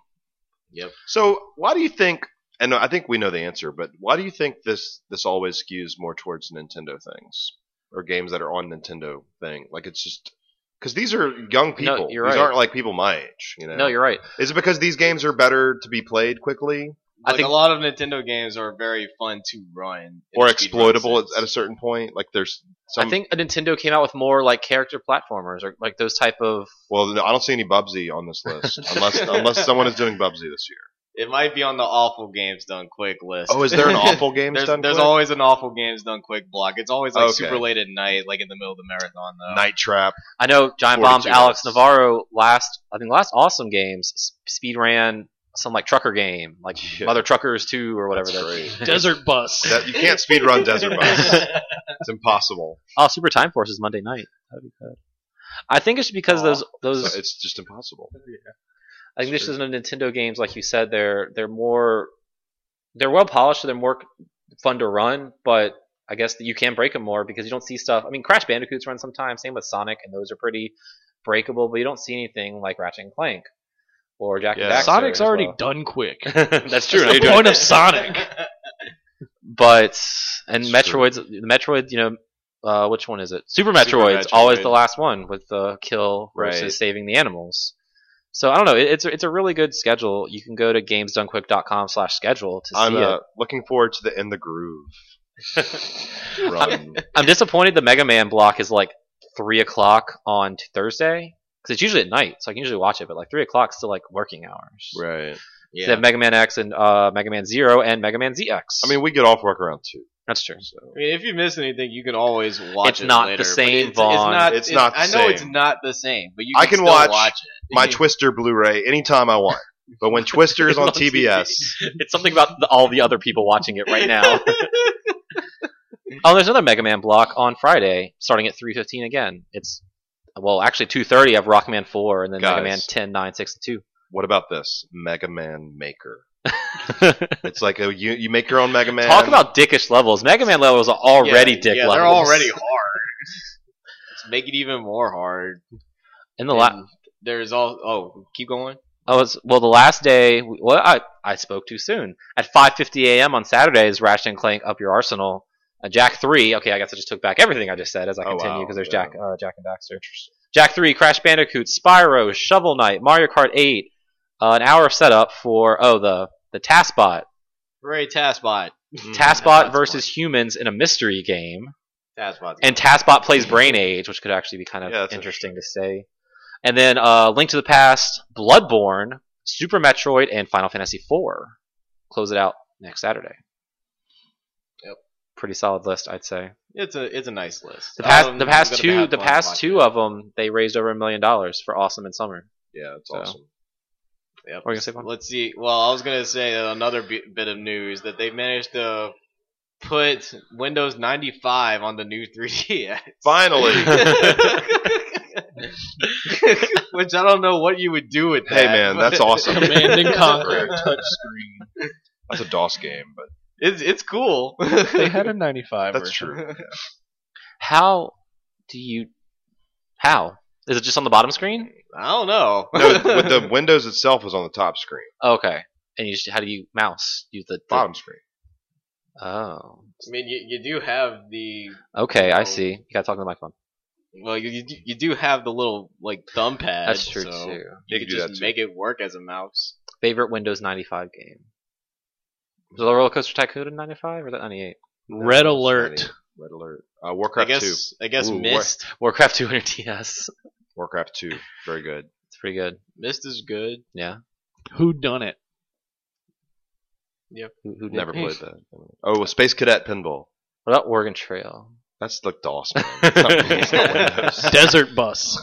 B: So why do you think? And I think we know the answer, but why do you think this this always skews more towards Nintendo things or games that are on Nintendo thing? Like it's just because these are young people.
C: you're
B: these
C: right.
B: aren't like people my age. You know.
C: No, you're right.
B: Is it because these games are better to be played quickly
C: I
D: Like
C: think-
D: a lot of Nintendo games are very fun to run in
B: or
D: a speedrun
B: exploitable at,
D: sense.
B: at a certain point? Like there's some.
C: I think uh, Nintendo came out with more like character platformers or like those type of.
B: well, no, I don't see any Bubsy on this list unless unless someone is doing Bubsy this year.
D: It might be on the awful games done quick list.
B: Oh, is there an awful games
D: there's
B: done?
D: there's
B: quick?
D: always an awful games done quick block. It's always like
B: Okay.
D: super late at night, like in the middle of the marathon though.
B: Night Trap.
C: I know Giant Bomb's
B: 42
C: Alex
B: minutes.
C: Navarro last. I think last Awesome Games s- speed ran some like trucker game, like
B: Yeah.
C: Mother Truckers 2 or whatever.
B: That's
C: that-
B: great.
A: Desert Bus.
B: That, you can't speed run Desert Bus. It's impossible.
C: Oh, Super Time Force is Monday night. That'd be good. I think it's because
D: Aw.
C: those
B: It's
C: those
B: it's just impossible.
C: I think this
B: true.
C: is in Nintendo games, like you said, they're they're more they're well polished, so they're more fun to run, but I guess that you can break them more because you don't see stuff. I mean, Crash Bandicoots run sometimes. Same with Sonic, and those are pretty breakable, but you don't see anything like Ratchet and Clank or Jack and
B: Yeah.
C: Daxter.
A: Sonic's
C: as
A: already
C: well.
A: done quick.
C: That's true.
A: That's
C: they
A: the
C: do it.
A: point of Sonic.
C: But and
B: That's true.
C: Metroid's the Metroid, you know, uh, which one is it? Super Metroid's
D: Super
C: always
D: Metroid.
C: the last one with the kill versus
B: Right.
C: saving the animals. So I don't know. It, it's a, it's a really good schedule. You can go to gamesdonequick.com/schedule to see
B: I'm uh,
C: it.
B: looking forward to the In the Groove run.
C: I'm disappointed the Mega Man block is like three o'clock on t- Thursday because it's usually at night, so I can usually watch it. But like three o'clock still like working hours.
B: right.
C: So They have Mega Man X and uh, Mega Man Zero and Mega Man ZX.
B: I mean, we get off work around two.
C: that's true.
B: So.
D: I mean, if you miss anything, you can always watch
C: It's
D: it
C: not the
D: later, but
C: same,
D: it's- It's,
C: Vaughn.
D: not,
B: It's not the
D: I know it's
B: same.
D: not the same, but you
B: I can
D: can, still
B: watch
D: watch, it.
B: My Twister Blu-ray anytime I want. But when Twister is on
C: On TV.
B: TBS,
C: It's something about the, all the other people watching it right now. oh, there's another Mega Man block on Friday, starting at 3:15 again. It's well, actually 2:30. I have Rockman 4, and then Mega
B: Guys.
C: Man 10, 9, 6, and
B: what about this Mega Man Maker?
C: 2.
B: It's like a, you you make your own Mega Man.
C: Talk about dickish levels. Mega Man levels are already
D: yeah,
C: dick
D: yeah,
C: levels.
D: They're already hard. Let's make it even more hard.
C: In the la-
D: And there's all. Oh, keep going.
C: I was well the last day. Well, I I spoke too soon. At 5:50 a.m. on Saturday is Ratchet and Clank Up Your Arsenal. Uh, Jack three. Okay, I guess I just took back everything I just said as I
B: Oh,
C: continue
B: wow,
C: because there's
B: yeah.
C: Jack uh, Jack and Daxter. Jack three, Crash Bandicoot, Spyro, Shovel Knight, Mario Kart eight. Uh, an hour of setup for oh the the Taskbot,
D: Hooray, Taskbot.
B: Hmm,
C: Taskbot
D: Taskbot.
C: versus humans in a mystery game.
D: Taskbot.
C: And Taskbot plays Brain Age, which could actually be kind of
B: Yeah, that's
C: interesting to say. And then uh, Link to the Past, Bloodborne, Super Metroid, and Final Fantasy IV. Close it out next Saturday.
D: Yep.
C: Pretty solid list, I'd say.
D: it's a it's a nice list.
C: The past,
D: Um,
C: the
D: we're
C: past
D: gonna
C: two,
D: have
C: the
D: fun
C: past
D: watching
C: two
D: it.
C: of them, they raised over a million dollars for Awesome and Summer.
B: Yeah, it's
C: So.
B: awesome.
D: Yep.
C: What were you gonna say, Vaughn?
D: Let's see. Well, I was gonna say that another bi- bit of news that they managed to put Windows 95 on the new 3DS.
B: Finally,
D: Which I don't know what you would do with that.
B: hey man,
D: but-
B: that's awesome.
A: Command and Conquer
B: touchscreen. That's a DOS game, but
D: It's it's cool.
A: They had a 95
B: that's
A: version.
B: true.
C: How do you? How is it just on the bottom screen?
D: I don't know.
B: No, with the Windows itself was on the top screen,
C: Okay, and you just, how do you mouse? Use the, the
B: bottom screen.
C: Oh,
D: I mean, you, you do have the
C: okay, I
D: Oh.
C: see. You gotta talk to the microphone.
D: well, you you do- you do have the little like thumb pad.
C: That's true
D: so
C: too.
D: You
B: You
D: could
B: can do
D: just
B: that too.
D: make it work as a mouse.
C: Favorite Windows 95 game? Was it the Roller Coaster Tycoon in 95 or was that 98?
A: Red
B: That's
A: Alert.
B: funny. Red Alert. Uh,
D: I
B: Warcraft Two.
D: guess I guess
B: Ooh, what-
D: Mist
C: Warcraft 2 on DS.
B: Warcraft Two. Very good.
C: It's pretty good.
D: Mist is good.
C: Yeah.
A: Who done it?
C: Who, who did
B: Never
C: it?
B: played that. Oh, Space Cadet Pinball.
C: What about Oregon Trail?
B: That's like DOS. Man. It's not, it's not Windows.
A: Desert Bus.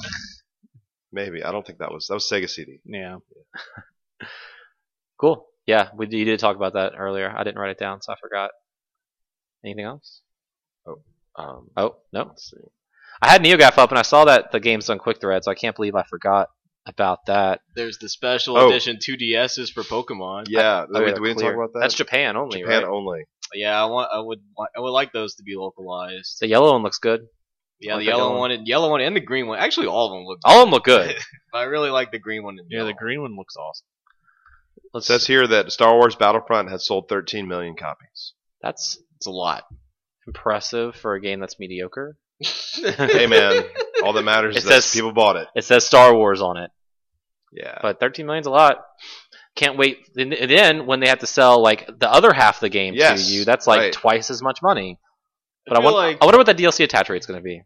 B: Maybe I don't think that was that was Sega CD.
A: Yeah.
C: Cool. Yeah, we you did talk about that earlier. I didn't write it down, so I forgot. Anything else?
B: Um,
C: Oh no,
B: let's see.
C: I had NeoGAF up and I saw that the game's on Quick Thread, so I can't believe I forgot about that.
D: There's the special
B: Oh.
D: edition 2DSs for Pokemon.
B: Yeah,
C: Oh, yeah,
B: we, we didn't
C: clear.
B: talk about that.
C: That's Japan only,
B: Japan
C: right?
B: only.
D: Yeah, I want I would li- I would like those to be localized.
C: The yellow one looks good.
D: Yeah,
C: like
D: the
C: that Oh.
D: yellow
C: yellow
D: one and yellow one and the green one. Actually, all of them look.
C: All of them look good.
D: But I really like the green one. And
A: Yeah, the green one looks awesome.
B: It
C: Let's,
B: says here that Star Wars Battlefront has sold 13 million copies.
C: that's
D: It's a lot.
C: impressive for a game that's mediocre.
B: Hey man, all that matters
C: It
B: is that
C: says-
B: people bought it.
C: It says Star Wars on it,
B: Yeah.
C: but 13 million's a lot. Can't wait. And and then when they have to sell like the other half of the game
B: Yes,
C: to you, that's like
B: right.
C: twice as much money. But I,
D: feel
C: want, oh.
D: like-
C: I wonder what that DLC attach rate's going to be.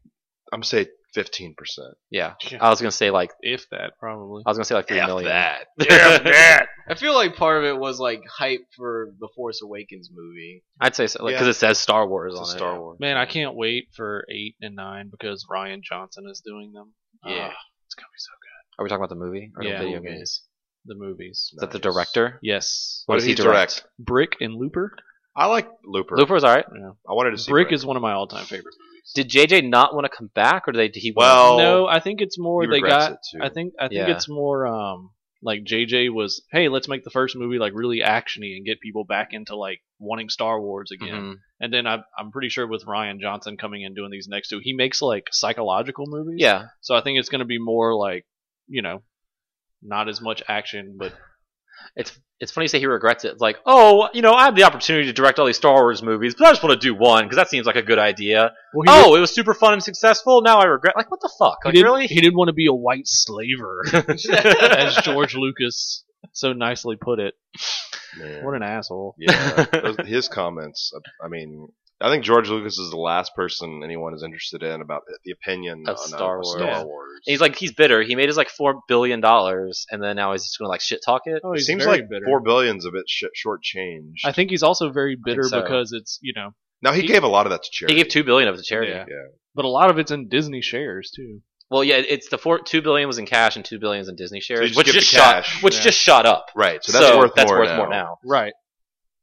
B: I'm gonna say 15 percent.
C: Yeah, Uh,
A: Yeah.
C: I was going to say like
A: Uh, If that, probably.
C: I was going to say like three
D: F
C: million.
D: that.
A: that.
D: I feel like part of it was like hype for the Force Awakens movie.
C: I'd say so because
B: Yeah.
C: it says Star Wars on
B: It's a
C: it.
B: Star Wars.
A: Man, I can't wait for 8 and 9 because Ryan Johnson is doing them.
D: Yeah.
A: Ah, it's going to be so
C: Are we talking about the movie or
A: Yeah,
C: the video
D: movies.
C: game? Is
A: good. The movies.
C: that the
B: Nice.
C: director?
A: Yes.
B: What
C: does
B: did he
C: direct?
B: direct?
A: Brick and Looper.
B: I like Looper.
C: Looper was all right.
A: Yeah.
B: I wanted to see
A: Brick is one of my all time favorites.
C: Did JJ not want to come back, or did, they, did he? wanna-
B: Well, Oh.
A: no, I think it's more
B: He
A: they
B: regrets
A: got.
B: it, too.
A: I think I think
C: Yeah.
A: it's more um like JJ was. Hey, let's make the first movie like really actiony and get people back into like wanting Star Wars again.
C: Mhm.
A: And then I, I'm pretty sure with Ryan Johnson coming in doing these next two, he makes like psychological movies.
C: Yeah,
A: So I think it's going to be more like you know, not as much action, but
C: it's it's funny you say he regrets it. It's like, oh, you know, I had the opportunity to direct all these Star Wars movies, but I just want to do one because that seems like a good idea. oh, it was super fun and successful. Now I regret. Like, what the fuck?
A: he
C: Like,
A: didn't,
C: Oh, really?
A: he didn't want to be a white slaver, as George Lucas so nicely put it.
B: Man.
A: What an asshole.
B: Yeah, those, his comments. uh, I mean, I think George Lucas is the last person anyone is interested in about the opinion
C: Of
B: on, uh,
C: Star
B: of
A: Wars.
B: Star Wars.
C: And he's like, he's bitter. He made his like four billion dollars, and then now he's just gonna like shit talk it.
A: Oh,
B: it
A: he's
B: seems
A: very
B: like
A: bitter.
B: four billion's a bit short shortchanged.
A: I think he's also very bitter
C: so.
A: because it's you know,
B: now he,
A: he-
B: gave a lot of that to
C: He
B: charity.
C: gave two billion of the charity.
A: Yeah.
B: Yeah.
A: but a lot of it's in Disney shares too.
C: Well, yeah, it's the four two billion was in cash and two billion was in Disney
B: So you
C: shares,
B: just
C: which
B: give
C: just
B: the
C: shot,
B: cash.
C: which
A: Yeah.
C: just shot up.
B: Right, so that's worth
C: that's
B: more
C: worth
B: now.
C: more now.
A: Right.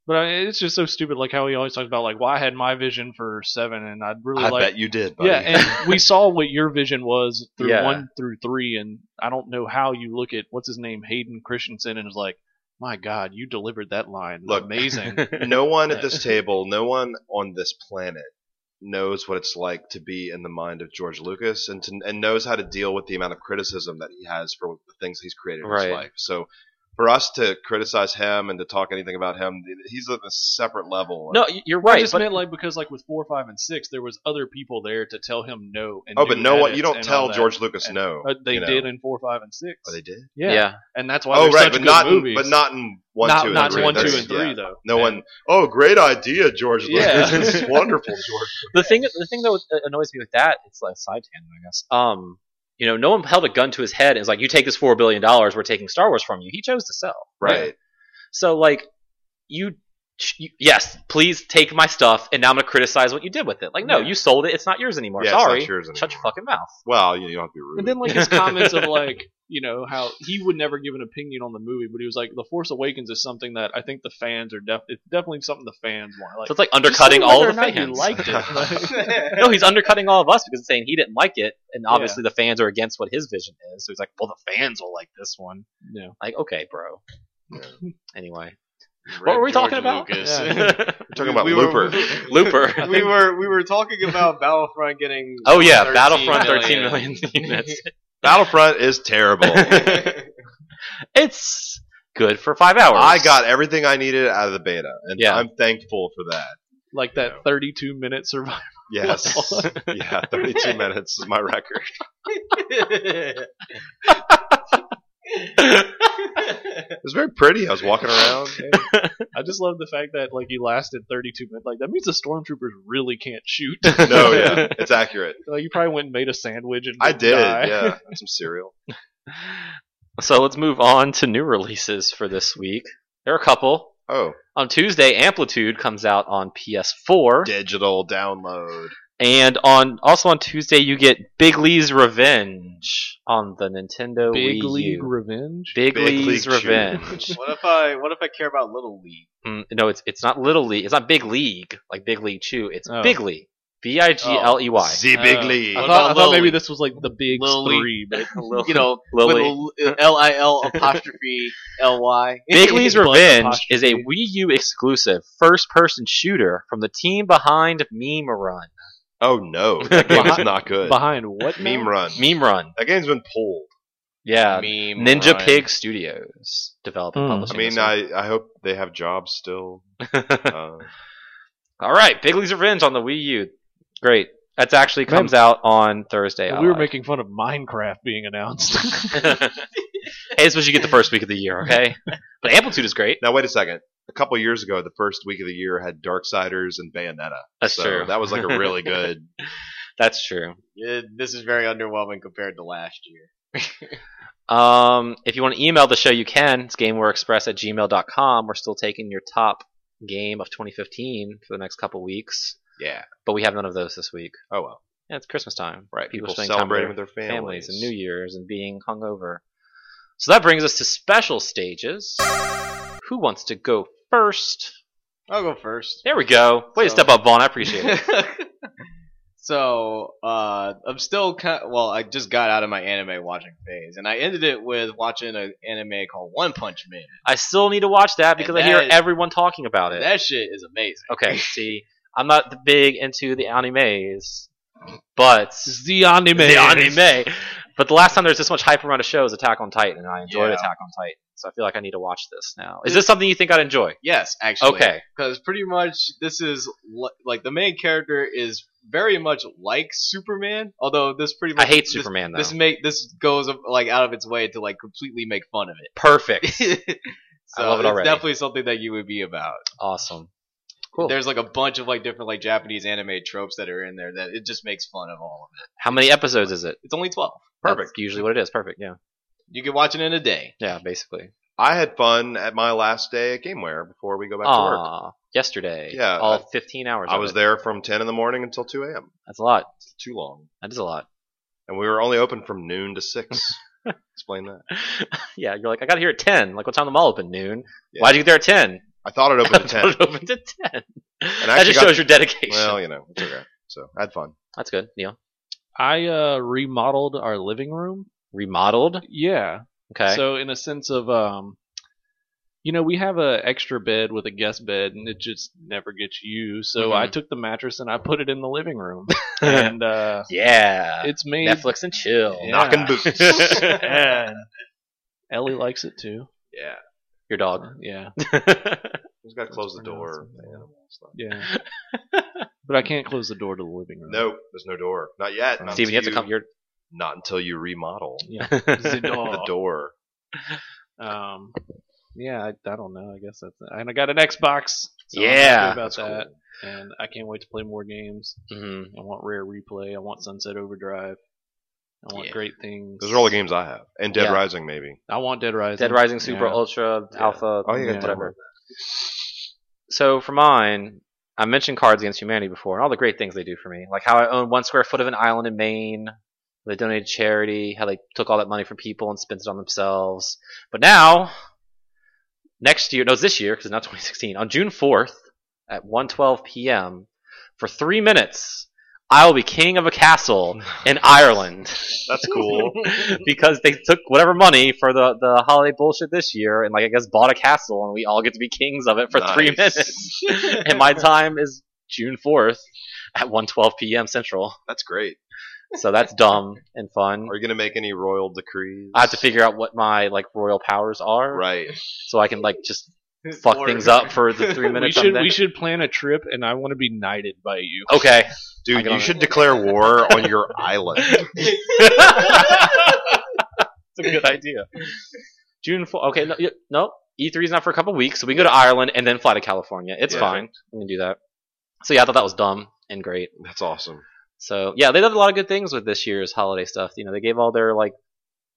A: But I mean, it's just so stupid, like how he always talks about, like, well, I had my vision for seven, and I'd really
B: I
A: like.
B: bet you did, buddy.
A: yeah, and we saw what your vision was through
C: Yeah.
A: one through three, and I don't know how you look at what's his name, Hayden Christensen, and is like, my God, you delivered that line,
B: Look.
A: amazing.
B: no one at this table, no one on this planet knows what it's like to be in the mind of George Lucas and to, and knows how to deal with the amount of criticism that he has for the things he's created in
C: Right.
B: his life. So for us to criticize him and to talk anything about him, he's on a separate level.
C: No, y- you're
A: I
C: right.
A: just
C: But
A: meant like because like with four, five, and six, there was other people there to tell him no. And
B: oh, but
A: do
B: no one
A: edits
B: you don't
A: and all
B: tell
A: that.
B: George Lucas
A: and-
B: no.
A: Uh, they
B: you know.
A: did in four, five, and six.
B: Oh, they did.
C: yeah.
A: and that's why.
B: Oh,
A: they're
B: right,
A: such
B: but
A: good
B: not
A: movies.
B: but not in one,
A: not,
B: two, and
A: not
B: three.
A: one,
B: That's-
A: two, and three
B: yeah.
A: though.
B: No
A: And-
B: one. Oh, great idea, George Lucas.
A: Yeah.
B: this is wonderful, George.
C: The thing, the thing that uh, annoys me with that, it's like a side tangent, I guess. Um, you know, no one held a gun to his head and was like, "You take this four billion dollars, we're taking Star Wars from you." He chose to sell.
B: Right.
C: So like, you, you yes, please take my stuff, and now I'm gonna criticize what you did with it. Like, no,
A: Yeah.
C: you sold it. It's not yours anymore.
B: Yeah, it's
C: Sorry.
B: not yours
C: Shut your
B: anymore.
C: fucking mouth.
B: Well, you, you don't have to be rude.
A: And then like his comments of like, you know, how he would never give an opinion on the movie, but he was like, "The Force Awakens is something that I think the fans are def- it's definitely something the fans want." Like,
C: so it's like undercutting all
A: whether
C: the
A: or not you
C: fans.
A: liked it. Like,
C: no, he's undercutting all of us because he's saying he didn't like it, and
A: Yeah.
C: obviously the fans are against what his vision is. So he's like, "Well, the fans will like this one."
A: yeah.
C: Like, okay, bro. Anyway,
D: Red
C: what were we
D: George
C: talking about?
D: Lucas.
A: Yeah.
B: We're talking about
D: We were-
B: Looper.
C: Looper.
D: we were we were talking about Battlefront getting.
C: Oh yeah,
D: 13
C: Battlefront
D: million.
C: 13 million units.
B: Battlefront is terrible.
C: It's good for five hours.
B: I got everything I needed out of the beta, and
C: Yeah.
B: I'm thankful for that.
A: like that 32 minute survival.
B: Yes. yeah, 32 minutes is my record. It was very pretty. I was walking around.
A: I just love the fact that like he lasted 32 minutes. Like that means the stormtroopers really can't shoot.
B: No, yeah, it's accurate.
A: like you probably went and made a sandwich and
B: I did.
A: die.
B: Yeah, some cereal.
C: So let's move on to new releases for this week. There are a couple.
B: Oh,
C: On Tuesday, Amplitude comes out on PS4,
B: digital download.
C: and on also on Tuesday you get Big Lee's Revenge on the Nintendo
A: Big
C: Wii
A: League
C: U.
A: Revenge.
C: Big,
B: Big
C: Lee's
B: League Chew.
C: Revenge.
D: what if I what if I care about Little League?
C: Mm, no, it's it's not Little League. It's not Big League like Big League Chew. It's
A: Oh.
C: Big League. B i g l e y.
B: The Big
D: Uh,
B: League.
A: I thought,
D: What about
A: I thought
D: Lil
A: maybe
D: League?
A: this was like the big
D: Lil League.
A: three, but
D: You know, little L I L apostrophe L Y.
C: Big Lee's
A: But
C: Revenge
A: apostrophe.
C: is a Wii U exclusive first-person shooter from the team behind Meme Run.
B: oh no, that game is not good.
A: behind what now?
B: Meme Run.
C: Meme Run,
B: That game's been pulled.
C: yeah.
D: Meme
C: Ninja
D: run.
C: Pig Studios developing
A: Hmm.
B: I
C: publishing.
B: mean, I, I hope they have jobs still.
C: I.
B: Uh,
C: All right, Big Lee's Revenge on the Wii U. Great. That's actually comes out on Thursday. I
A: we were
C: lied.
A: making fun of Minecraft being announced.
C: hey, this is what you get the first week of the year, okay? But Amplitude is great.
B: now wait a second. A couple years ago, the first week of the year had Darksiders and Bayonetta.
C: That's
B: so
C: true.
B: That was like a really good
C: That's true.
D: Yeah, this is very underwhelming compared to last year.
C: Um, if you want to email the show, you can. It's gamewareexpress at gmail.com. We're still taking your top game of 2015 for the next couple weeks,
B: Yeah.
C: but we have none of those this week.
B: Oh well.
C: Yeah, it's Christmas time.
B: Right.
C: People
B: People,
C: spending time
B: celebrating
C: with
B: with their
C: Families,
B: families.
C: and New Year's and being hungover. So that brings us to special stages. Who wants to go first?
D: I'll go first.
C: There we go. Way to
D: So-
C: step up, Vaughn. I appreciate it.
D: so uh, I'm still kind. well, I just got out of my anime watching phase, and I ended it with watching an anime called One Punch Man.
C: I still need to watch that because
D: And
C: I hear
D: that-
C: everyone talking about it.
D: That shit is amazing.
C: okay, see, I'm not the big into the animes, but
A: the anime.
C: the anime. But the last time there was this much hype around a show was Attack on Titan, and I enjoyed
D: Yeah.
C: Attack on Titan. So I feel like I need to watch this now. Is this something you think I'd enjoy?
D: Yes, actually.
C: Okay.
D: because pretty much this is li- like the main character is very much like Superman, although this pretty
C: I
D: much
C: hate
D: this-
C: Superman though.
D: This make this goes like out of its way to like completely make fun of
C: Perfect.
D: it. so
C: I love it
D: it's
C: already.
D: definitely something that you would be about.
C: Awesome. Cool.
D: There's like a bunch of like different like Japanese anime tropes that are in there that it just makes fun of all of
C: How many episodes is it?
D: it. It's only twelve.
C: That's usually what it is. Perfect. Yeah.
D: You can watch it in a day.
C: Yeah. Basically.
B: I had fun at my last day at GameWare before we go back to work.
C: Ah. Yesterday.
B: Yeah,
C: All 15 hours.
B: I
C: of
B: was
C: it.
B: there from 10 in the morning until 2 a.m.
C: That's a lot.
B: It's too long.
C: That is a lot.
B: And we were only open from noon to 6. Explain that.
C: yeah, you're like, I got here at 10. Like, what time the mall open? Noon.
B: Yeah.
C: Why'd you get there at 10?
B: I thought it opened at
C: Put
B: 10.
C: it open to 10. that
B: actually
C: just
B: got-
C: shows your dedication.
B: well, you know, it's okay. So I had fun.
C: That's good, Neil.
A: I uh, remodeled our living room.
C: Remodeled.
A: Yeah.
C: Okay.
A: So in a sense of um, you know, we have a extra bed with a guest bed, and it just never gets used. So
C: Mhm.
A: I took the mattress and I put it in the living room, and uh,
C: Yeah.
A: it's made.
C: Netflix and chill.
A: Yeah.
B: Knocking boots.
A: and Ellie likes it too.
B: Yeah.
C: Your dog.
A: Yeah,
B: Just gotta close the
A: Let's
B: door.
A: pronounce it.
B: Yeah, it's not-
A: yeah. but I can't close the door to the living room.
B: Nope, there's no door. Not yet. Not
C: Steven, you have to
B: until
C: come. You're
B: Not until you remodel
A: Yeah.
C: the
B: the door.
A: Um, yeah, I, I don't know. I guess that's it. And I got an Xbox. So I'm
C: Yeah.
A: happy about
B: That's cool.
A: that. And I can't wait to play more games.
C: Mhm.
A: I want Rare Replay. I want Sunset Overdrive. I want
C: Yeah.
A: great things.
B: Those are all the games I have, and Dead
C: Yeah.
B: Rising maybe.
A: I want Dead Rising.
C: Dead Rising Super
A: Yeah.
C: Ultra Alpha.
B: Oh, you got Dead
A: Yeah.
B: Rising.
C: whatever. So for mine, I mentioned Cards Against Humanity before, and all the great things they do for me, like how I own one square foot of an island in Maine, they donated to charity, how they took all that money from people and spent it on themselves. But now, next year, no, it's this year because it's not 2016. On June 4th at 1:12 p.m. for three minutes, I will be king of a castle in Ireland
B: That's cool.
C: because they took whatever money for the, the holiday bullshit this year and like I guess bought a castle and we all get to be kings of it for three
B: Nice.
C: minutes. and my time is June fourth at 1:12 p.m. Central.
B: That's great.
C: So that's dumb and fun.
B: Are you gonna make any royal decrees?
C: I have to figure out what my like royal powers are,
B: Right.
C: so I can like just fuck
D: Or-
C: things up for the three
A: We
C: minutes.
A: should
C: I'm
A: we
C: there.
A: should plan a trip, and I want to be knighted by you.
C: Okay. I
B: Dude,
C: get
B: you
C: on
B: should declare war on your island.
C: It's a good idea. June 4th. Okay, no, yeah, no. E3 is not for a couple weeks, so we can go to Ireland and then fly to California. It's
B: Yeah.
C: fine. We can do that. So yeah, I thought that was dumb and great.
B: That's awesome.
C: So yeah, they did a lot of good things with this year's holiday stuff. You know, they gave all their like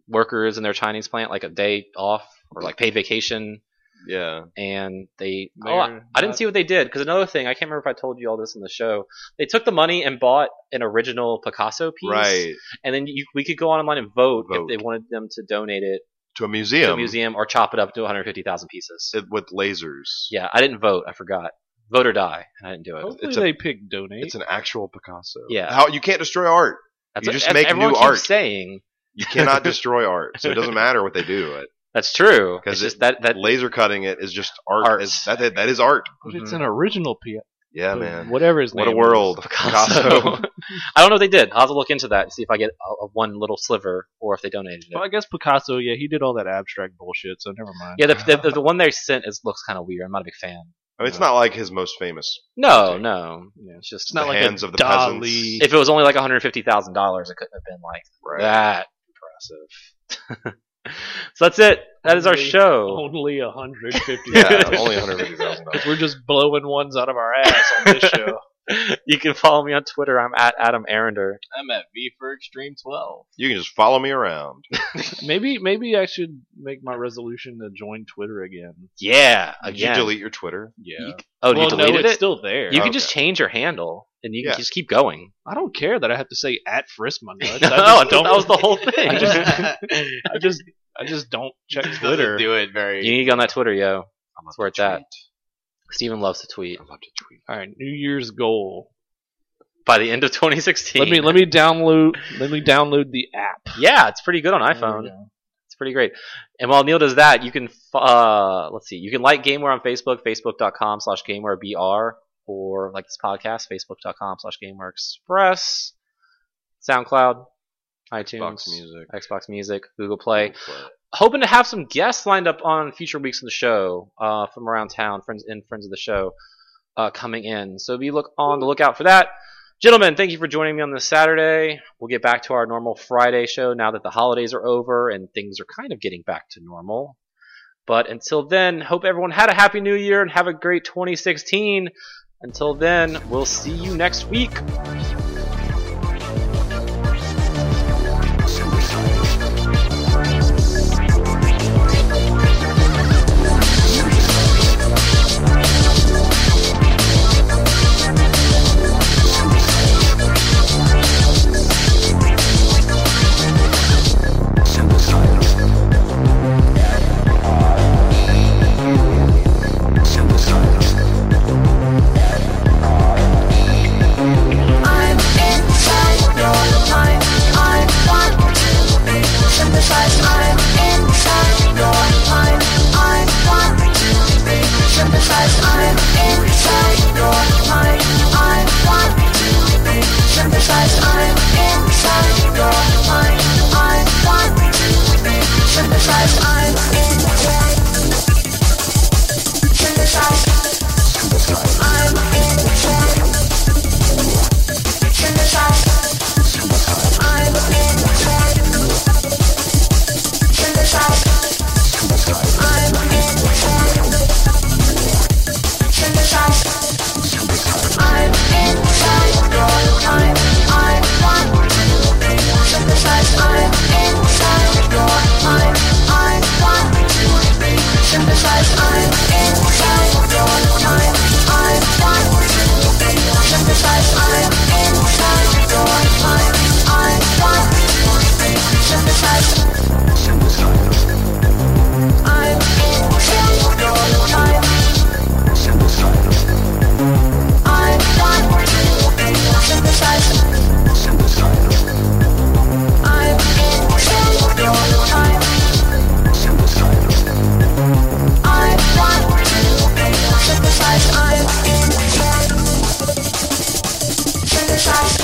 C: workers in their Chinese plant like a day off or like paid vacation,
B: Yeah.
C: and they. Oh, I-
A: Mayor- Uh,
C: I didn't see what they did because another thing I can't remember if I told you all this in the show. They took the money and bought an original Picasso piece,
B: Right.
C: and then you, we could go online and vote, if
B: Vote.
C: they wanted them to donate it
B: To a
C: to
B: museum,
C: a museum or chop it up to 150,000 pieces.
B: it- with lasers.
C: yeah, I didn't vote. I forgot. Vote or die. And I didn't do it.
A: Hopefully
B: it's a-
A: they pick donate.
B: It's an actual Picasso.
C: Yeah.
B: How you can't destroy art.
C: That's
B: You
C: what-
B: just
C: that's-
B: make new
C: everyone keeps
B: art.
C: Saying
B: You cannot destroy art. So it doesn't matter what they do. It-
C: that's true.
B: 'Cause
C: It's
B: it-
C: just that that
B: Laser cutting it is just art.
C: Art.
B: Is, that, that is art.
A: but it's
C: Mhm.
A: an original piece.
B: mm-hmm. Yeah, man.
A: Whatever his
B: What a
A: name.
B: world.
C: Picasso. I don't know what they did. I'll have to look into that and see if I get a, a one little sliver or if they donated
A: Well,
C: it.
A: I guess Picasso. Yeah, he did all that abstract bullshit. So never mind.
C: Yeah, the, the, the one they sent is looks kind of weird. I'm not a big fan.
B: I mean, it's not like his most famous.
C: No, no,
A: Yeah.
C: it's just
A: It's not
B: the
A: like
B: hands
A: a
B: of the
A: Dali.
B: peasants.
C: if it was only like 150,000 dollars, it couldn't have been like
B: Right.
C: that impressive. so that's it. That is our
A: Only-
C: show.
A: Only a hundred fifty.
B: Yeah, only one hundred fifty thousand dollars.
A: Because we're just blowing ones out of our ass on this show.
C: you can follow me on Twitter. I'm at Adam Arender.
D: I'm at V for Extreme 12.
B: You can just follow me around.
A: Maybe maybe I should make my resolution to join Twitter again.
C: Yeah,
B: Did you
C: again.
B: delete your Twitter?
A: Yeah.
C: oh,
A: well,
C: you deleted
A: no, it's
C: it.
A: still there.
C: you
B: okay.
C: can just change your handle and you
B: Yeah.
C: can just keep going.
A: I don't care that I have to say at frisk my nuts.
C: no,
A: I just
C: I thought
A: don't.
C: that was the whole thing.
A: I just-
D: Just
A: I just I just don't check
D: doesn't
A: Twitter.
D: do it very.
C: you need to get on that Twitter, yo.
B: I love
C: That's where
B: to
C: it's at.
B: tweet.
C: Steven loves to tweet.
B: I love to tweet.
A: All right, New Year's goal.
C: By the end of 2016,
A: Let me let me download let me download the app.
C: yeah, it's pretty good on iPhone. It's pretty great. And while Neil does that, you can f- uh, let's see, you can like GameWare on Facebook, facebook.com slash GameWareBR, or like this podcast, facebook.com slash GameWare Express, SoundCloud, iTunes,
B: Box music.
C: Xbox Music, Google Play. Hoping to have some guests lined up on future weeks of the show uh, from around town, friends and friends of the show uh, coming in. So be look on the lookout for that. Gentlemen, thank you for joining me on this Saturday. We'll get back to our normal Friday show now that the holidays are over and things are kind of getting back to normal. But until then, hope everyone had a happy new year and have a great 2016. Until then, we'll see you next week.
E: I'm Synthesize.